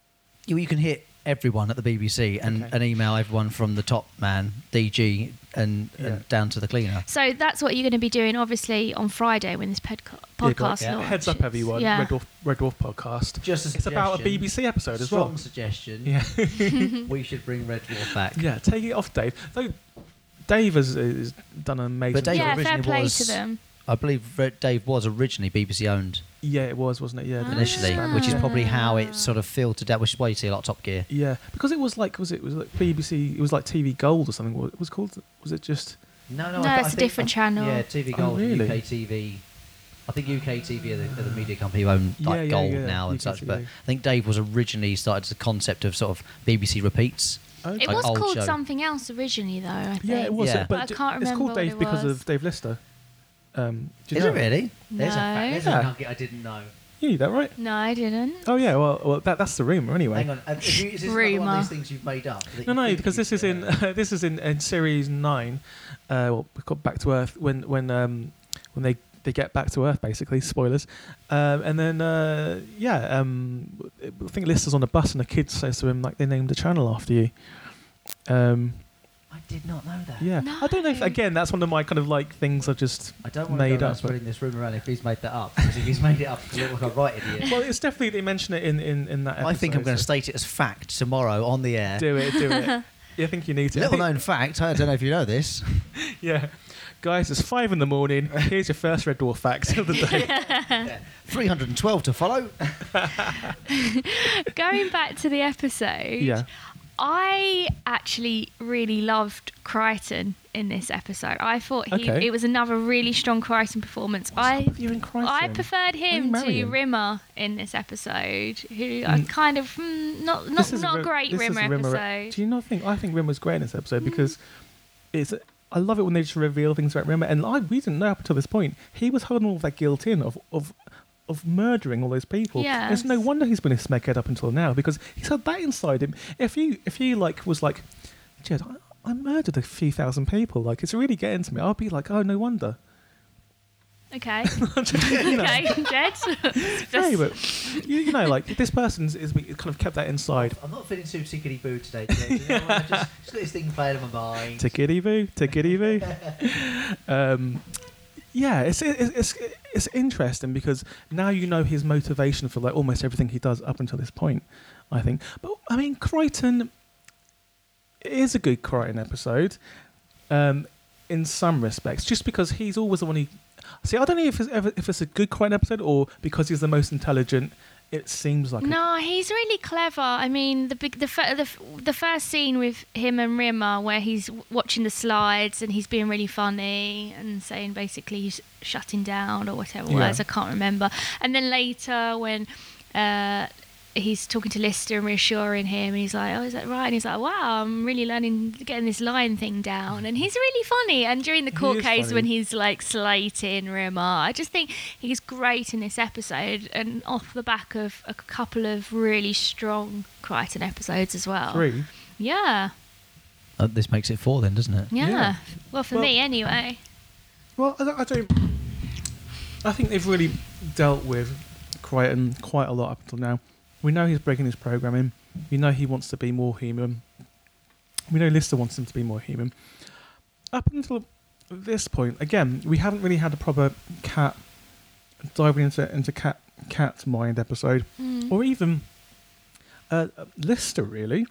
Speaker 5: You, you can hit everyone at the BBC and,
Speaker 3: Okay.
Speaker 5: and email everyone from the top man, DG, and,
Speaker 3: Yeah.
Speaker 5: and down to the cleaner.
Speaker 4: So that's what you're going to be doing, obviously, on Friday when this pedca-
Speaker 3: Yeah,
Speaker 4: podcast
Speaker 5: yeah.
Speaker 4: launches.
Speaker 3: Heads up, everyone!
Speaker 4: Yeah.
Speaker 3: Red Dwarf, Red Dwarf podcast.
Speaker 5: Just a
Speaker 3: It's about a
Speaker 5: suggestion.
Speaker 3: BBC episode as
Speaker 5: Strong
Speaker 3: well.
Speaker 5: suggestion.
Speaker 3: Yeah.
Speaker 5: We should bring Red Dwarf back.
Speaker 3: Yeah, take it off, Dave. Though Dave has, has done an amazing.
Speaker 5: But Dave
Speaker 3: job.
Speaker 4: yeah, fair
Speaker 5: originally
Speaker 4: play
Speaker 5: was-
Speaker 4: to them.
Speaker 5: I believe Red Dave was originally BBC owned
Speaker 3: yeah, it was, wasn't it? Yeah, the-
Speaker 5: initially,
Speaker 4: Ah.
Speaker 5: which is probably how
Speaker 4: Ah.
Speaker 5: it sort of filtered out, which is why you see a lot of Top Gear.
Speaker 3: yeah, because it was like, was it was it like BBC? It was like TV Gold or something. What it was called? Was it just?
Speaker 5: No, no,
Speaker 4: No,
Speaker 5: I, thi-
Speaker 4: it's
Speaker 5: I
Speaker 4: a
Speaker 5: think-
Speaker 4: different
Speaker 5: I-
Speaker 4: channel.
Speaker 5: Yeah, TV
Speaker 3: Oh,
Speaker 5: Gold, and
Speaker 3: really?
Speaker 5: UK TV. I think UK TV are the, are the media company who own like
Speaker 3: Yeah, yeah,
Speaker 5: Gold
Speaker 3: yeah,
Speaker 5: now and
Speaker 3: UK
Speaker 5: such. But
Speaker 3: TV.
Speaker 5: I think Dave was originally started as a concept of sort of BBC repeats.
Speaker 3: Oh,
Speaker 4: It
Speaker 5: Like
Speaker 4: was
Speaker 5: old
Speaker 4: called
Speaker 5: show.
Speaker 4: something else originally, though. I think.
Speaker 3: yeah, it was.
Speaker 5: Yeah.
Speaker 3: But
Speaker 4: I
Speaker 3: d-
Speaker 4: can't
Speaker 3: It's called
Speaker 4: remember
Speaker 3: Dave
Speaker 4: what it
Speaker 3: because
Speaker 4: was.
Speaker 3: of Dave Lister. Um, do you
Speaker 5: Is
Speaker 3: know?
Speaker 5: it really? There's a
Speaker 4: No.
Speaker 5: fact. There's
Speaker 3: Yeah.
Speaker 5: a nugget I didn't know.
Speaker 3: You knew that, right?
Speaker 4: No, I didn't.
Speaker 3: Oh yeah. Well, well, that, that's the rumor anyway.
Speaker 5: Hang on. uh, Is, you- is this another one
Speaker 4: Rumour.
Speaker 5: of these things you've made up? that
Speaker 3: No,
Speaker 5: you
Speaker 3: no,
Speaker 5: think
Speaker 3: because
Speaker 5: you-
Speaker 3: this is in
Speaker 5: yeah.
Speaker 3: this is in, in series nine. Uh, well, we got back to Earth when when um, when they they get back to Earth basically. Spoilers, um, and then uh, yeah, um, I think Lister's on a bus and a kid says to him like they named the channel after you. Um,
Speaker 5: I did not know that.
Speaker 3: yeah, I don't know. if
Speaker 4: No.
Speaker 3: Again, that's one of my kind of like things I just
Speaker 5: I don't want to
Speaker 3: made
Speaker 5: go around
Speaker 3: up. but-
Speaker 5: spreading this rumor around if he's made that up. Because if he's made it up, it's look like a right idiot.
Speaker 3: well, it's definitely they mention it in in, in that. Episode,
Speaker 7: I think I'm going to
Speaker 3: so
Speaker 7: state it as fact tomorrow on the air.
Speaker 3: do it. Do it. Yeah, I think you need to. I
Speaker 7: Little
Speaker 3: think-
Speaker 7: known fact, I don't know if you know this.
Speaker 3: Yeah, guys, it's five in the morning. Here's your first red dwarf fact of the day.
Speaker 7: 312 to follow.
Speaker 4: Going back to the episode,
Speaker 3: yeah.
Speaker 4: I actually really loved Crichton in this episode. I thought he,
Speaker 3: Okay.
Speaker 4: it was another really strong Crichton performance. I
Speaker 3: You're in Christ.
Speaker 4: I preferred him
Speaker 3: marry
Speaker 4: to
Speaker 3: him?
Speaker 4: Rimmer in this episode, who I
Speaker 3: Mm.
Speaker 4: kind of mm, not not not great Rimmer, episode. Mm.
Speaker 3: Do you not think? I think Rimmer's great in this episode because it's. I love it when they just reveal things about Rimmer, and I we didn't know up until this point he was holding all that guilt in of of. of murdering all those people.
Speaker 4: Yes.
Speaker 3: It's no wonder he's been a smeghead up until now because he's had that inside him. If you if you like was like, Jed, I, I murdered a few thousand people. Like it's really getting to me. I'll be like, oh, no wonder.
Speaker 4: Okay.
Speaker 3: You know?
Speaker 4: okay, Jed.
Speaker 3: No,
Speaker 4: Just-
Speaker 3: but you, you know, like this person's is we kind of kept that inside.
Speaker 6: I'm not feeling too tickety boo today. Jay. You know what? I just, just got this thing playing in my mind.
Speaker 3: Tickety boo, tickety boo. um, yeah, it's, it's it's it's interesting because now you know his motivation for like almost everything he does up until this point. I think, but I mean, Crichton is a good Crichton episode um, in some respects, just because he's always the one who. See, I don't know if it's ever if it's a good Crichton episode or because he's the most intelligent. It seems like a
Speaker 4: No, he's really clever. I mean, the big, the, fir- the f- the first scene with him and Rima, where he's w- watching the slides and he's being really funny and saying basically he's shutting down or whatever
Speaker 3: Yeah.
Speaker 4: words I can't remember. And then later when uh, he's talking to Lister and reassuring him, and he's like, "Oh, is that right?" And he's like, "Wow, I'm really learning, getting this line thing down." And he's really funny. And during the court
Speaker 3: is
Speaker 4: case,
Speaker 3: funny.
Speaker 4: when he's like slating Rima, I just think he's great in this episode, and off the back of a couple of really strong Crichton episodes as well.
Speaker 3: three.
Speaker 4: Yeah,
Speaker 6: Uh, this makes it four then, doesn't it?
Speaker 4: yeah.
Speaker 3: Yeah.
Speaker 4: Well, for
Speaker 3: Well-
Speaker 4: me anyway.
Speaker 3: Well, I don't, I don't. I think they've really dealt with Crichton quite a lot up until now. We know he's breaking his programming. We know he wants to be more human. We know Lister wants him to be more human. Up until this point, again, we haven't really had a proper cat diving into into cat cat's mind episode, or even uh, Lister really.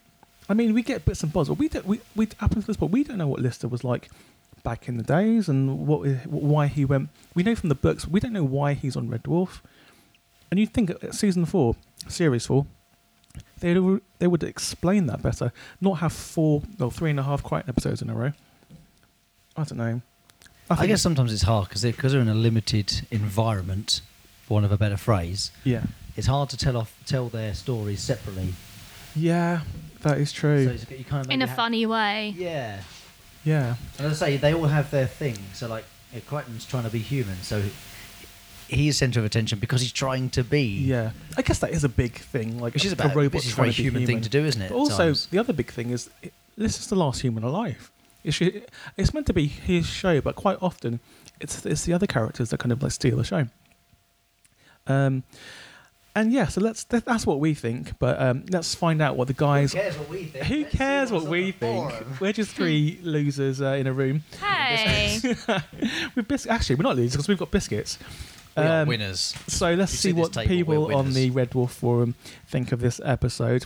Speaker 3: I mean, we get bits and bobs, but we don't. We, we up until this point, we don't know what Lister was like back in the days and what why he went. We know from the books, we don't know why he's on Red Dwarf. And you'd think at season four, series four, they would they would explain that better, not have four or three and a half quiet episodes in a row. I don't know.
Speaker 6: I guess sometimes it's hard because because they're in a limited environment, for want of a better phrase.
Speaker 3: yeah,
Speaker 6: It's hard to tell off tell their stories separately.
Speaker 3: yeah, that is
Speaker 6: So
Speaker 3: true.
Speaker 6: it's, you kind of
Speaker 4: In
Speaker 6: maybe
Speaker 4: a
Speaker 6: have-
Speaker 4: funny way.
Speaker 6: Yeah,
Speaker 3: yeah,
Speaker 6: and as I say, they all have their thing. So like, yeah, Crichton's trying to be human, so he is centre of attention because he's trying to be.
Speaker 3: yeah. I guess that is a big thing. Like,
Speaker 6: Which is
Speaker 3: a
Speaker 6: about
Speaker 3: robot
Speaker 6: this is a
Speaker 3: trying
Speaker 6: very
Speaker 3: to be
Speaker 6: human, thing to do, isn't it?
Speaker 3: But
Speaker 6: at
Speaker 3: also,
Speaker 6: times?
Speaker 3: the other big thing is it, this is the last human alive. It should, it's meant to be his show, but quite often it's it's the other characters that kind of like steal the show. Um, and yeah, so let's that, that's what we think, but um, let's find out what the guys.
Speaker 6: who cares what we think?
Speaker 3: Who
Speaker 6: Let's see
Speaker 3: cares
Speaker 6: what's
Speaker 3: what
Speaker 6: on
Speaker 3: we
Speaker 6: the
Speaker 3: think?
Speaker 6: forum.
Speaker 3: We're just three losers uh, in a room.
Speaker 4: Hey.
Speaker 3: With bis- actually, we're not losers because we've got biscuits.
Speaker 5: We are
Speaker 3: Um,
Speaker 5: winners.
Speaker 3: so let's
Speaker 5: You
Speaker 3: see
Speaker 5: see this
Speaker 3: what
Speaker 5: table,
Speaker 3: people
Speaker 5: we're
Speaker 3: on
Speaker 5: winners.
Speaker 3: the Red Dwarf forum think of this episode.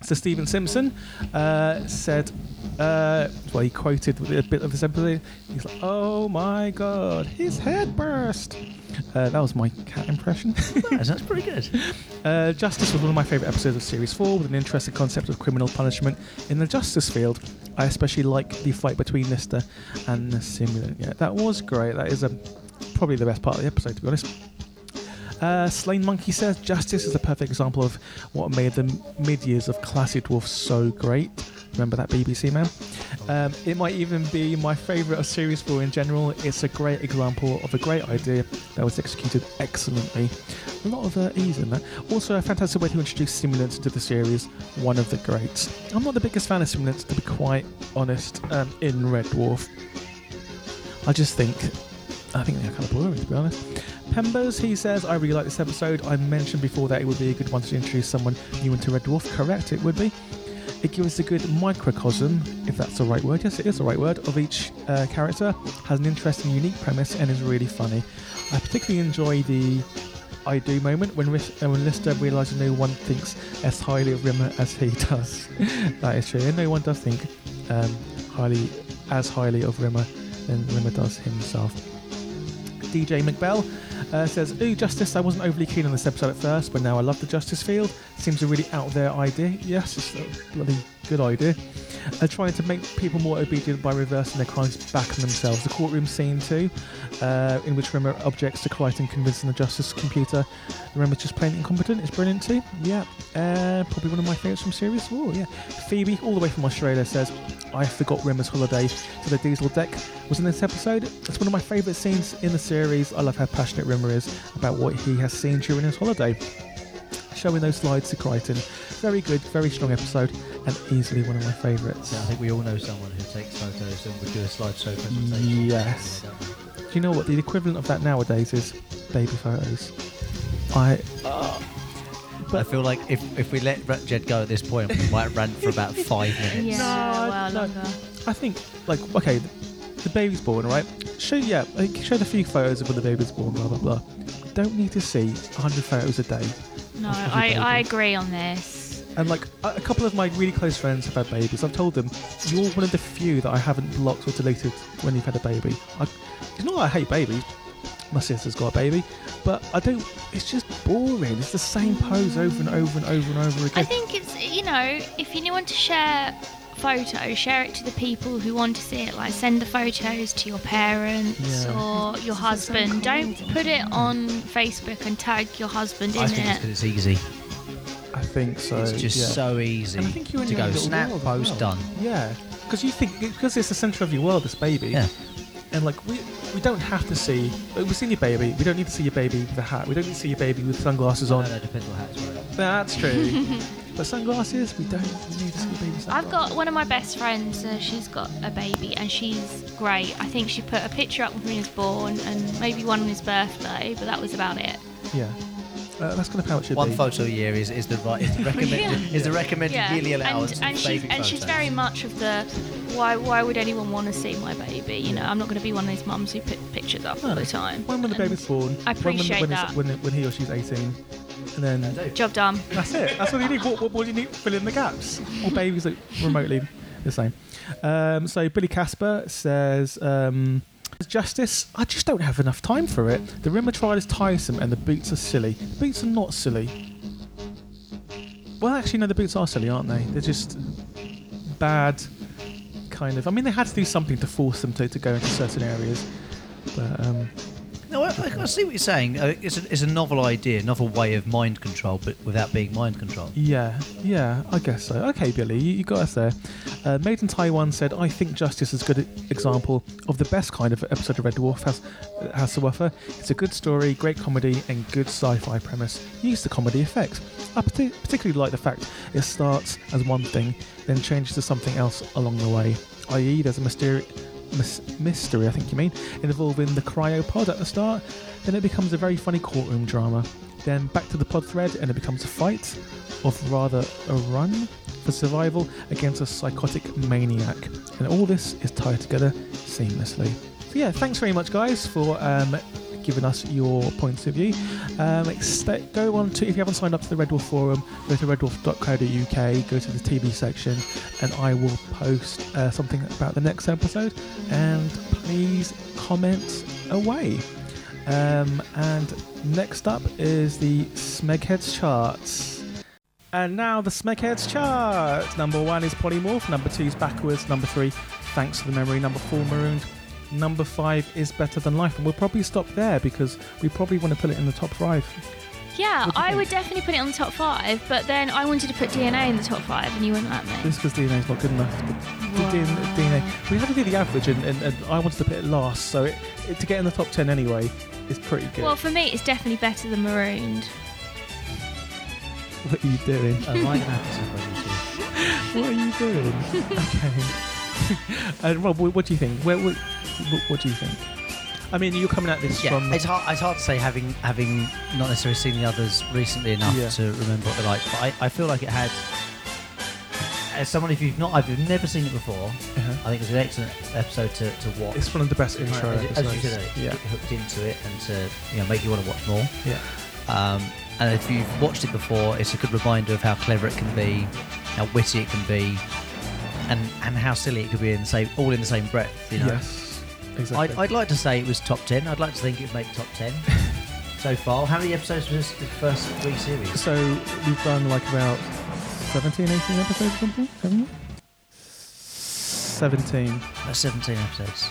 Speaker 3: So Stephen Simpson uh, said, uh, well, he quoted a bit of this episode. He's like, "Oh my god, his head burst." Uh, that was my cat impression.
Speaker 6: That's that's pretty good.
Speaker 3: Uh, Justice was one of my favourite episodes of Series 4 with an interesting concept of criminal punishment in the justice field. I especially like the fight between Lister and the simulant. Yeah, that was great. That is um probably the best part of the episode, to be honest. Uh, Slain Monkey says Justice is a perfect example of what made the mid years of Classy Dwarf so great. Remember that BBC man? Um, it might even be my favourite of Series 4 in general. It's a great example of a great idea that was executed excellently. A lot of uh, ease in that. Also, a fantastic way to introduce simulants into the series, one of the greats. I'm not the biggest fan of simulants, to be quite honest, um, in Red Dwarf. I just think, I think they're kind of boring, to be honest. Pembers, he says, I really like this episode. I mentioned before that it would be a good one to introduce someone new into Red Dwarf. Correct, it would be. It gives a good microcosm, if that's the right word. Yes, it is the right word, of each uh, character. Has an interesting, unique premise and is really funny. I particularly enjoy the I do moment when, Ris- uh, when Lister realises no one thinks as highly of Rimmer as he does. that is true. And no one does think um, highly as highly of Rimmer than Rimmer does himself. DJ McBell uh, says, Ooh, Justice, I wasn't overly keen on this episode at first, but now I love the Justice field. Seems a really out there idea. Yes, it's a bloody Good idea. Uh, trying to make people more obedient by reversing their crimes back on themselves. The courtroom scene too, uh, in which Rimmer objects to Crichton convincing the justice computer that Rimmer's just plain incompetent. It's brilliant too. Yeah. Uh, probably one of my favourites from series. Oh yeah. Phoebe, all the way from Australia, says, "I forgot Rimmer's holiday to the diesel deck." Was in this episode. It's one of my favourite scenes in the series. I love how passionate Rimmer is about what he has seen during his holiday showing those slides to Crichton. Very good, very strong episode, and easily one of my favourites.
Speaker 5: I think we all know someone who takes photos and would do a slideshow presentation.
Speaker 3: Yes. Do you know what the equivalent of that nowadays is? Baby photos. I
Speaker 5: I feel like if, if we let Ra- Jed go at this point, we might rant for about five minutes.
Speaker 4: Yeah,
Speaker 3: No,
Speaker 4: well
Speaker 3: no.
Speaker 4: longer.
Speaker 3: I think like okay, the baby's born, right? Show yeah, like, show the few photos of when the baby's born, blah blah blah. Don't need to see 100 photos a day.
Speaker 4: No,
Speaker 3: That's
Speaker 4: I,
Speaker 3: pretty
Speaker 4: I
Speaker 3: baby.
Speaker 4: agree on this.
Speaker 3: And like a a couple of my really close friends have had babies. I've told them you're one of the few that I haven't blocked or deleted when you've had a baby. I, it's not that I hate babies. My sister's got a baby, but I don't. It's just boring. It's the same pose over and over and over and over
Speaker 4: I
Speaker 3: again.
Speaker 4: think it's you know if you want to share photos, share it to the people who want to see it. Like send the photos to your parents
Speaker 3: Yeah.
Speaker 4: or your husband. Don't put it on Facebook and tag your husband in
Speaker 5: I think it's
Speaker 4: it.
Speaker 5: because it's easy.
Speaker 3: I think so.
Speaker 5: It's just
Speaker 3: yeah.
Speaker 5: so easy
Speaker 3: And I think you're in
Speaker 5: to
Speaker 3: your own
Speaker 5: go
Speaker 3: little
Speaker 5: snap,
Speaker 3: world as
Speaker 5: post,
Speaker 3: well.
Speaker 5: done.
Speaker 3: Yeah, because you think because it's the centre of your world, this baby.
Speaker 5: Yeah.
Speaker 3: And like we we don't have to see. Like, we've seen your baby. We don't need to see your baby with a hat. We don't need to see your baby with sunglasses on. That's true. but sunglasses, we don't need to see baby sunglasses.
Speaker 4: I've got one of my best friends. Uh, she's got a baby and she's great. I think she put a picture up when he was born and maybe one on his birthday, but that was about it.
Speaker 3: Yeah. Uh, that's kind of how it should
Speaker 5: One
Speaker 3: be.
Speaker 5: photo a year is, is the right is the recommended is the recommended yearly allowance.
Speaker 4: and,
Speaker 5: for
Speaker 4: and she's
Speaker 5: baby
Speaker 4: and she's
Speaker 5: photos.
Speaker 4: very much of the why why would anyone want to see my baby? You know, I'm not going to be one of these mums who put pictures up all the time.
Speaker 3: One Oh,
Speaker 4: Um,
Speaker 3: when the
Speaker 4: And
Speaker 3: baby's born.
Speaker 4: I
Speaker 3: one when,
Speaker 4: appreciate
Speaker 3: when, it's-
Speaker 4: that.
Speaker 3: When, when he or she's 18. And then
Speaker 4: Job done.
Speaker 3: that's it. That's all you need. What, what, what do you need? Fill in the gaps. Or babies like remotely the same. Um, so Billy Casper says. Um, Justice, I just don't have enough time for it. The Rimmer trial is tiresome and the boots are silly. The boots are not silly. Well, actually, no, the boots are silly, aren't they? They're just bad, kind of. I mean, they had to do something to force them to, to go into certain areas. But, um,
Speaker 5: No, I, I- I see what you're saying. Uh, It's a, it's a novel idea, novel way of mind control, but without being mind control.
Speaker 3: Yeah, yeah, I guess so. Okay, Billy, you, you got us there. Uh, Made in Taiwan said, "I think Justice is a good example of the best kind of episode of Red Dwarf has has to offer. It's a good story, great comedy, and good sci-fi premise. Use the comedy effect. I parti- particularly like the fact it starts as one thing, then changes to something else along the way. I.e., there's a mystery." mys- Mystery, I think you mean, involving the cryopod at the start, then it becomes a very funny courtroom drama, then back to the pod thread and it becomes a fight, or rather a run, for survival against a psychotic maniac. And all this is tied together seamlessly. So, yeah, thanks very much, guys, for um, giving us your points of view. Um, expect, go on to, if you haven't signed up to the Red Dwarf Forum, go to reddwarf.co.uk, go to the TV section, and I will post uh, something about the next episode. And please comment away. Um, and next up is the Smegheads charts. And now the Smegheads chart. Number one is Polymorph. Number two is Backwards. Number three, Thanks to the Memory. Number four, Marooned. Number five is Better Than Life. And we'll probably stop there because we probably want to put it in the top five.
Speaker 4: Yeah,
Speaker 3: What do you
Speaker 4: I would
Speaker 3: think?
Speaker 4: definitely put it on the top five, but then I wanted to put DNA in the top five, and you wouldn't let me.
Speaker 3: This because DNA's not good enough.
Speaker 4: Wow.
Speaker 3: But the DNA, we had to do the average, and, and, and I wanted to put it last. So it, it, to get in the top ten anyway is pretty good.
Speaker 4: Well, for me, it's definitely better than marooned.
Speaker 3: what are you doing?
Speaker 5: Am I gonna have to
Speaker 3: What are you doing? okay. and Rob, what, what do you think? Where, what, what, what do you think? I mean, you're coming at this
Speaker 5: yeah,
Speaker 3: from.
Speaker 5: it's hard. It's hard to say having having not necessarily seen the others recently enough
Speaker 3: Yeah.
Speaker 5: to remember what they're like. But I, I feel like it had. As someone, if you've not, if you've never seen it before,
Speaker 3: Uh-huh.
Speaker 5: I think it's an excellent episode to, to watch.
Speaker 3: It's one of the best intro
Speaker 5: as, as you
Speaker 3: episodes.
Speaker 5: said, it
Speaker 3: yeah,
Speaker 5: get hooked into it and to you know make you want to watch more.
Speaker 3: yeah,
Speaker 5: Um, and if you've watched it before, it's a good reminder of how clever it can be, how witty it can be, and and how silly it could be in the same all in the same breath. You know,
Speaker 3: yes, exactly.
Speaker 5: I'd, I'd like to say it was top ten. I'd like to think it made top ten so far. How many episodes was this the first three series?
Speaker 3: so we've done like about 17, 18 episodes or something, haven't we? 17.
Speaker 5: That's 17 episodes.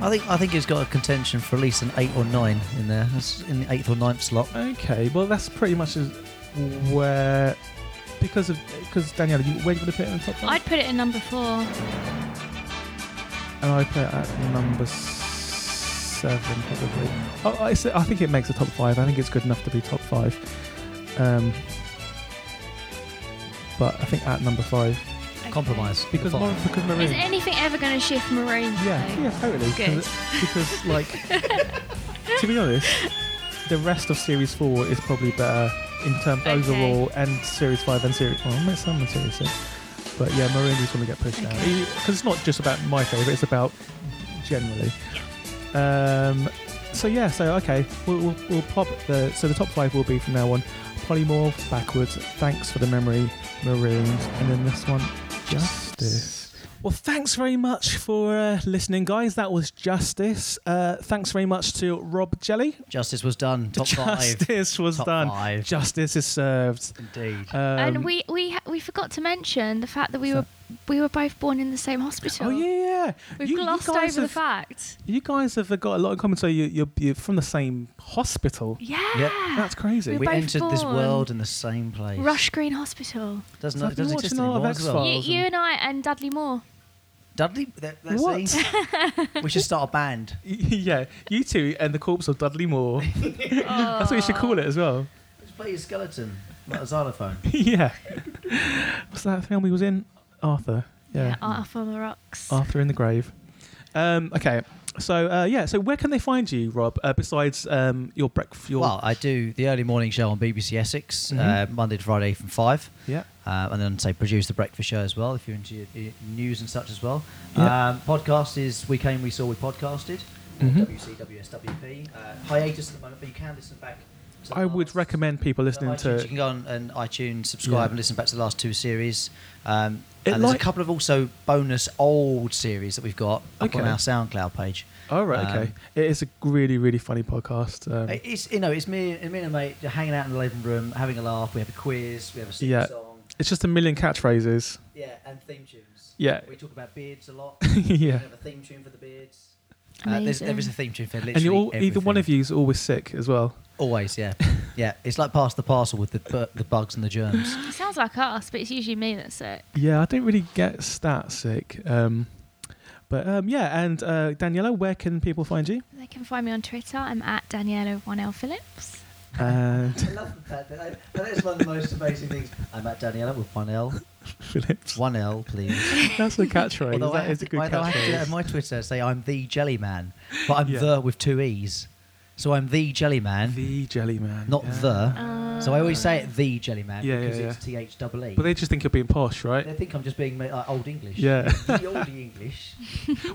Speaker 5: I think I think it's got a contention for at least an eight or nine in there. That's in the eighth or ninth slot.
Speaker 3: Okay, well, that's pretty much as where. Because of because Daniela, you, where are you going to put it on top? five?
Speaker 4: I'd put it in number four.
Speaker 3: and I put it at number seven probably. Oh, I, s- I think it makes the top five. I think it's good enough to be top five. Um, but I think at number five
Speaker 4: Okay.
Speaker 5: Compromise
Speaker 3: because
Speaker 5: Fine.
Speaker 3: Moral because
Speaker 4: Is
Speaker 3: Maroon.
Speaker 4: anything ever going to shift Maroon?
Speaker 3: Yeah,
Speaker 4: though?
Speaker 3: yeah, totally.
Speaker 4: Good.
Speaker 3: 'Cause- Because like, to be honest, the rest of series four is probably better in terms
Speaker 4: Okay.
Speaker 3: overall, and series five and series. Well, I might some in series six, but yeah, Maroon is going to get pushed out
Speaker 4: Okay.
Speaker 3: because it's not just about my favourite; it's about generally. Um, so yeah, so okay, we'll, we'll, we'll pop the so the top five will be from now on. Polymorph backwards. Thanks for the memory, Maroons, and then this one, Justice. Well, thanks very much for uh, listening, guys. That was Justice. Uh, thanks very much to Rob Jelly.
Speaker 5: Justice was done. Top five.
Speaker 3: Justice was
Speaker 5: Top
Speaker 3: done.
Speaker 5: five.
Speaker 3: Justice is served.
Speaker 5: Indeed.
Speaker 3: Um,
Speaker 4: and we we ha- we forgot to mention the fact that we
Speaker 3: So-
Speaker 4: were we were both born in the same hospital.
Speaker 3: Oh yeah, yeah.
Speaker 4: We've
Speaker 3: You- you
Speaker 4: glossed over
Speaker 3: guys
Speaker 4: the
Speaker 3: have-
Speaker 4: fact.
Speaker 3: You guys have got a lot of comments. So you, you're, you're from the same hospital.
Speaker 4: Yeah.
Speaker 3: That's crazy.
Speaker 4: We're
Speaker 5: we
Speaker 4: both
Speaker 5: entered this
Speaker 4: born.
Speaker 5: world in the same place.
Speaker 4: Rush Green Hospital.
Speaker 5: doesn't,
Speaker 3: So I've been
Speaker 5: doesn't exist
Speaker 3: watching a lot of
Speaker 5: anymore. as well.
Speaker 3: X-Files.
Speaker 4: You, you and I and Dudley Moore.
Speaker 5: Dudley, that, that's
Speaker 3: What?
Speaker 5: it. we should start a band.
Speaker 3: yeah, you two and the corpse of Dudley Moore. That's what you should call it as well.
Speaker 5: Let's play a skeleton, not a xylophone.
Speaker 3: yeah. What's that film he was in? Arthur. Yeah. Oh.
Speaker 4: Art on the Rocks.
Speaker 3: Arthur in the Grave. Um, okay. So uh, yeah. So where can they find you, Rob? Uh, besides um, your breakfast. Your,
Speaker 5: Well, I do the early morning show on BBC Essex, uh, Monday to Friday from five.
Speaker 3: Mm-hmm. yeah.
Speaker 5: Uh, and then say produce the breakfast show as well if you're into uh, news and such as well.
Speaker 3: Yeah.
Speaker 5: Um, podcast is we came, we saw, we podcasted. uh,
Speaker 3: Mhm.
Speaker 5: WCWSWP uh, hiatus at the moment, but you can listen back. To the
Speaker 3: I would
Speaker 5: last-
Speaker 3: recommend people listening
Speaker 5: iTunes, You
Speaker 3: to.
Speaker 5: can go on and iTunes, subscribe,
Speaker 3: Yeah.
Speaker 5: and listen back to the last two series. Um,
Speaker 3: It
Speaker 5: and there's
Speaker 3: like-
Speaker 5: a couple of also bonus old series that we've got up on
Speaker 3: Okay. Oh,
Speaker 5: our SoundCloud page.
Speaker 3: All right.
Speaker 5: Um,
Speaker 3: okay. It is a really really funny podcast. Um,
Speaker 5: It- It's you know, it's me, me and a mate hanging out in the living room, having a laugh. We have a quiz. We have a sing
Speaker 3: Yeah.
Speaker 5: song.
Speaker 3: it's just a million catchphrases.
Speaker 5: Yeah, and theme tunes.
Speaker 3: Yeah.
Speaker 5: We talk about beards a lot. We
Speaker 3: yeah.
Speaker 5: have a theme tune for the beards. Uh, there's, there
Speaker 4: Amazing.
Speaker 5: is a theme tune for literally
Speaker 3: And you're all, either
Speaker 5: everything.
Speaker 3: one of you is always sick as well.
Speaker 5: Always, yeah, yeah. It's like pass the parcel with the bu- the bugs and the germs.
Speaker 4: It sounds like us, but it's usually me that's sick.
Speaker 3: Yeah, I don't really get stat sick. Um, but um, yeah, and uh, Daniela, where can people find you?
Speaker 4: They can find me on Twitter. I'm at Daniela One L Phillips.
Speaker 3: And
Speaker 5: I love that. That that is one of the most amazing things. I'm at Daniela with one L.
Speaker 3: Phillips.
Speaker 5: One L, please.
Speaker 3: That's a catchphrase.
Speaker 5: Although I
Speaker 3: that
Speaker 5: have
Speaker 3: is
Speaker 5: to-
Speaker 3: a good
Speaker 5: although I have to do that on
Speaker 3: catchphrase.
Speaker 5: my Twitter say I'm the Jelly Man, but I'm
Speaker 3: Yeah.
Speaker 5: the with two E's. So I'm the Jelly Man,
Speaker 3: The Jelly Man.
Speaker 5: not
Speaker 3: yeah.
Speaker 5: the.
Speaker 3: Uh,
Speaker 5: so I always say it the Jelly Man
Speaker 3: Yeah,
Speaker 5: because
Speaker 3: yeah, yeah.
Speaker 5: it's T H double E.
Speaker 3: But they just think you're being posh,
Speaker 5: They
Speaker 3: right?
Speaker 5: think I'm just being ma- like old English.
Speaker 3: Yeah.
Speaker 5: the old English.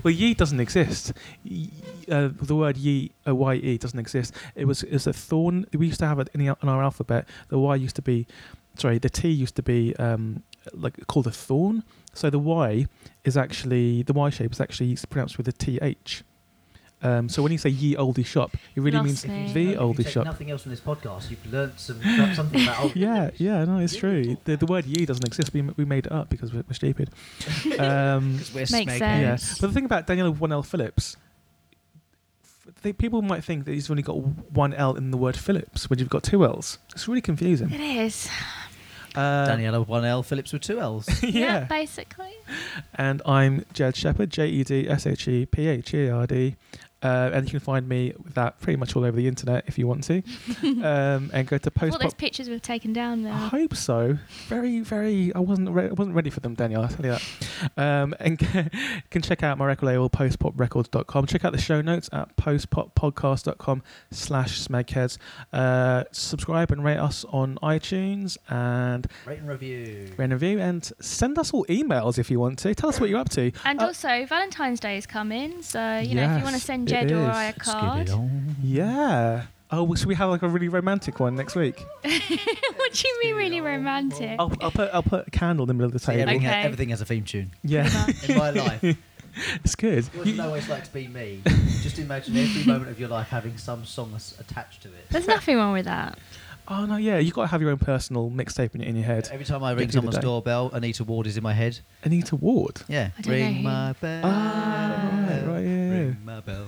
Speaker 3: Well, ye doesn't exist. Ye, uh, the word ye, uh, Y-E, doesn't exist. It was, it was a thorn. We used to have it in, the, in our alphabet. The Y used to be, sorry, the T used to be um, like called a thorn. So the Y is actually, the Y shape is actually pronounced with a T-H. Um, so when you say ye oldie shop, it really
Speaker 4: Lost
Speaker 3: means
Speaker 4: me.
Speaker 3: the
Speaker 5: If you
Speaker 3: oldie
Speaker 5: take
Speaker 3: shop.
Speaker 5: Nothing else from this podcast. You've learnt some something about old.
Speaker 3: Yeah,
Speaker 5: English.
Speaker 3: yeah, no, it's
Speaker 5: Yeah.
Speaker 3: true. The, the word ye doesn't exist. We, we made it up because we're, we're stupid. Um,
Speaker 5: We're
Speaker 4: Makes
Speaker 5: smegheads.
Speaker 4: sense.
Speaker 3: Yeah, but the thing about Daniel with one L Phillips, f- they, people might think that he's only got one L in the word Phillips when you've got two L's. It's really confusing.
Speaker 4: It is.
Speaker 3: Uh,
Speaker 5: Daniela with one L, Phillips with two L's.
Speaker 3: yeah.
Speaker 4: basically.
Speaker 3: And I'm Jed Shepherd, J E D S H E P H E R D. Uh, and you can find me with that pretty much all over the internet if you want to. um, and go to
Speaker 4: All
Speaker 3: post
Speaker 4: those pictures were taken down
Speaker 3: I
Speaker 4: there.
Speaker 3: hope so. Very, very. I wasn't. Re- I wasn't ready for them, Daniel. I will tell you that. Um, and you can check out my record label, postpoprecords.com. Check out the show notes at postpoppodcast.com slash smegheads. Uh, subscribe and rate us on iTunes and
Speaker 5: Rate and review.
Speaker 3: rate and review and send us all emails if you want to. Tell us what you're up to.
Speaker 4: And
Speaker 3: Uh,
Speaker 4: also, Valentine's Day is coming, so you know if you want to
Speaker 3: Yes,
Speaker 4: send
Speaker 3: it
Speaker 4: Jed or I a
Speaker 3: is.
Speaker 4: card,
Speaker 3: yeah. Oh, well, should we have like a really romantic one next week?
Speaker 4: what do you mean really romantic?
Speaker 3: I'll, I'll put I'll put a candle in the middle of the
Speaker 5: See, everything,
Speaker 3: table.
Speaker 5: ha-
Speaker 4: Okay.
Speaker 5: everything has a theme tune.
Speaker 3: Yeah,
Speaker 5: In my life, it
Speaker 3: it's good.
Speaker 5: wasn't always like to be me. Just imagine every moment of your life having some song as- attached to it.
Speaker 4: There's nothing wrong with that.
Speaker 3: Oh no, yeah, you've got to have your own personal mixtape in, in your head.
Speaker 5: Every time I
Speaker 3: Get
Speaker 5: ring
Speaker 3: through the
Speaker 5: someone's
Speaker 3: day.
Speaker 5: doorbell, Anita Ward is in my head.
Speaker 3: Anita Ward.
Speaker 5: Yeah.
Speaker 8: I don't know
Speaker 5: Ring
Speaker 8: who-
Speaker 5: my bell.
Speaker 3: Ah, right, right, yeah, yeah.
Speaker 5: Ring my bell.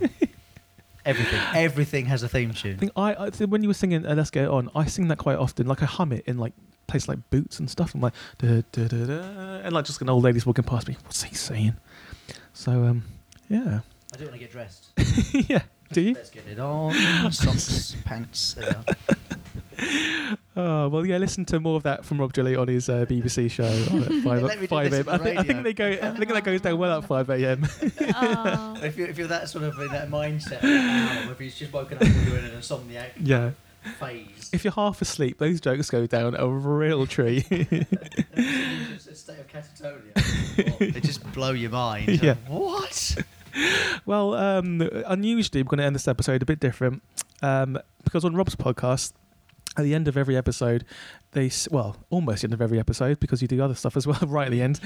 Speaker 5: everything, everything has a theme
Speaker 3: I
Speaker 5: tune.
Speaker 3: think I, I so when you were singing uh, "Let's Get It On," I sing that quite often. Like I hum it in like places like Boots and stuff. I'm like, da, da, da, da, and like just an old lady's walking past me. What's he saying? So um, yeah,
Speaker 5: I do want to get dressed.
Speaker 3: yeah. Do you?
Speaker 5: Let's get it on. Socks, pants. uh,
Speaker 3: Oh well, yeah. Listen to more of that from Rob Gilley on his uh, BBC show on at
Speaker 5: Let
Speaker 3: five
Speaker 5: me do
Speaker 3: five
Speaker 5: this
Speaker 3: a.m. I
Speaker 5: on the
Speaker 3: think, I
Speaker 5: radio.
Speaker 3: think they go. I think that goes down well at five a.m.
Speaker 8: Oh.
Speaker 5: if, you, if you're that sort of in that mindset, now, if he's just woken up and you're in an insomniac
Speaker 3: yeah.
Speaker 5: phase,
Speaker 3: If you're half asleep, those jokes go down a real tree.
Speaker 5: it's a state of catatonia. they just blow your mind.
Speaker 3: Yeah.
Speaker 5: What?
Speaker 3: Well, um, unusually, we're going to end this episode a bit different um, because on Rob's podcast, at the end of every episode, they s- well almost the end of every episode because you do other stuff as well right at the end,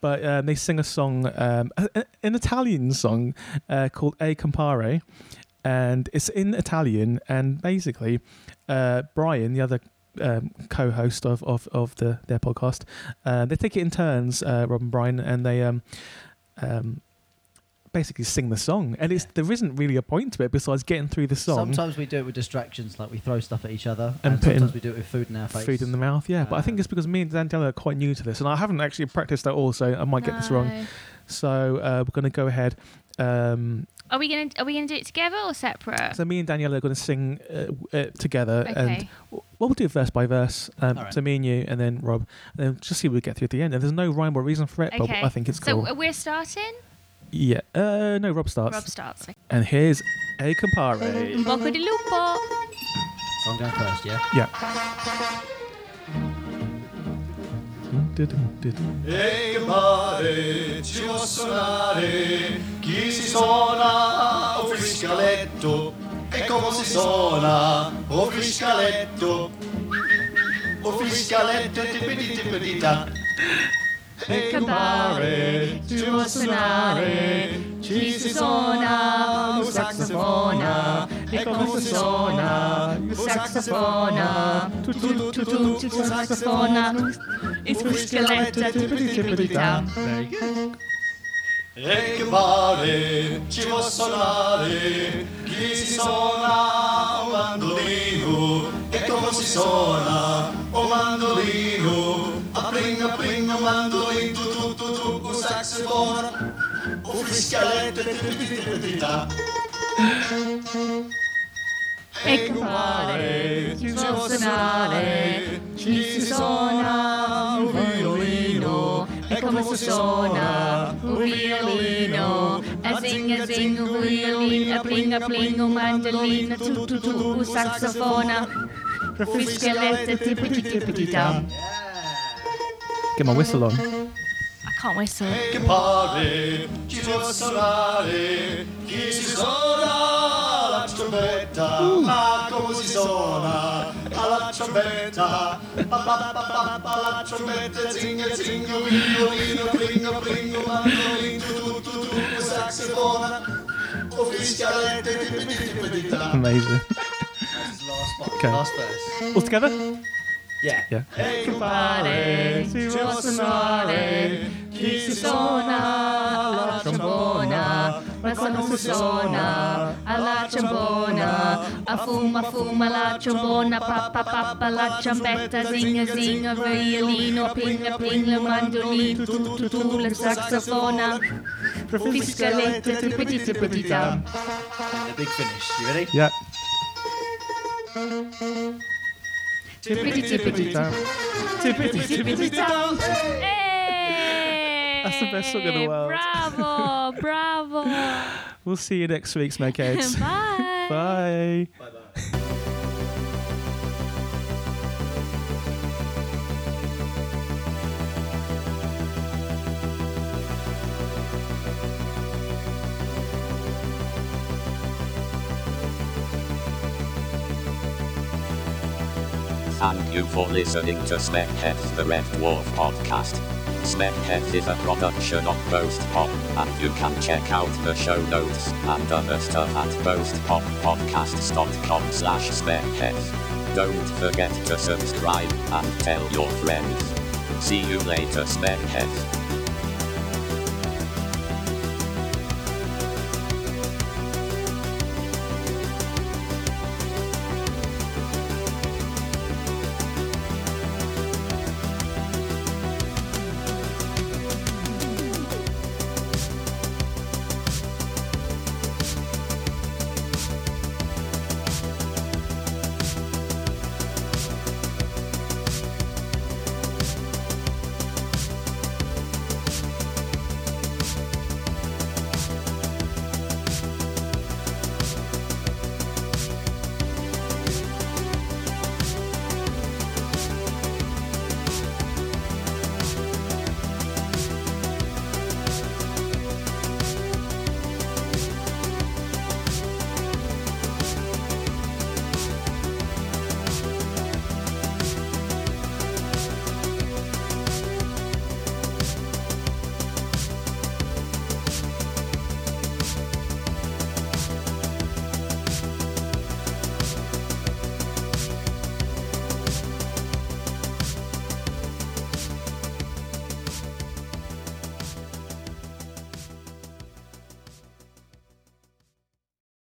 Speaker 3: but um, they sing a song, um, a- a- an Italian song uh, called "A Compare," and it's in Italian. And basically, uh, Brian, the other um, co-host of of, of the their podcast, uh, they take it in turns, uh, Rob and Brian, and they um, um, basically sing the song. And it's
Speaker 5: Yeah.
Speaker 3: there isn't really a point to it besides getting through the song.
Speaker 5: Sometimes we do it with distractions, like we throw stuff at each other,
Speaker 3: And
Speaker 5: and,
Speaker 3: put in
Speaker 5: sometimes we do it with food in our face.
Speaker 3: Food in the mouth, yeah. but I think
Speaker 5: Um,
Speaker 3: it's because me and Daniela are quite new to this, and I haven't actually practiced at all, so I might get this wrong.
Speaker 8: No.
Speaker 3: So uh, we're going to go ahead. Um,
Speaker 8: Are we gonna are we gonna do it together or separate?
Speaker 3: so me and Daniela are going to sing uh, w- uh, together, and
Speaker 8: okay.
Speaker 3: well, we'll do it verse by verse. Um,
Speaker 5: All right.
Speaker 3: So me and you, and then Rob, and then just see what we get through at the end. And there's no rhyme or reason for it, but
Speaker 8: Okay.
Speaker 3: I think it's
Speaker 8: so
Speaker 3: cool.
Speaker 8: w- we're starting.
Speaker 3: yeah. Uh, no, Rob starts.
Speaker 8: Rob starts.
Speaker 3: And here's a compare.
Speaker 8: Bocco di lupo.
Speaker 5: So I'm going first, yeah?
Speaker 3: yeah.
Speaker 2: E che pare ci può suonare chi si suona o friscaletto e come si suona o friscaletto o friscaletto e tippiti tippitita e che pare ci può suonare chi si suona o saxofona e come si suona o saxofona tu tu tu tu tu, tu o saxofona
Speaker 8: It's
Speaker 2: E che pare ci può suonare chi si suona un mandolino e come si suona un mandolino a pringa pringa mandolino tu tu tu tu un saxofono un friscaletto e ti- ti- ti- ti- ti- ta.
Speaker 8: E compare, ci può suonare, ci si suona un violino, e come si suona un violino, a zing a zing un violino, a pling a pling un mandolino, tu tu tu un saxofona, un scheletto tippity tippity down.
Speaker 3: Get my whistle on.
Speaker 8: I can't whistle.
Speaker 2: E che pare ci può suonare chi si suona la trombetta ma come si suona alla trombetta pa pa pa pa pa la trombetta zinga zinga violino plinga plinga mandolino tu tu tu tu saxofona o fischialette tipi tipi tipi
Speaker 3: Amazing.
Speaker 5: Last one.
Speaker 3: Okay.
Speaker 5: Last verse.
Speaker 3: All together?
Speaker 5: Yeah.
Speaker 3: Yeah.
Speaker 2: E che pare ci può suonare chi si suona alla trombona
Speaker 8: ma quando si suona alla ciambona, a fuma fuma la ciambona, pappa pappa la ciambetta, zinga zinga violino, pinga pinga mandolino, tu tu tu la saxofona, fiscaletto tippity tippity tam.
Speaker 5: A big finish. You ready?
Speaker 3: Yeah.
Speaker 8: Tippity tippity
Speaker 3: Down.
Speaker 8: tippity tam. That's
Speaker 3: the best song in the world.
Speaker 8: Bravo, bravo.
Speaker 3: We'll see you next week, Smokeheads.
Speaker 8: Bye.
Speaker 3: Bye.
Speaker 9: Thank you for listening to Smegheads the Red Dwarf podcast. Smegheads is a production of Boast Pop, and you can check out the show notes and other stuff at boastpoppodcast.com slash smegheads. Don't forget to subscribe and tell your friends. See you later, Smackheads.